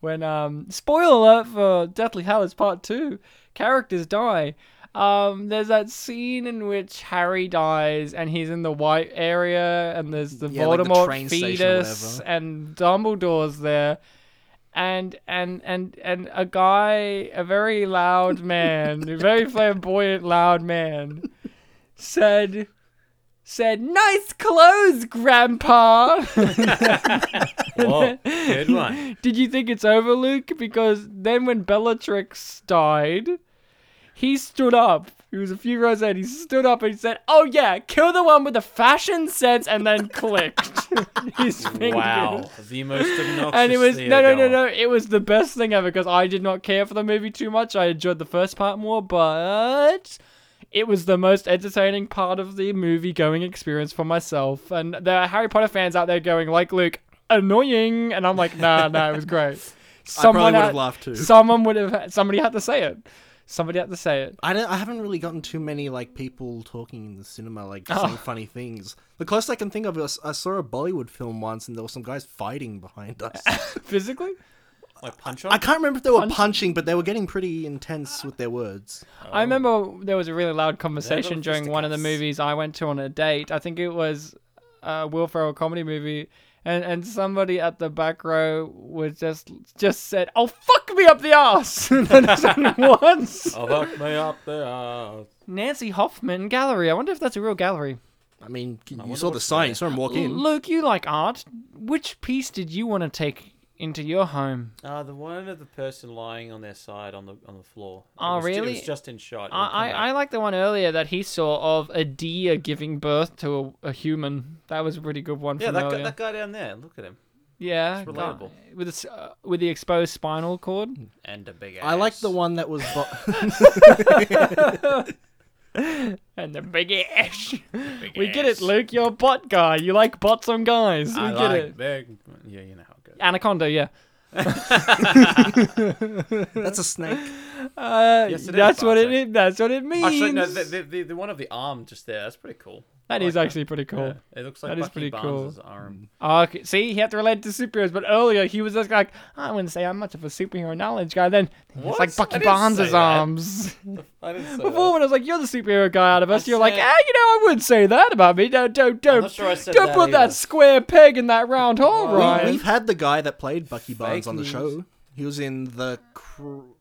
A: When um spoiler alert for Deathly Hallows Part Two, characters die. Um, there's that scene in which Harry dies and he's in the white area and there's the
B: Yeah, like the
A: Voldemort
B: train station or
A: fetus and Dumbledore's there and and and and a guy, a very loud man, a very flamboyant loud man, said said, "Nice clothes, Grandpa."
D: Whoa, good one.
A: Did you think it's over, Luke? Because then when Bellatrix died, he stood up. He was a few rows ahead. He stood up and he said, "Oh yeah, kill the one with the fashion sense," and then clicked his fingers.
D: Wow, the most obnoxious.
A: And it was no, no, no,
D: theater.
A: no. It was the best thing ever because I did not care for the movie too much. I enjoyed the first part more, but it was the most entertaining part of the movie going experience for myself. And there are Harry Potter fans out there going like Luke, annoying, and I'm like, nah, nah, it was great. Someone
B: would have
A: had-
B: laughed too.
A: Someone would have. Somebody had to say it. Somebody had to say it.
B: I don't. I haven't really gotten too many like people talking in the cinema, like saying funny things. The closest I can think of is I saw a Bollywood film once, and there were some guys fighting behind us.
A: Physically,
D: Like punch
B: I
D: up.
B: can't remember if they were punching, but they were getting pretty intense with their words.
A: I remember there was a really loud conversation
D: They're
A: during one of the
D: fisticuffs.
A: movies I went to on a date. I think it was a Will Ferrell comedy movie, and and somebody at the back row was just just said, "Oh fuck me up the ass," and then it's only once.
D: Oh, fuck me up there. Uh,
A: Nancy Hoffman Gallery. I wonder if that's a real gallery.
B: I mean, you
D: wonder
B: saw the
D: what's
B: sign,
D: there.
B: you saw him walk
A: L-
B: in.
A: Luke, you like art. Which piece did you want to take into your home?
D: uh, the one of the person lying on their side on the on the floor. It
A: Oh,
D: was ju-
A: really?
D: It was just in shot.
A: I, I, I like the one earlier that he saw of a deer giving birth to a, a human. That was a pretty good one.
D: yeah,
A: from
D: that
A: earlier.
D: guy, that guy down there. Look at him
A: Yeah,
D: It's
A: got-
D: relatable.
A: With the, s- uh, with the exposed spinal cord.
D: and a big. Ass.
B: I like the one that was. Bo-
A: And the big ass. we get it, Luke. You're a bot guy. You like bots on guys. We
D: I
A: get
D: like
A: it.
D: big. Yeah, you know how it goes.
A: Anaconda, yeah.
B: that's a snake.
A: Uh,
D: Yes, it is,
A: that's what it
D: Bartek.
A: is. That's what it means.
D: Actually, no, the, the, the, the one of the arm just there. That's pretty cool.
A: that
D: I
A: is
D: like
A: actually pretty cool.
D: Yeah, it looks like
A: That is
D: Bucky
A: pretty
D: Barnes' arm.
A: Oh, okay. See, he had to relate to superheroes, but earlier he was just like, I wouldn't say I'm much of a superhero knowledge guy. Then it's
D: What?
A: like
D: I
A: Bucky
D: didn't say
A: Barnes'
D: that.
A: arms.
D: I didn't say
A: Before
D: that.
A: when I was like, you're the superhero guy out of us,
D: I
A: you're like,
D: said-
A: ah, you know, I wouldn't say that about me. No, don't, don't,
D: not sure I said
A: don't
D: that
A: put
D: either.
A: that square peg in that round hole,
D: Well,
A: Ryan.
B: We, have had the guy that played Bucky Barnes
D: Fake
B: on the
D: news.
B: show. He was in the. Cru-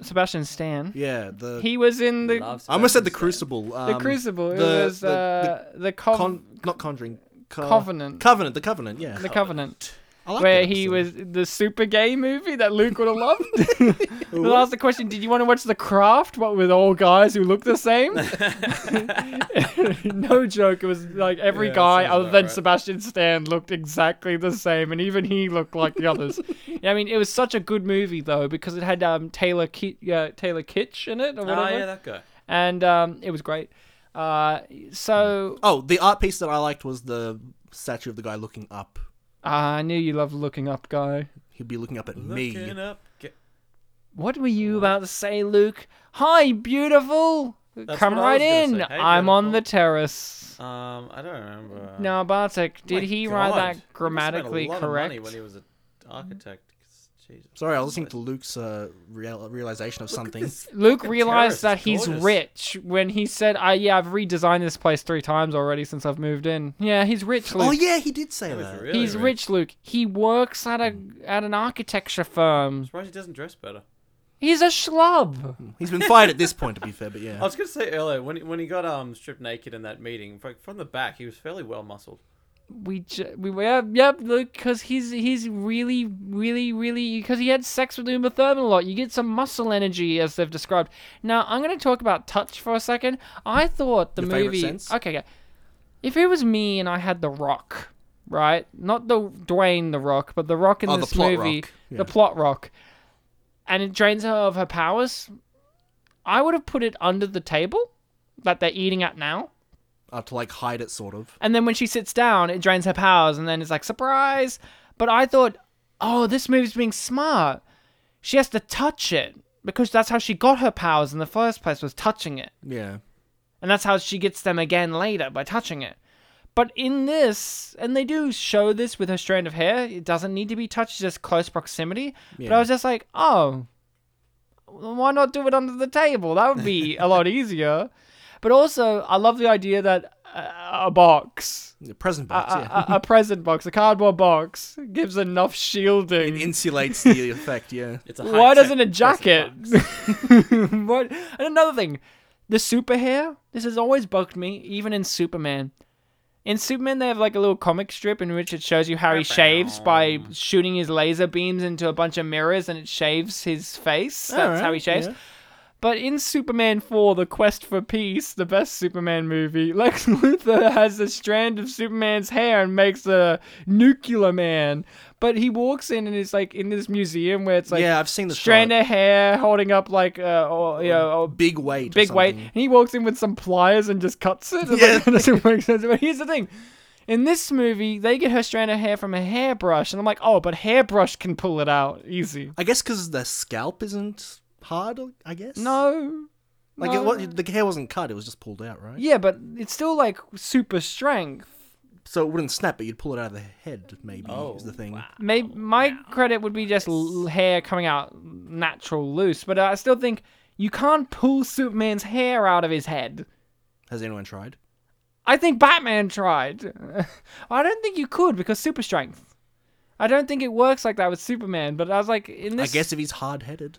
A: Sebastian Stan.
B: yeah, the.
A: He was in the
D: Loves
B: I almost said the
D: Sebastian Stan.
B: Crucible.
A: the
B: um,
A: Crucible. It
B: the-
A: was
B: the-
A: uh, the, Cov-
B: Con- not Conjuring. Co-
A: Covenant.
B: Covenant. The Covenant. Yeah.
A: the Covenant,
B: I like
A: where
B: that
A: he
B: episode.
A: was the super gay movie that Luke would have loved. I'll ask the question: Did you want to watch The Craft? What with all guys who look the same? no joke. It was like every
D: Yeah,
A: guy
D: sounds
A: other
D: about
A: than
D: right.
A: Sebastian Stan looked exactly the same, and even he looked like the others. Yeah, I mean, it was such a good movie though because it had um, Taylor Ki- uh, Taylor Kitsch in
B: Oh,
A: it or whatever.
D: Ah, yeah, that guy.
A: and um, it was great. Uh, so
B: Oh, the art piece that I liked was the statue of the guy looking up.
A: Ah, I knew you loved looking up, guy.
B: He'd be looking up at
D: Looking
B: me.
D: up. Get,
A: What were you about to say, Luke? Hi, beautiful. Come
D: what I
A: right
D: was gonna
A: in.
D: say. Hey,
A: I'm on
D: beautiful.
A: the terrace.
D: um, I don't remember.
A: Now, Bartek, did
D: oh My
A: he
D: God.
A: write
D: He must have made
A: that
D: a
A: grammatically
D: lot of
A: correct?
D: Money when he was an architect. 'cause, Jesus.
B: Sorry, I was listening to Luke's uh, real- realization of something.
A: Luke
D: Fucking terrace,
A: realized that
D: it's
A: he's
D: gorgeous.
A: rich when he said, "I yeah, I've redesigned this place three times already since I've moved in." Yeah, he's rich, Luke.
B: Oh yeah, he did say
D: That was
B: that.
D: really Hmm.
A: he's rich, Luke. He works at a at an architecture firm.
D: Surprised he doesn't dress better.
A: He's a schlub.
B: He's been fired at this point, to be fair, but
D: I
B: yeah.
D: was gonna say earlier when he, when he got um stripped naked in that meeting, like from the back, he was fairly well muscled.
A: we ju- we were yep, yep look because he's he's really really really because he had sex with Uma Thurman a lot. You get some muscle energy as they've described. Now I'm going to talk about touch for a second. I thought the
B: Your favorite
A: movie.
B: sense?
A: Okay, okay. If it was me and I had The Rock, right? Not the Dwayne The Rock, but The Rock in
B: Oh, the
A: this
B: plot
A: movie,
B: rock. Yeah.
A: the plot rock, and it drains her of her powers. I would have put it under the table that they're eating at now
B: uh, to like hide it, sort of.
A: And then when she sits down, it drains her powers, and then it's like, surprise! But I thought, oh, this movie's being smart. She has to touch it because that's how she got her powers in the first place, was touching it.
B: Yeah.
A: And that's how she gets them again later by touching it. But in this, and they do show this with her strand of hair, it doesn't need to be touched, it's just close proximity. But I
B: Yeah.
A: was just like, oh, why not do it under the table? That would be a lot easier. But also, I love the idea that uh, a box,
B: The present
A: a,
B: box, yeah.
A: a, a present box, a cardboard box, gives enough shielding.
B: it insulates the effect, yeah.
D: It's a
A: Why
D: high-tech
A: doesn't a
D: prison
A: jacket?
D: box.
A: what? And another thing, the super hair. This has always bugged me, even in Superman. In Superman, they have like a little comic strip in which it shows you how he shaves by shooting his laser beams into a bunch of mirrors, and it shaves his face. That's how he
B: Alright,
A: shaves.
B: yeah.
A: But in Superman 4, The Quest for Peace, the best Superman movie, Lex Luthor has a strand of Superman's hair and makes a nuclear man. But he walks in and is like in this museum where it's like
B: yeah, I've seen the
A: strand
B: shot.
A: of hair holding up like uh, or, you know, a
B: big weight. or
A: big weight,
B: something.
A: and he walks in with some pliers and just cuts it. It's like,
B: Yeah.
A: that doesn't make sense. But here's the thing. In this movie, they get her strand of hair from a hairbrush, and I'm like, oh, but hairbrush can pull it out easy.
B: I guess because the scalp isn't hard. I guess.
A: No,
B: Like
A: no.
B: it, wa- the hair wasn't cut; it was just pulled out, right?
A: yeah, but it's still like super strength.
B: So it wouldn't snap, but you'd pull it out of the head. Maybe
A: Oh,
B: is the thing.
A: Maybe my credit would be just l- hair coming out natural, loose, but I still think you can't pull Superman's hair out of his head.
B: Has anyone tried?
A: I think Batman tried. I don't think you could because super strength. I don't think it works like that with Superman. But I was like, in this,
B: I guess if he's hard headed,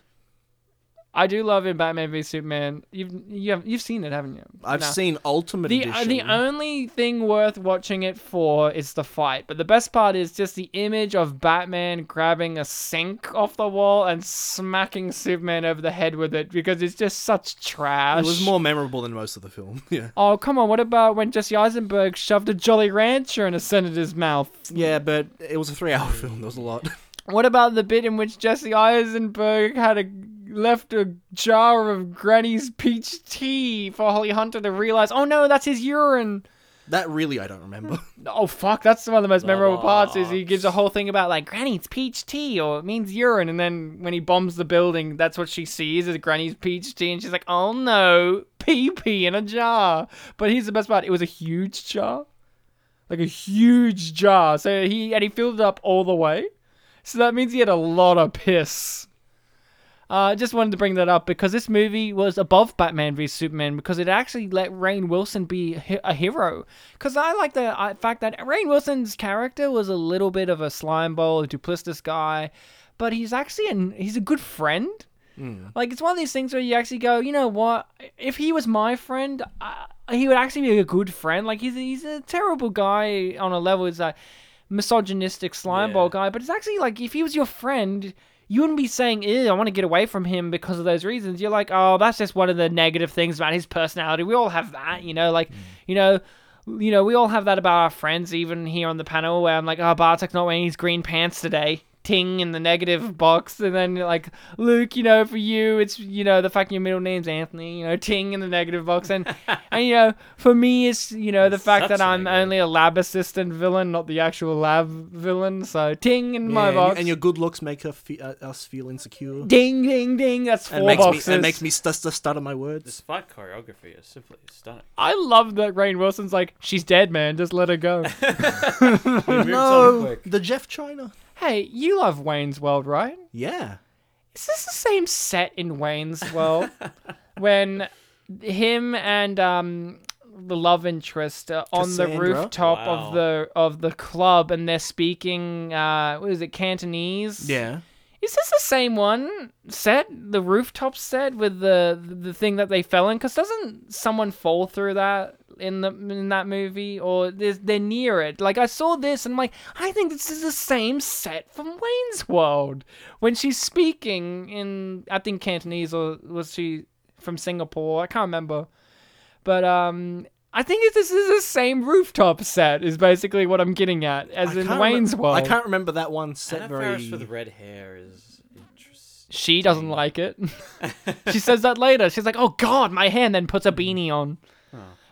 A: I do love in Batman v Superman. You've you have, you've seen it, haven't you?
B: I've
A: No.
B: seen Ultimate
A: The, uh,
B: Edition.
A: the only thing worth watching it for is the fight, but the best part is just the image of Batman grabbing a sink off the wall and smacking Superman over the head with it because it's just such trash.
B: it was more memorable than most of the film. Yeah.
A: Oh come on! What about when Jesse Eisenberg shoved a Jolly Rancher in a senator's mouth?
B: Yeah, but it was a three-hour film. There was a lot.
A: What about the bit in which Jesse Eisenberg had a left a jar of Granny's peach tea for Holly Hunter to realize? Oh no, that's his urine.
B: that really, I don't remember.
A: Oh fuck, that's one of the most memorable parts. Is he
D: Bollocks.
A: gives a whole thing about like Granny's peach tea or it means urine, and then when he bombs the building, that's what she sees is Granny's peach tea, and she's like, oh no, pee pee in a jar. But here's the best part: it was a huge jar, like a huge jar. So he and he filled it up all the way. So that means he had a lot of piss. Uh, I just wanted to bring that up because this movie was above Batman v Superman because it actually let Rain Wilson be a he- a hero. Because I like the uh, fact that Rain Wilson's character was a little bit of a slime ball, a duplicitous guy, but he's actually an, he's a good friend. Like it's one of these things where you actually go, you know what? If he was my friend, I, he would actually be a good friend. Like he's he's a terrible guy on a level. He's a misogynistic slime ball guy, but it's actually like if he was your friend. You wouldn't be saying, Ew, I want to get away from him because of those reasons. You're like, oh, that's just one of the negative things about his personality. We all have that, you know, like, you know, you know, we all have that about our friends, even here on the panel, where I'm like, oh, Bartek's not wearing his green pants today. Ting in the negative box. And then, like, Luke, you know, for you, it's, you know, the fact your middle name's Anthony, you know, Ting in the negative box. And, and you know, for me, it's, you know, the fact
D: such
A: that
D: a
A: I'm
D: negative.
A: only a lab assistant villain, not the actual lab villain. So, Ting in
B: Yeah,
A: my
B: and,
A: box.
B: and your good looks make her fe- uh, us feel insecure.
A: ding, ding, ding. That's
B: And
A: four
B: makes
A: boxes.
B: me and makes me st- st- stutter my
D: This
B: words.
D: fight choreography is simply stunning.
A: I love that Rain Wilson's like, she's dead, man. Just let her go.
B: No, the Jeff China.
A: hey, you love Wayne's World, right?
B: Yeah.
A: Is this the same set in Wayne's World when him and um the love interest are on the
B: Cassandra?
A: rooftop
D: Wow.
A: of the of the club and they're speaking uh what is it Cantonese?
B: Yeah.
A: Is this the same one set the rooftop set with the the thing that they fell in cuz doesn't someone fall through that in the in that movie or there's- they're near it. Like I saw this and I'm like I think this is the same set from Wayne's World when she's speaking in I think Cantonese or was she from Singapore? I can't remember. But um I think this is the same rooftop set is basically what I'm getting at as
B: I
A: in
B: can't
A: Wayne's
B: remem-
A: World.
B: I can't remember that one set
D: Anna
B: very.
D: Faris with red hair is interesting.
A: She doesn't
B: Mm-hmm.
A: like it. she says that later. She's like, "Oh God, my hand." Then puts a beanie on.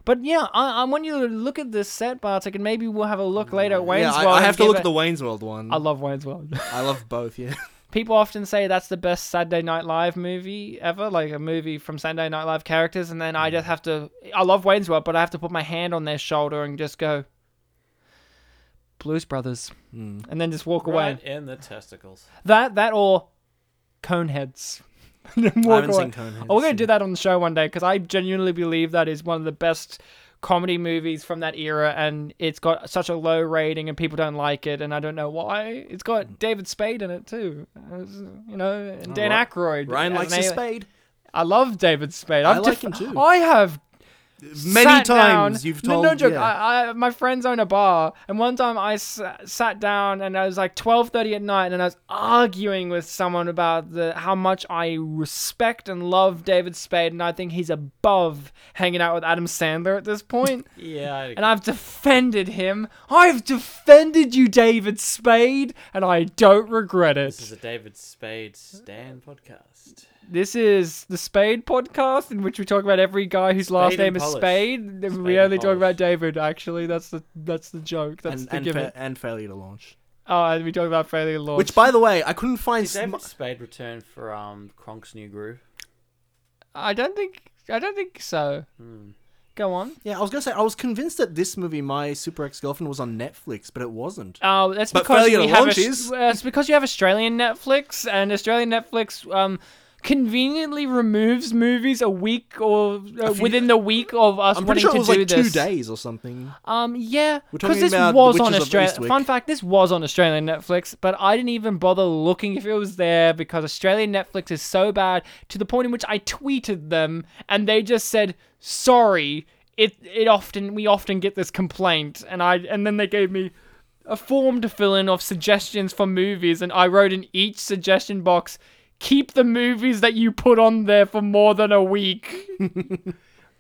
A: But yeah, I, I want you to look at this set, Bartek, and maybe we'll have a look later at Wayne's
B: yeah, I,
A: World.
B: I
A: and
B: have to
A: give
B: look
A: it-
B: at the Wayne's World one.
A: I love Wayne's World.
B: I love both. Yeah.
A: People often say that's the best Saturday Night Live movie ever, like a movie from Saturday Night Live characters, and then I
B: Mm.
A: just have to. I love Wayne's World, but I have to put my hand on their shoulder and just go, Blues Brothers,
B: Mm.
A: and then just walk away.
D: Right in the testicles.
A: That that or Coneheads. Walk
B: haven't
A: away.
B: seen Coneheads,
A: Oh, we're gonna do that on the show one day because I genuinely believe that is one of the best comedy movies from that era, and it's got such a low rating and people don't like it, and I don't know why. It's got David Spade in it too, It's, you know, and Dan
B: Uh, Ri-
A: Aykroyd.
B: Ryan
A: And
B: likes his
A: they-
B: spade.
A: I love David Spade. I've
B: like
A: def-
B: him too.
A: I have
B: Many
A: sat down-
B: times you've
A: No-
B: told.
A: No, joke.
B: yeah.
A: I, I, my friends own a bar, and one time I s- sat down, and I was like twelve thirty at night, and I was arguing with someone about the how much I respect and love David Spade, and I think he's above hanging out with Adam Sandler at this point.
D: Yeah, I
A: And I've defended him. I've defended you, David Spade, and I don't regret it.
D: This is a David Spade
A: Uh,
D: Stan podcast.
A: This is the Spade podcast, in which we talk about every guy whose last
D: Spade
A: name
D: and
A: is
D: Polish.
A: Spade.
D: Spade
A: we
D: and
A: only talk
D: Polish.
A: about David. Actually, that's the that's the joke. That's
B: and,
A: the
B: and,
A: gimmick.
B: fa- and failure to launch.
A: oh, and we talk about failure launch.
B: Which, by the way, I couldn't find.
D: Did David
B: sm-
D: Spade return for um Kronk's new groove?
A: I don't think I don't think so.
B: Hmm.
A: Go on.
B: yeah, I was gonna say I was convinced that this movie, My Super Ex Girlfriend, was on Netflix, but it wasn't.
A: Oh, that's
B: But
A: because
B: failure
A: we
B: to
A: have
B: launch
A: Aus-
B: is-
A: uh, it's because you have Australian Netflix, and Australian Netflix um, conveniently removes movies a week or uh,
B: few-
A: within the week of us
B: I'm pretty
A: wanting
B: sure
A: to
B: it was
A: do
B: like
A: this.
B: two days or something.
A: Um, yeah,
B: We're
A: because
B: talking
A: this
B: about The
A: was on
B: Witches of
A: Australia.
B: Eastwick.
A: Fun fact: this was on Australian Netflix, but I didn't even bother looking if it was there because Australian Netflix is so bad to the point in which I tweeted them and they just said, "Sorry, it it often we often get this complaint," and I and then they gave me a form to fill in of suggestions for movies, and I wrote in each suggestion box. Keep the movies that you put on there for more than a week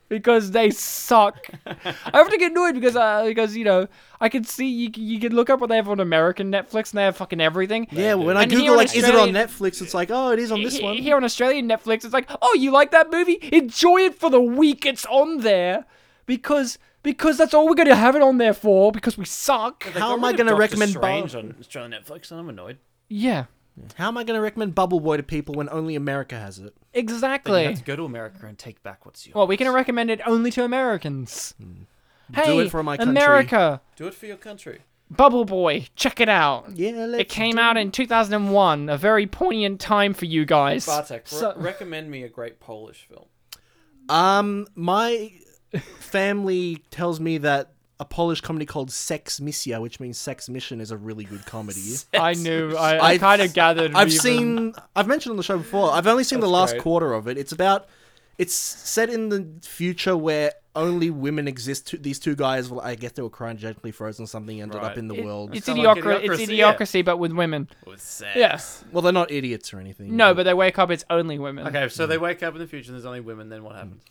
A: because they suck. I often get annoyed because uh, because you know I can see you c- you can look up what they have on American Netflix and they have fucking everything.
B: Yeah, when I
A: And here
B: Google
A: on
B: like, is it
A: Australian-
B: on Netflix? It's like, oh, it is on this
A: He-
B: one.
A: Here on Australian Netflix, it's like, oh, you like that movie? Enjoy it for the week it's on there, because because that's all we're gonna have it on there for because we suck.
B: How am I gonna recommend
D: Strange
B: Bubble?
D: on Australian Netflix? And I'm annoyed.
A: Yeah,
B: How am I gonna recommend Bubble Boy to people when only America has it?
D: Then you
A: exactly.
D: have to go to America and take back what's yours.
A: Well, we're gonna recommend it only to Americans. Hey,
B: Hmm. Do it for my country.
A: America,
D: do it for your country.
A: Bubble Boy, check it out.
B: Yeah, let's
A: It came out in 2001, a very poignant time for you guys.
D: Bartek, re-
A: So-
D: recommend me a great Polish film.
B: Um, my family tells me that a Polish comedy called Sex Missia, which means Sex Mission, is a really good comedy.
A: I knew. I, I,
B: I-
A: kind of gathered.
B: I've
A: reason.
B: seen. I've mentioned on the show before. I've only seen the
D: That's
B: last
D: great.
B: quarter of it. It's about. It's set in the future where only women exist. Two- These two guys, well, I guess they were cryogenically frozen. or Something ended
D: Right.
B: up in the
A: It-
B: world.
A: It's
D: Sound like
A: idiocracy. it's
D: idiocracy, yeah.
A: idiocracy, but with women.
D: With sex.
A: Yes.
B: well, they're not idiots or anything.
A: No, but they wake up. It's only women.
D: Okay, so they wake up in the future and there's only women. Then what happens?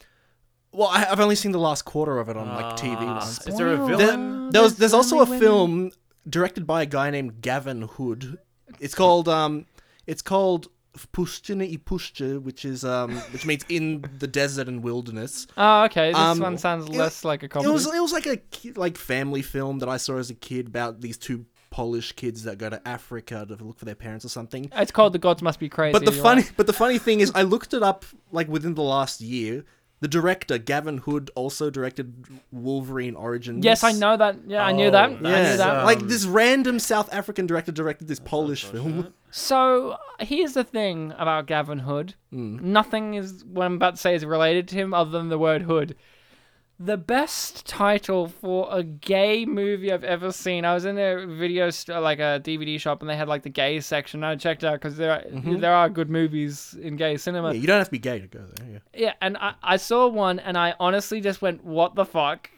B: well, I, I've only seen the last quarter of it on like TV.
D: Ah,
B: once.
D: is there a
A: Wow.
D: villain?
A: Um,
B: There, there was, there's also a
A: only women.
B: film directed by a guy named Gavin Hood. It's called um, it's called Pushchina i Pushcha, which is um, which means in the desert and wilderness.
A: Oh, okay. This
B: Um,
A: one sounds
B: it-
A: less like a
B: It
A: comedy.
B: was it was like a ki- like family film that I saw as a kid about these two Polish kids that go to Africa to look for their parents or something.
A: it's called "The Gods Must Be Crazy."
B: But the
A: you're
B: funny
A: right.
B: but the funny thing is, I looked it up like within the last year. The director Gavin Hood also directed Wolverine Origins.
A: Yes, I know that. Yeah, I knew
D: Oh,
A: that. I
B: Yeah,
A: knew
D: nice.
A: that.
D: Um,
B: like this random South African director directed this Polish film.
A: So here's the thing about Gavin Hood. Nothing is what I'm about to say is related to him other than the word hood. The best title for a gay movie I've ever seen. I was in a video st- like a DVD shop and they had like the gay section. I checked it out because there are, there are good movies in gay cinema.
B: Yeah,
A: Yeah,
B: you don't have to be gay to go there. Yeah.
A: and I, I saw one and I honestly just went, "What the fuck."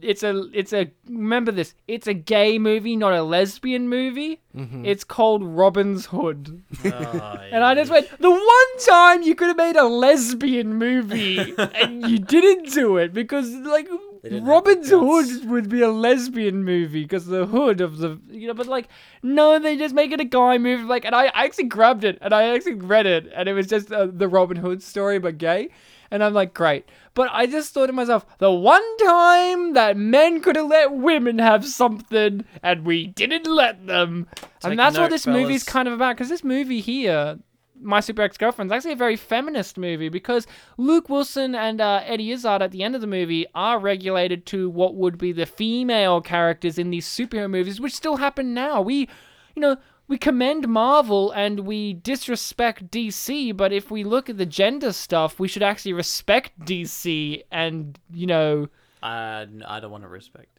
A: It's a it's a remember this. It's a gay movie, not a lesbian movie. It's called Robin's Hood. And I just went, the one time you could have made a lesbian movie and you didn't do it because, like,
D: They didn't have
A: Robin's
D: the guts.
A: Hood would be a lesbian movie because the hood of the you know, but like no, they just make it a guy movie. Like, and I, I actually grabbed it and I actually read it and it was just uh, the Robin Hood story but gay, and I'm like great. But I just thought to myself, the one time that men could have let women have something and we didn't let them,
D: Take
A: and that's what
D: note,
A: this
D: fellas.
A: movie's kind of about. Because this movie here, my Super Ex Girlfriend is actually a very feminist movie because Luke Wilson and uh, Eddie Izzard at the end of the movie are regulated to what would be the female characters in these superhero movies, which still happen now. We, you know, we commend Marvel and we disrespect DC, but if we look at the gender stuff, we should actually respect DC and, you know,
D: Uh, n- I don't want to respect. DC.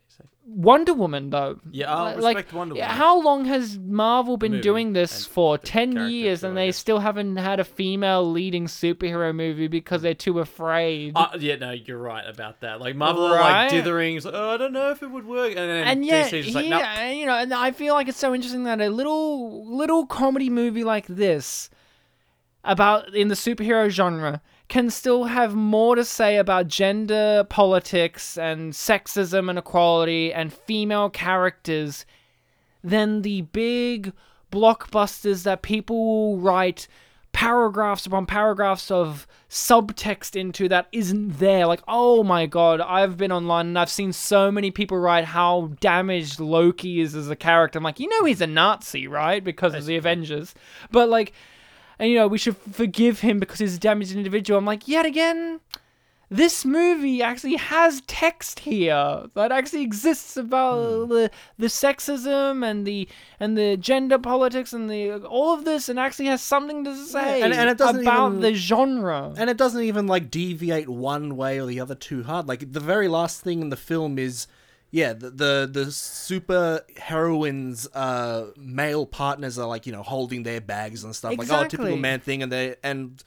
A: Wonder Woman though.
D: Yeah, I'll
A: Like-
D: Oh, respect Wonder
A: yeah,
D: Woman.
A: How long has Marvel been
D: movie
A: doing this
D: and
A: for?
D: the
A: Ten
D: character
A: years,
D: too,
A: and
D: I
A: they
D: guess.
A: still haven't had a female leading superhero movie because they're too afraid.
D: Uh, yeah, no, you're right about that. Like Marvel, are,
A: Right?
D: like dithering. It's like, oh, I don't know if it would work. And then
A: and yet,
D: DC's just
A: here,
D: like, no, nope.
A: you know, and I feel like it's so interesting that a little little comedy movie like this, about in the superhero genre, can still have more to say about gender politics and sexism and equality and female characters than the big blockbusters that people will write paragraphs upon paragraphs of subtext into that isn't there. Like, oh my god, I've been online and I've seen so many people write how damaged Loki is as a character. I'm like, you know, he's a Nazi, right? Because of the Avengers. But like, and you know, we should forgive him because he's a damaged individual. I'm like, yet again. This movie actually has text here that actually exists about
D: Hmm.
A: the the sexism and the and the gender politics and the all of this and actually has something to say
B: and- and it doesn't
A: about
B: even-
A: the genre.
B: And it doesn't even like deviate one way or the other too hard. Like the very last thing in the film is, yeah, the the, the super heroines' uh, male partners are like you know holding their bags and stuff like oh typical
A: Exactly.
B: man thing, and they and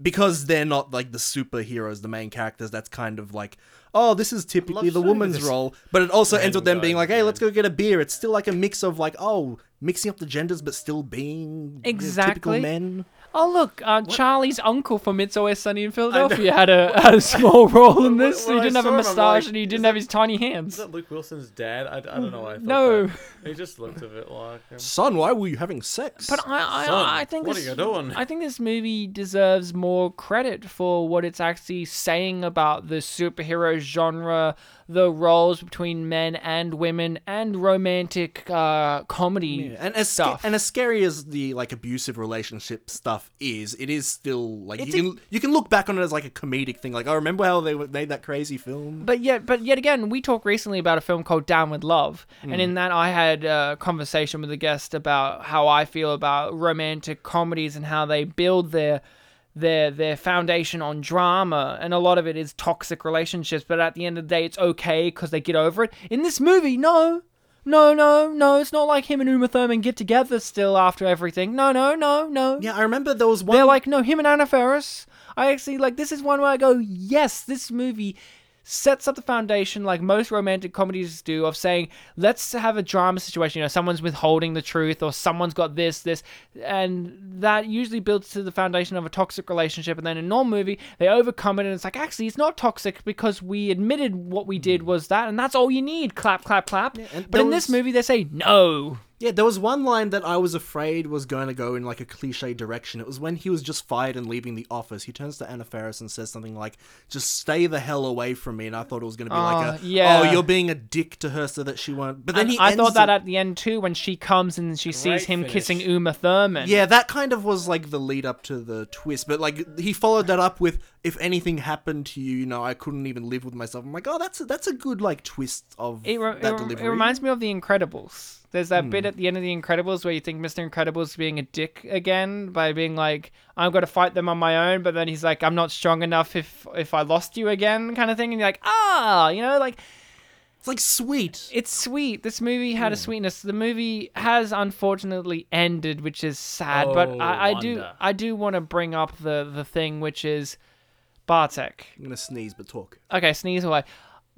B: because they're not like the superheroes, the main characters. That's kind of like oh this is typically the
D: seeing
B: woman's
D: this
B: role, but it also ends with them
D: guy
B: being like hey
D: again.
B: let's go get a beer. It's still like a mix of like oh mixing up the genders but still being you know,
A: Exactly.
B: typical men.
A: oh look, uh, Charlie's uncle from It's Always Sunny in Philadelphia had a had a small role in
D: When-
A: this.
D: when
A: he
D: I
A: didn't have a
D: saw him, I'm
A: mustache
D: like,
A: and he
D: is
A: didn't
D: it-
A: have his tiny
D: Is
A: hands.
D: that Luke Wilson's dad? I, I don't know why. I thought
A: No.
D: that. he just looked a bit like. Him.
B: Son, why were you having sex?
A: But I,
D: Son,
A: I, I think
D: what are
A: this,
D: you doing?
A: I think this movie deserves more credit for what it's actually saying about the superhero genre, the roles between men and women, and romantic uh, comedy
B: Yeah, and as sca-
A: stuff.
B: and as scary as the like abusive relationship stuff is, it is still like
A: It's a-
B: you can you can look back on it as like a comedic thing. Like, I remember how they were- made that crazy film.
A: Um, But yet, but yet again, we talked recently about a film called Down with Love, and in that, I had a conversation with a guest about how I feel about romantic comedies and how they build their their their foundation on drama, and a lot of it is toxic relationships. But at the end of the day, it's okay because they get over it. In this movie, no. No, no, no, it's not like him and Uma Thurman get together still after everything. No, no, no, no.
B: Yeah, I remember there was one.
A: They're like, no, him and Anna Ferris. I actually like this is one where I go, yes, this movie sets up the foundation like most romantic comedies do of saying let's have a drama situation you know someone's withholding the truth or someone's got this this and that usually builds to the foundation of a toxic relationship and then in a normal movie they overcome it and it's like actually it's not toxic because we admitted what we did was that and that's all you need clap clap clap
B: Mm. and
A: but
B: there
A: in this
B: was-
A: movie they say no
B: yeah, there was one line that I was afraid was going to go in like a cliche direction. It was when he was just fired and leaving the office. He turns to Anna Faris and says something like, "Just stay the hell away from me." And I thought it was going to be
A: Ah,
B: like, a,
A: yeah.
B: "Oh, you're being a dick to her so that she won't." But then he
A: i
B: ends
A: thought that
B: it-
A: at the end too when she comes and she
D: Great
A: sees him
D: finish.
A: kissing uma thurman
B: Yeah, that kind of was like the lead up to the twist, but like he followed that up with if anything happened to you, you know, I couldn't even live with myself. I'm like, oh, that's a, that's a good like twist of
A: It, re- it,
B: that
A: rem-
B: delivery. Hmm.
A: it reminds me of The Incredibles. There's that bit at the end of The Incredibles where you think Mr. Incredible's being a dick again by being like, "I'm gonna fight them on my own," but then he's like, "I'm not strong enough if if I lost you again," kind of thing. And you're like, "Ah," you know, like
B: it's like sweet.
A: it's sweet. This movie had
B: Hmm.
A: a sweetness. The movie has unfortunately ended, which is sad. but
D: Oh,
A: I, I do
D: wonder.
A: I do want to bring up the the thing which is Bartek.
B: I'm gonna sneeze, but talk.
A: Okay, sneeze away.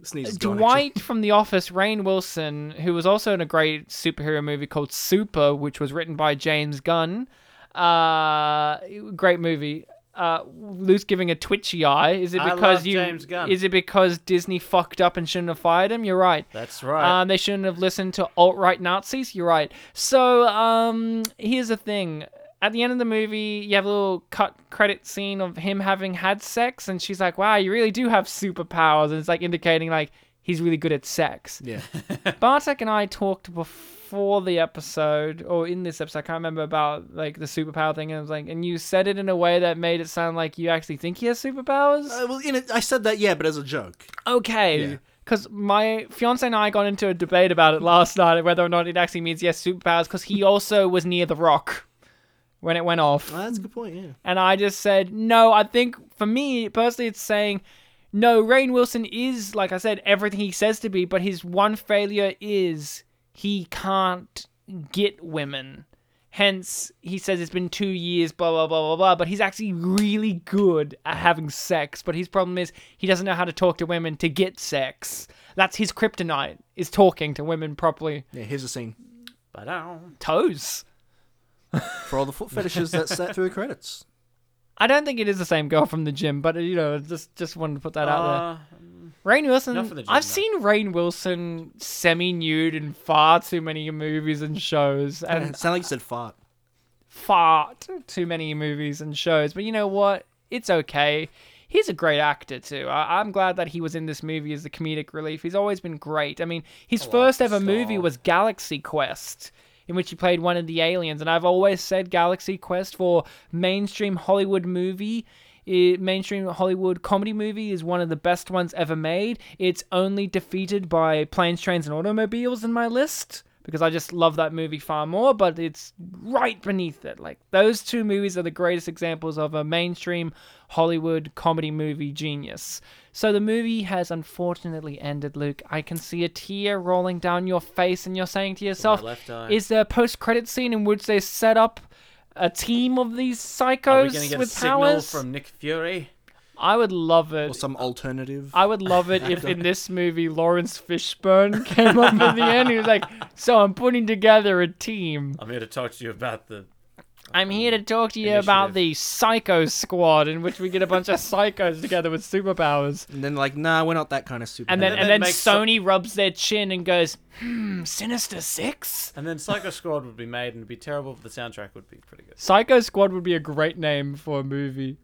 B: Sneeze. Is gone, actually.
A: Dwight from The Office, Rain Wilson, who was also in a great superhero movie called Super, which was written by James Gunn. Uh, great movie. uh, Luke's giving a twitchy eye? Is it
D: I
A: because
D: love
A: you?
D: James Gunn.
A: Is it because Disney fucked up and shouldn't have fired him? You're right.
D: That's right.
A: Um, they shouldn't have listened to alt right Nazis. You're right. So um, here's the thing. At the end of the movie, you have a little cut credit scene of him having had sex, and she's like, "Wow, you really do have superpowers," and it's like indicating like he's really good at sex.
B: Yeah. Uh,
A: Bartek and I talked before the episode or in this episode, I can't remember about like the superpower thing and I was like and you said it in a way that made it sound like you actually think he has superpowers.
B: Uh, well, in it, I said that, yeah, but as a joke.
A: okay.
B: yeah.
A: Because my fiance and I got into a debate about it last night whether or not it actually means yes superpowers because he also was near the rock when it went off.
B: Well, that's a good point, yeah.
A: And I just said, no, I think for me personally, it's saying, no, Rain Wilson is, like I said, everything he says to be, but his one failure is he can't get women. Hence, he says it's been two years, blah, blah, blah, blah, blah. But he's actually really good at having sex. But his problem is he doesn't know how to talk to women to get sex. That's his kryptonite, is talking to women properly.
B: Yeah, here's a scene.
D: Ba-dum.
A: Toes.
B: For all the foot fetishes that sat through the credits.
A: I don't think it is the same girl from the gym, but, you know, just just wanted to put that out there.
D: Uh,
A: Rain Wilson.
D: Enough of the gym,
A: I've
D: though.
A: seen Rain Wilson semi-nude in far too many movies and shows,
B: And
A: and
B: it sounded like you said fart.
A: far t- too many movies and shows. But you know what? It's okay. He's a great actor too. I- I'm glad that he was in this movie as the comedic relief. He's always been great. I mean, his first ever movie
D: star.
A: was Galaxy Quest, in which he played one of the aliens. And I've always said Galaxy Quest for mainstream Hollywood movie. i mainstream Hollywood comedy movie is one of the best ones ever made. It's only defeated by Planes, Trains, and Automobiles in my list because I just love that movie far more, but it's right beneath it. Like, those two movies are the greatest examples of a mainstream Hollywood comedy movie genius. So, the movie has unfortunately ended, Luke. I can see a tear rolling down your face, and you're saying to yourself,
D: left eye.
A: Is there a post credit scene in which they set up a team of these
D: Are we
A: psychos
D: gonna get a
A: with
D: signal
A: powers?
D: from Nick Fury?
A: I would love it.
B: Or some alternative.
A: I would love it if in this movie Lawrence Fishburne came up at the end. He was like, "So I'm putting together a team.
D: I'm here to talk to you about the.
A: I'm here to talk to you about
D: Initiative.
A: the Psycho Squad, in which we get a bunch of psychos together with superpowers."
B: and then, like, nah, we're not that kind of super.
A: And then,
D: then
A: and
D: that
A: then
D: makes so-
A: Sony rubs their chin and goes, "Hmm, Sinister Six."
D: And then Psycho Squad would be made and it'd be terrible, but the soundtrack would be pretty good.
A: Psycho Squad would be a great name for a movie.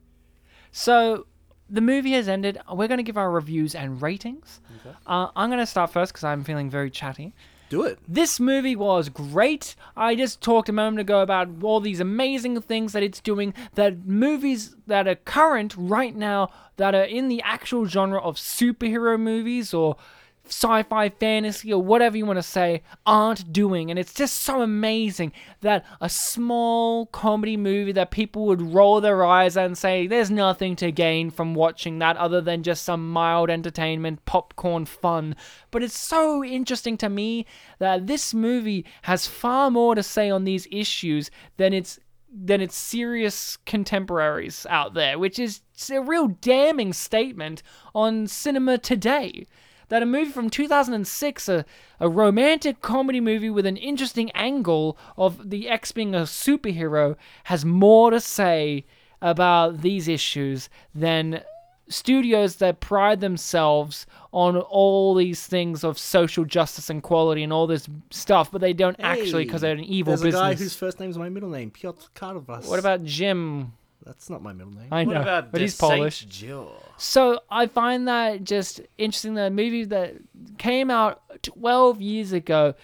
A: So the movie has ended. We're going to give our reviews and ratings. Uh, I'm going to start first because I'm feeling very chatty.
B: do it.
A: This movie was great. I just talked a moment ago about all these amazing things that it's doing, that movies that are current right now, that are in the actual genre of superhero movies or sci fi fantasy or whatever you want to say, aren't doing. And it's just so amazing that a small comedy movie that people would roll their eyes at and say, there's nothing to gain from watching that other than just some mild entertainment, popcorn fun. But it's so interesting to me that this movie has far more to say on these issues than its than its serious contemporaries out there, which is a real damning statement on cinema today. That a movie from 2006, a, a romantic comedy movie with an interesting angle of the ex being a superhero, has more to say about these issues than studios that pride themselves on all these things of social justice and quality and all this stuff, but they don't actually because they're an evil
B: There's
A: business.
B: a guy whose first name's my middle name, Piotr Karvas.
A: What about Jim?
B: That's not my middle name.
A: I
D: What
A: know,
D: about
A: but
D: the
A: he's Polish.
D: Saint Jaw?
A: So I find that just interesting. The movie that came out 12 years ago,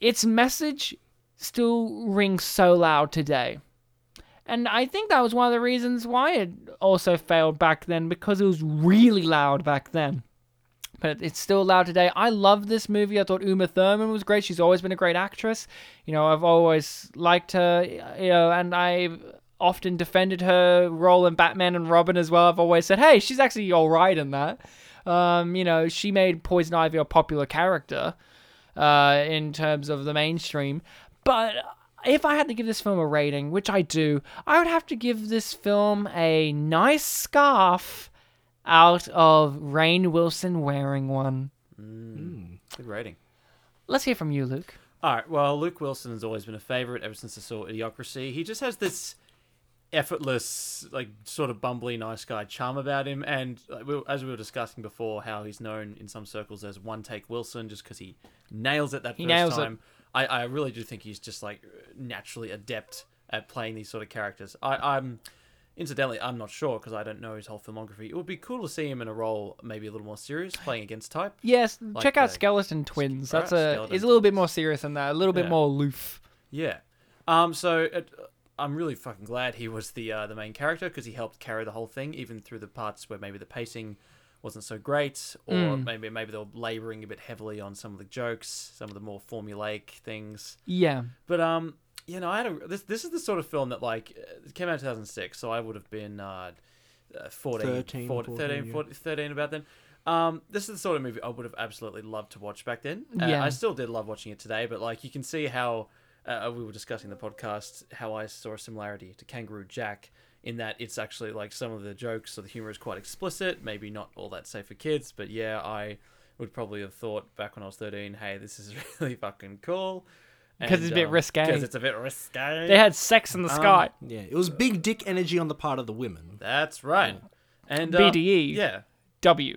A: its message still rings so loud today. And I think that was one of the reasons why it also failed back then because it was really loud back then. But it's still loud today. I love this movie. I thought Uma Thurman was great. She's always been a great actress. You know, I've always liked her, you know, and I often defended her role in Batman and Robin as well. I've always said, hey, she's actually all right in that. Um, you know, she made Poison Ivy a popular character uh, in terms of the mainstream. But if I had to give this film a rating, which I do, I would have to give this film a nice scarf out of Rain Wilson wearing one.
D: Good rating.
A: Let's hear from you, Luke.
D: All right. Well, Luke Wilson has always been a favorite ever since I saw Idiocracy. He just has this effortless, like sort of bumbly nice guy charm about him. And like, we, as we were discussing before, how he's known in some circles as One Take Wilson, just because he nails it that first
A: nails it.
D: time. I, I really do think he's just like naturally adept at playing these sort of characters. I, I'm incidentally I'm not sure because I don't know his whole filmography. It would be cool to see him in a role maybe a little more serious, playing against type.
A: Yes, check out
D: the-
A: Skeleton Twins. That's
D: Alright,
A: a
D: Skeleton
A: is a little bit more serious than that. A little bit
D: Yeah.
A: more aloof.
D: Yeah. Um. So it, I'm really fucking glad he was the uh, the main character because he helped carry the whole thing, even through the parts where maybe the pacing wasn't so great, or maybe maybe they were labouring a bit heavily on some of the jokes, some of the more formulaic things.
A: Yeah.
D: But um, you know, I had a this this is the sort of film that like uh, it came out in 2006, so I would have been uh, uh 14,
B: 13,
D: 14, 13,
B: 14,
D: 14, 13 about then. Um, this is the sort of movie I would have absolutely loved to watch back then. Uh,
A: Yeah.
D: I still did love watching it today, but like you can see how uh, we were discussing in the podcast how I saw a similarity to Kangaroo Jack in that it's actually like some of the jokes or the humor is quite explicit, maybe not all that safe for kids, but yeah, I would probably have thought back when I was 13, hey, this is really fucking cool.
A: 'Cause it's a bit risque.
D: Because it's a bit risque.
A: They had sex
D: Um,
A: in the sky.
B: Yeah, it was big dick energy on the part of the women.
D: That's right. And uh,
A: BDE.
D: Yeah.
A: E, W.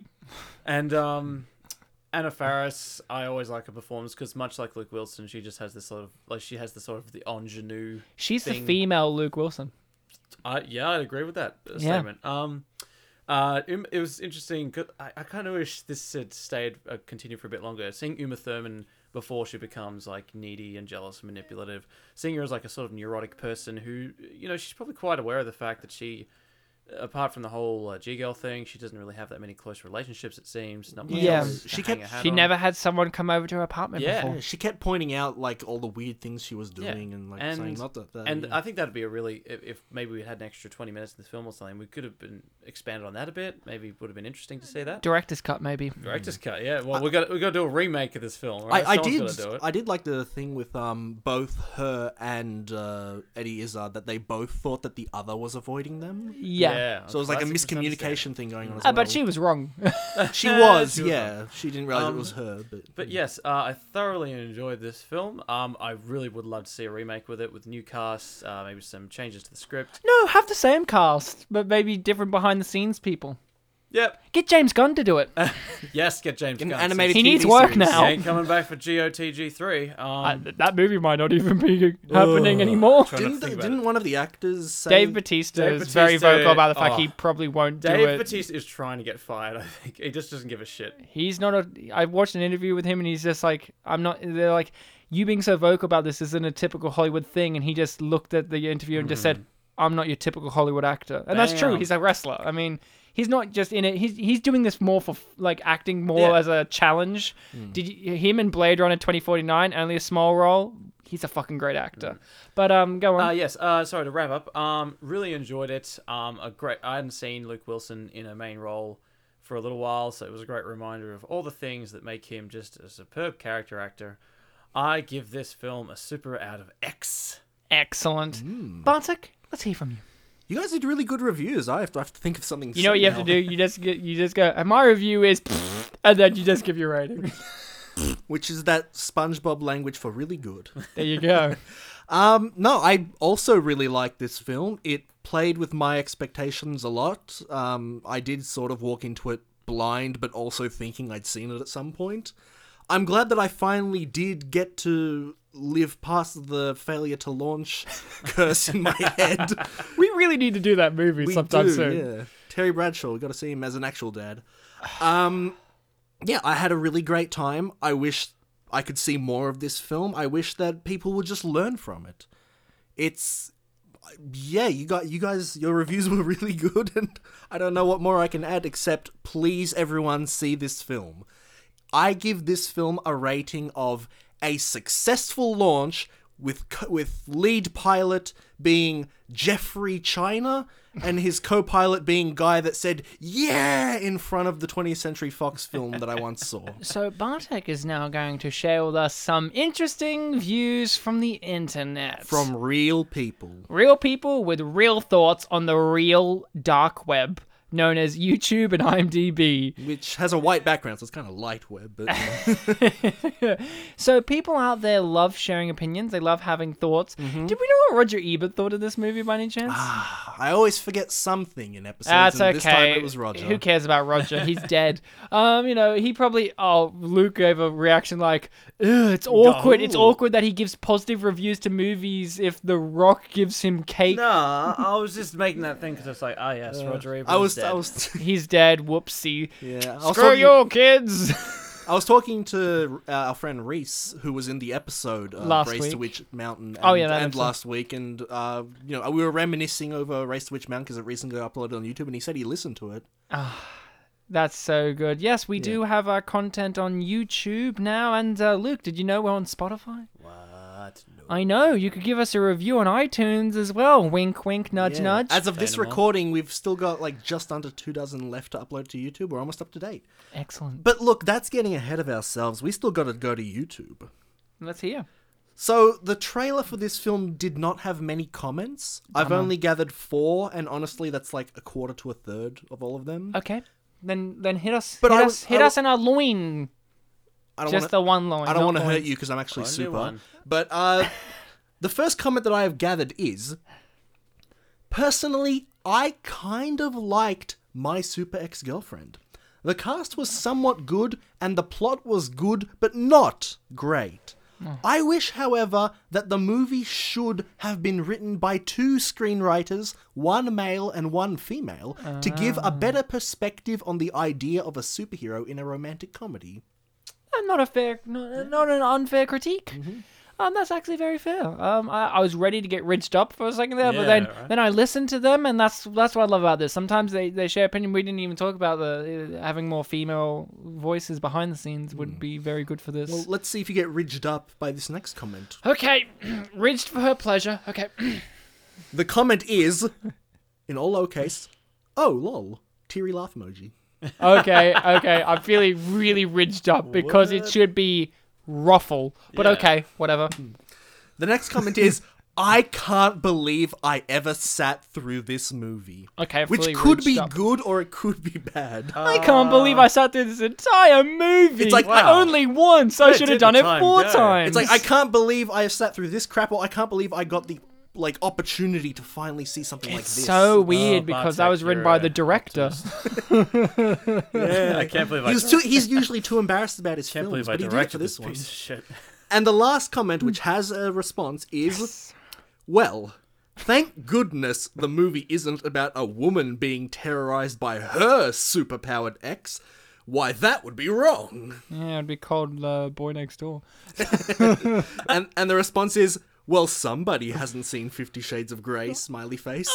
D: And um, Anna Faris, I always like her performance because much like Luke Wilson, she just has this sort of like she has the sort of the ingenue.
A: She's
D: Thing.
A: the female Luke Wilson.
D: I yeah, I'd agree with that uh,
A: Yeah.
D: statement. Um, uh, Um, it was interesting. 'cause I, I kind of wish this had stayed uh, continued for a bit longer. Seeing Uma Thurman before she becomes like needy and jealous and manipulative, seeing her as like a sort of neurotic person who you know she's probably quite aware of the fact that she. Apart from the whole uh, G girl thing, she doesn't really have that many close relationships. It seems. Not much
A: Yeah.
D: else to
B: She
D: hang
B: kept-
D: her hat
A: She
D: on.
A: never had someone come over to her apartment
D: Yeah.
A: before.
B: Yeah, she kept pointing out like all the weird things she was doing and like saying not that. that
D: and
B: yeah.
D: I think that'd be a really if, if maybe we had an extra twenty minutes in the film or something, we could have been expanded on that a bit. Maybe it would have been interesting to see that.
A: Director's cut, maybe.
D: Director's cut, yeah. Well, we got we got to do a remake of this film. Right?
B: Hmm. I, I
D: Someone's
B: did.
D: gotta do it.
B: I did like the thing with um both her and uh, Eddie Izzard that they both thought that the other was avoiding them.
A: Yeah.
B: So it was like a
D: classic
B: miscommunication thing going on. As
A: Oh, Ah,
B: well.
A: but she was wrong.
B: she was,
D: She was
B: yeah. She didn't realize
D: Um,
B: it was her, but,
D: But yes, uh, I thoroughly enjoyed this film. Um, I really would love to see a remake with it, with new cast, uh, maybe some changes to the script.
A: no, have the same cast, but maybe different behind the scenes people.
D: Yep.
A: Get James Gunn to do it.
D: Um, Yes, get James
B: an
D: Gunn.
B: animated.
A: He
B: TV
A: needs work
B: series.
A: now.
D: He ain't coming back for GOTG three. Um,
A: Uh, that movie might not even be happening anymore.
D: trying to
B: Didn't,
D: think about
B: didn't one of the actors say
A: Dave Batista
D: Dave
A: is very
D: Bautista-
A: vocal about the fact
D: oh.
A: he probably won't do
D: Dave
A: it.
D: Batista is trying to get fired. I think he just doesn't give a shit.
A: He's not a. I watched an interview with him, and he's just like, "I'm not." They're like, "You being so vocal about this isn't a typical Hollywood thing," and he just looked at the interview and just said, "I'm not your typical Hollywood actor," and that's true.
D: Mm-hmm. Damn.
A: He's a wrestler. I mean, he's not just in it. He's he's doing this more for like acting more
D: Yeah. Mm.
A: as a challenge. Did you, him in Blade Runner 2049 only a small role? He's a fucking great actor. But um, go on.
D: Mm. Uh, yes. Uh, sorry to wrap up. Um, really enjoyed it. Um, a great. I hadn't seen Luke Wilson in a main role for a little while, so it was a great reminder of all the things that make him just a superb character actor. I give this film a super out of X.
A: Excellent.
D: Mm.
A: Bartek, let's hear from you.
B: You guys did really good reviews. I have to, I have to think of something.
A: You know what you have to do? You just get, you just go. And my review is, and then you just give your rating.
B: which is that SpongeBob language for really good.
A: There you go.
B: Um, no, I also really liked this film. It played with my expectations a lot. Um, I did sort of walk into it blind, but also thinking I'd seen it at some point. I'm glad that I finally did get to live past the failure to launch curse in my head.
A: We really need to do that movie
B: We
A: sometime
B: do,
A: soon.
B: Yeah. Terry Bradshaw, we got to see him as an actual dad. Um, yeah, I had a really great time. I wish I could see more of this film. I wish that people would just learn from it. It's yeah, you got you guys your reviews were really good and I don't know what more I can add except please everyone see this film. I give this film a rating of a successful launch with co- with lead pilot being Jeffrey China and his co-pilot being guy that said yeah in front of the 20th Century Fox film that I once saw.
A: So Bartek is now going to share with us some interesting views from the internet.
B: From real people.
A: real people with real thoughts on the real dark web. known as YouTube and IMDb.
B: which has a white background, so it's kind of light web. But um,
A: So people out there love sharing opinions. They love having thoughts.
B: Mm-hmm.
A: Did we know what Roger Ebert thought of this movie by any chance?
B: Ah, I always forget something in episodes.
A: That's
B: and
A: okay.
B: This time it was Roger.
A: Who cares about Roger? He's dead. Um, you know, he probably. Oh, Luke gave a reaction like, Ugh, "It's awkward. It's
B: No.
A: awkward that he gives positive reviews to movies if The Rock gives him cake.
D: Nah, I was just making that thing because it's like, ah, yes, Roger Ebert.
B: I was,
D: dead.
B: I was,
A: He's dead. Whoopsie.
B: yeah. I was
A: Screw
B: talking,
A: your kids."
B: I was talking to uh, our friend Reese, who was in the episode uh,
A: Last
B: Race
A: week.
B: to Witch Mountain. And,
A: Oh, yeah, that
B: and
A: episode.
B: last week, and uh, you know, we were reminiscing over Race to Witch Mountain because it recently got uploaded on YouTube, and he said he listened to it.
A: That's so good. Yes, we do have our content on YouTube now. And uh, Luke, did you know we're on Spotify?
B: What? No.
A: I know. You could give us a review on iTunes as well. Wink, wink, nudge, nudge.
B: As of this
D: Dynamo.
B: recording, we've still got like just under two dozen left to upload to YouTube. We're almost up to date.
A: Excellent.
B: But look, that's getting ahead of ourselves. We still got to go to YouTube.
A: Let's hear.
B: So the trailer for this film did not have many comments. I've
A: Uh-huh.
B: only gathered four, and honestly, that's like a quarter to a third of all of them.
A: Okay. Then, then hit us.
B: But
A: hit
B: I
A: us,
B: was-
A: hit
B: I
A: us in our loin.
B: I don't
A: Just
B: wanna-
A: the one loin.
B: I don't
A: not
B: want to hurt
A: loins.
B: you because I'm actually
D: Only
B: super.
D: one.
B: But uh, the first comment that I have gathered is personally, I kind of liked My Super Ex Girlfriend. The cast was somewhat good and the plot was good, but not great. I wish, however, that the movie should have been written by two screenwriters, one male and one female, to give a better perspective on the idea of a superhero in a romantic comedy.
A: Uh, Not a fair, not, not an unfair critique.
B: Mm-hmm.
A: Um, that's actually very fair. Um, I, I was ready to get rinsed up for a second there, but
D: Yeah,
A: then
D: right.
A: then I listened to them, and that's that's what I love about this. Sometimes they, they share opinion. We didn't even talk about the uh, having more female voices behind the scenes would be very good for this.
B: Mm. Well, let's see if you get ridged up by this next comment.
A: okay, rinsed for her pleasure. Okay,
B: The comment is, in all lowercase, oh lol, teary laugh emoji.
A: okay, okay. I'm feeling really rinsed up because it should be ruffle, but
D: Yeah.
A: okay, whatever.
B: The next comment is, I can't believe I ever sat through this movie.
A: Okay, I've
B: Which
A: fully
B: could
A: ridged
B: be
A: up.
B: good or it could be bad.
D: Um,
A: I can't believe I sat through this entire movie.
B: It's like,
D: Wow.
A: only once. I
D: Where
A: should have
D: did
A: done
D: the
A: it
D: time
A: four
D: go?
A: times.
B: it's like, I can't believe I have sat through this crap or I can't believe I got the like opportunity to finally see something like this.
A: so weird
D: Oh,
A: because that
D: Bartek,
A: was written
D: you're
A: by
D: a
A: the director.
D: Yeah, I can't believe I
B: He's, too, he's usually too embarrassed about his
D: can't
B: films,
D: believe I
B: but he did it for
D: directed
B: this
D: this
B: one.
D: piece of shit.
B: And the last comment, which has a response, is Well, thank goodness the movie isn't about a woman being terrorized by her superpowered ex. Why, that would be wrong.
A: Yeah, it'd be called uh, Boy Next Door.
B: And, and the response is Well, somebody hasn't seen Fifty Shades of Grey, smiley face.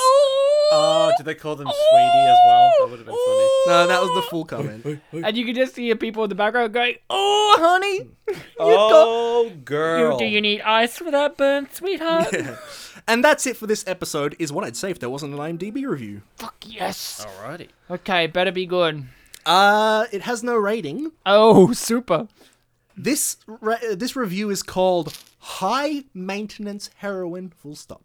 D: Oh, did they call them Sweetie as well? That would have been funny.
B: No, that was the full comment.
A: And you could just hear people in the background going, "Oh, honey, you
D: Oh,
A: got,
D: girl.
A: you, do you need ice for that burn, sweetheart?
B: And that's it for this episode, is what I'd say if there wasn't an IMDb review.
A: Fuck yes.
D: Alrighty.
A: Okay, better be good.
B: Uh, it has no rating.
A: Oh, super.
B: This, re- uh, this review is called High Maintenance Heroin, full stop.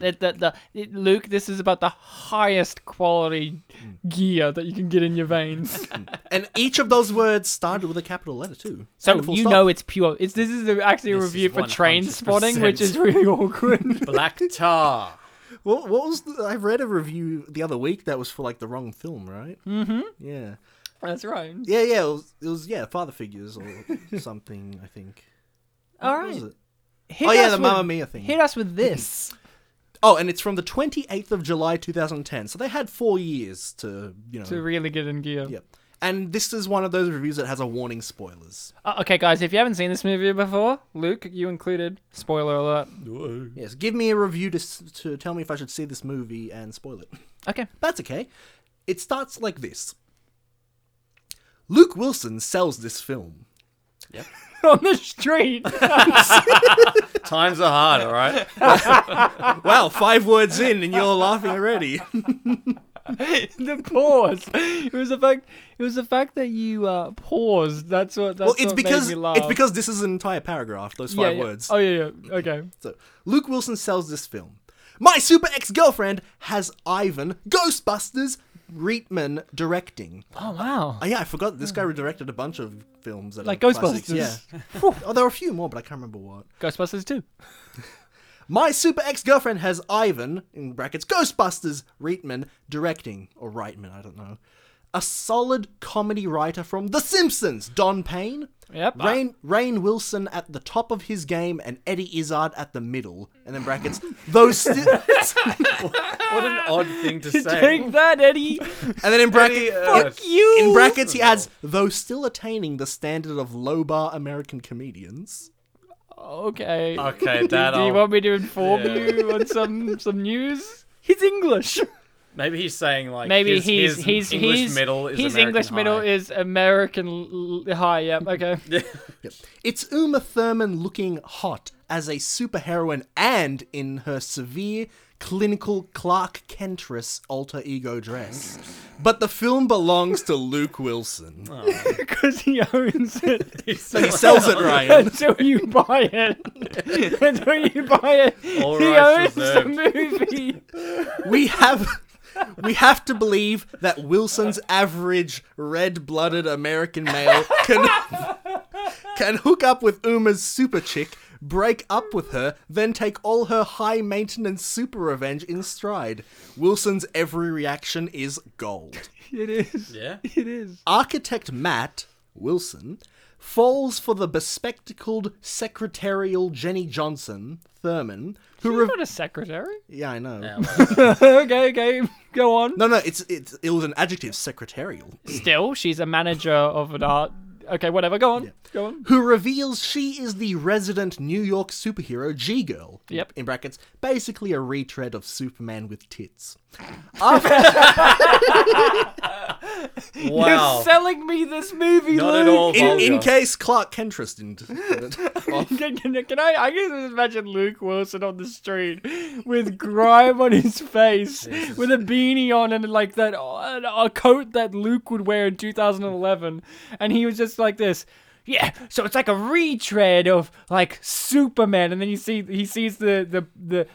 A: The, the, the, it- Luke, this is about the highest quality
B: Hmm.
A: gear that you can get in your veins.
B: And each of those words started with a capital letter too.
A: So
B: And a full
A: you
B: stop.
A: know it's pure. It's this is a- actually a
D: This
A: review
D: is
A: for train
D: 100%.
A: spotting, which is really awkward.
D: Black Tar.
B: What, what was the, I read a review the other week that was for like the wrong film, right? Mm-hmm. Yeah,
A: That's right.
B: yeah, yeah. It was, it was yeah, father figures or something. I think.
A: All
B: What was
A: right.
B: it?
A: Hit
B: oh yeah,
A: us
B: the
A: with-
B: Mamma Mia thing.
A: Hit us with this.
B: Oh, and it's from the twenty eighth of July two thousand ten. So they had four years to you know.
A: to really get in gear.
B: Yep. And this is one of those reviews that has a warning spoilers.
A: Uh, okay, guys, if you haven't seen this movie before, Luke, you included. Spoiler alert. Hmm.
B: Yes, give me a review to s- to tell me if I should see this movie and spoil it.
A: Okay.
B: That's okay. It starts like this. Luke Wilson sells this film.
A: On the street.
D: Times are hard, alright?
B: Wow, five words in and you're laughing already.
A: the pause. It was the fact. It was the fact that you uh, paused. That's what. That's
B: well, it's
A: what
B: because
A: made me laugh.
B: it's because this is an entire paragraph, those
A: yeah,
B: five
A: yeah.
B: words.
A: Oh yeah. yeah. Okay.
B: So, Luke Wilson sells this film. My Super Ex Girlfriend has Ivan Ghostbusters Reitman directing.
A: Oh wow!
B: Oh, yeah, I forgot that this guy directed a bunch of films. That
A: Hmm. Like
B: are
A: Ghostbusters.
B: classics. Yeah. oh, there were a few more, but I can't remember what.
A: Ghostbusters too.
B: My Super Ex Girlfriend has Ivan, in brackets, Ghostbusters Reitman directing, or Reitman, I don't know. A solid comedy writer from The Simpsons, Don Payne.
A: Yep.
B: Rain, Rain Wilson at the top of his game and Eddie Izzard at the middle. And then brackets, those. Sti-
D: What an odd thing to say.
A: Take that, Eddie.
B: and then in brackets.
D: uh,
A: Fuck you.
B: in brackets, he adds, though still attaining the standard of low bar American comedians.
A: Okay.
D: Okay, that
A: Do you
D: I'll-
A: want me to inform
D: Yeah.
A: you on some some news? He's English.
D: Maybe he's saying like
A: Maybe
D: his,
A: he's
D: his
A: he's
D: English
A: he's,
D: middle is
A: his
D: American
A: English
D: high.
A: middle is American l- l- high. Yep. Okay.
B: Yep. It's Uma Thurman looking hot as a superheroine and in her severe clinical Clark Kentress alter ego dress. But the film belongs to Luke Wilson.
A: Because he owns it
B: So he sells it, Ryan.
A: until you buy it. until you buy it,
D: All
A: he
D: rights
A: owns the movie.
B: We have we have to believe that Wilson's average red-blooded American male can can hook up with Uma's super chick, break up with her, then take all her high maintenance super revenge in stride. Wilson's every reaction is gold.
A: It is.
D: Yeah.
A: It is.
B: Architect Matt Wilson falls for the bespectacled secretarial Jenny Johnson Thurman, who
A: You're
B: re-
A: not a secretary.
B: yeah I know.
A: okay. Okay. Go on.
B: No, no, it's it's it was an adjective, secretarial.
A: Still, she's a manager of an art. Okay. Whatever. Go on. Go on.
B: who reveals she is the resident New York superhero G Girl.
A: Yep.
B: In brackets, basically a retread of Superman with tits.
D: Wow.
A: You're selling me this movie,
D: Not at
A: Luke.
D: all
B: In, in
D: vulgar.
B: case Clark Kentris didn't. Well,
A: Can, can, can I? I can just imagine Luke Wilson on the street with grime on his face, with a beanie on, and like that uh, a coat that Luke would wear in 2011, and he was just like this. Yeah, so it's like a retread of like Superman, and then you see he sees the the the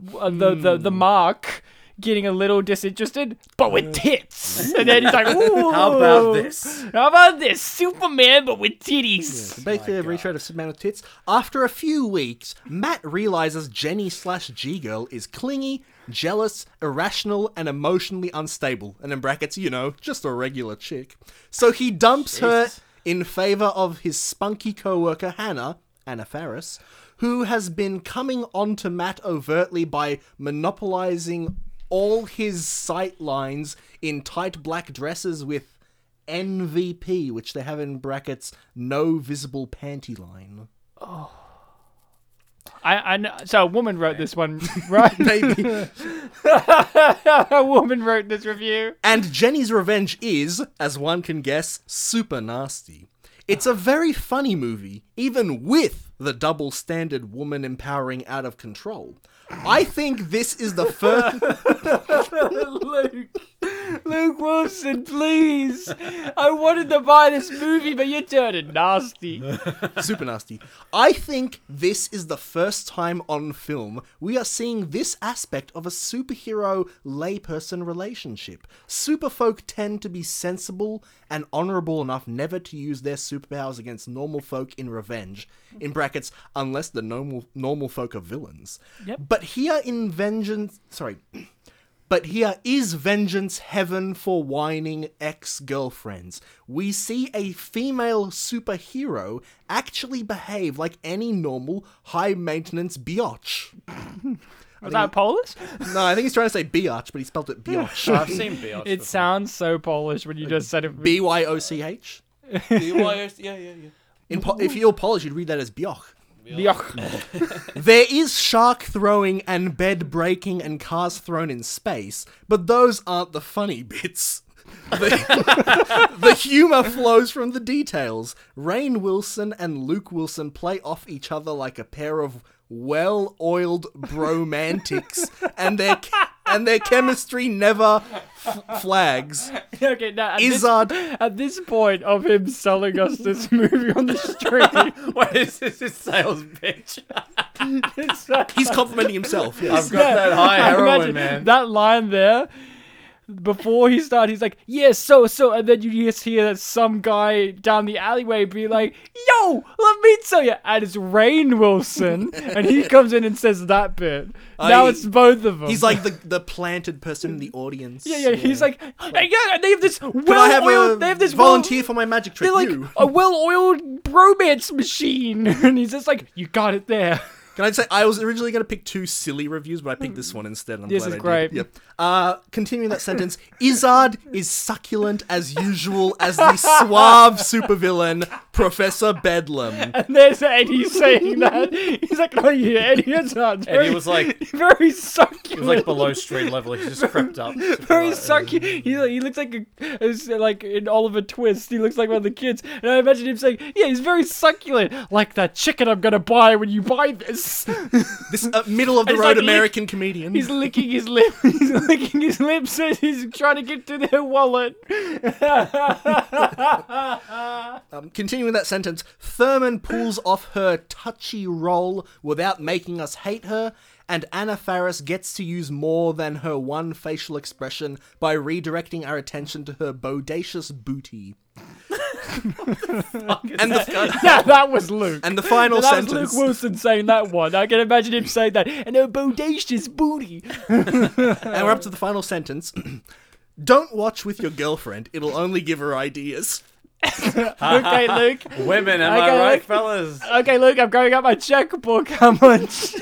A: the uh, the, the
D: Hmm.
A: the mark getting a little disinterested, but with tits, and then he's like, Ooh,
D: How
A: Oh.
D: about this?
A: How about this Superman, but with titties?
B: basically a retread of Superman with tits. After a few weeks, Matt realizes Jenny slash G Girl is clingy, jealous, irrational, and emotionally unstable. And in brackets, you know, just a regular chick. So he dumps her
D: Jesus.
B: in favor of his spunky co-worker Hannah, Anna Faris, who has been coming on to Matt overtly by monopolizing all his sight lines in tight black dresses with NVP, which they have in brackets, no visible panty line.
A: I, I know, so a woman wrote this one, right?
B: Maybe.
A: a woman wrote this review.
B: And Jenny's revenge is, as one can guess, super nasty. It's a very funny movie, even with the double standard woman empowering out of control. I think this is the first.
A: Luke, Luke Wilson, please. I wanted to buy this movie, but you turned it nasty.
B: super nasty. I think this is the first time on film we are seeing this aspect of a superhero layperson relationship. Superfolk tend to be sensible and honorable enough never to use their superpowers against normal folk in revenge. In brackets, unless the normal normal folk are villains.
A: Yep.
B: But here in vengeance, sorry. But here is vengeance heaven for whining ex girlfriends. We see a female superhero actually behave like any normal, high maintenance biatch.
A: Was that Polish?
B: No, I think he's trying to say biatch, but he spelled it biatch.
D: I've seen Biatch.
A: It sounds so Polish when you just said it.
B: B Y O C H.
D: yeah, yeah, yeah.
B: In po- if you're Polish, you'd read that as bioch.
A: Yuck.
B: There is shark throwing and bed breaking and cars thrown in space, but those aren't the funny bits. The, the humor flows from the details. Rain Wilson and Luke Wilson play off each other like a pair of well oiled bromantics, and their, ch- and their chemistry never f- flags.
A: Okay, now at this,
B: Izzard.
A: at this point of him selling us this movie on the street,
D: What is this? His sales pitch.
B: He's complimenting himself. Yes.
D: I've got that high heroin,
A: Imagine
D: man.
A: that line there. Before he started, he's like, "Yeah, so so," and then you just hear that some guy down the alleyway be like, "Yo, let me tell you," and it's Rain Wilson, and he comes in and says that bit. now
B: I-
A: it's both of them.
B: He's like the, the planted person in the audience.
A: yeah, yeah, He's like, "Hey, yeah, and they have this
B: Can I have
A: well-oiled.
B: a
A: They have this
B: volunteer
A: well-
B: for my magic trick?
A: they're like
B: you.
A: a well-oiled bromance machine, and he's just like, "You got it there."
B: Can I say I was originally going to pick two silly reviews, but I picked this one instead. and I'm
A: This
B: glad
A: is
B: I did.
A: great.
B: Yep. Uh, continuing that sentence, Izzard is succulent as usual as the suave supervillain Professor Bedlam.
A: And there's Eddie saying that. He's like, oh yeah, Eddie is not.
D: And
A: Very,
D: he was like,
A: very succulent.
D: he was like below street level. He just crept up.
A: Very succulent. He, he looks like a, is like in Oliver Twist. He looks like one of the kids. And I imagine him saying, yeah, he's very succulent, like that chicken I'm gonna buy when you buy this.
B: This uh, middle of the
A: And he's
B: road
A: like lick-
B: American comedian.
A: He's licking his lip. He's licking his lips as he's trying to get to their wallet.
B: Um, continuing that sentence, Thurman pulls off her touchy role without making us hate her, and Anna Faris gets to use more than her one facial expression by redirecting our attention to her bodacious booty. and the
A: yeah, that was Luke.
B: and the final
A: that
B: sentence.
A: was Luke Wilson saying that one. I can imagine him saying that. And a bodacious booty.
B: and we're up to the final sentence. Don't watch with your girlfriend; it'll only give her ideas.
A: okay, Luke.
D: Women, am
A: Okay,
D: I right,
A: look-
D: fellas?
A: Okay, Luke, I'm going up my checkbook. How much?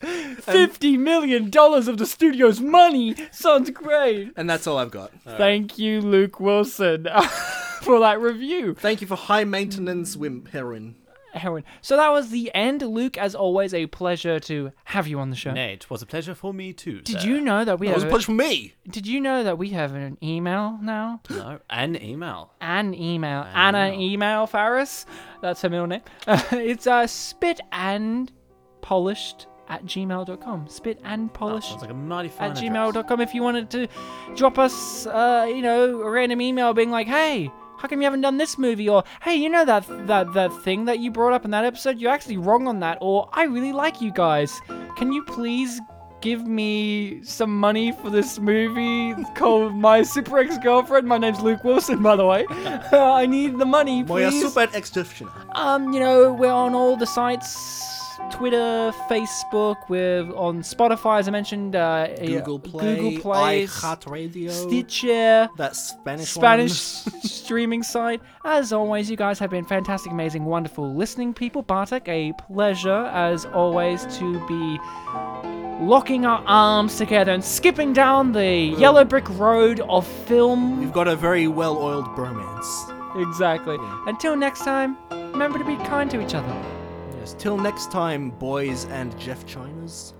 A: Fifty million dollars of the studio's money. Sounds great.
B: And that's all I've got.
A: Thank you, Luke Wilson, for that review.
B: Thank you for high maintenance wim heroin.
A: Heroin. So that was the end. Luke, as always, a pleasure to have you on the show.
D: Nay, it was a pleasure for me too.
A: Did
D: sir.
A: you know that we
B: That
A: have?
B: uh, was a
A: a-
B: punch for me.
A: did you know that we have an email now?
D: No, an email.
A: an email. Anna email Faris. That's her middle name. it's uh, spit and polished at gmail.com. Spit and polished
D: Sounds
B: Oh,
D: like a mighty fine
A: at
D: address.
A: gmail.com if you wanted to drop us, uh, you know, a random email being like, hey, how come you haven't done this movie? Or, hey, you know that, that, that thing that you brought up in that episode? You're actually wrong on that. Or, I really like you guys. Can you please give me some money for this movie called My Super Ex Girlfriend? My name's Luke Wilson, by the way. I need the money,
B: Moya
A: please.
B: super extortioner.
A: Um, you know, we're on all the sites. Twitter, Facebook, we're on Spotify, as I mentioned. Uh,
B: Google
A: uh,
B: Play,
A: Google Play,
B: iHeartRadio,
A: Stitcher,
B: that Spanish,
A: Spanish
B: one.
A: streaming site. As always, you guys have been fantastic, amazing, wonderful listening people. Bartek, a pleasure as always to be locking our arms together and skipping down the yellow brick road of film.
B: We've got a very well-oiled bromance.
A: Exactly. Until next time, remember to be kind to each other.
B: Yes. Till next time, boys and Jeff Chinas.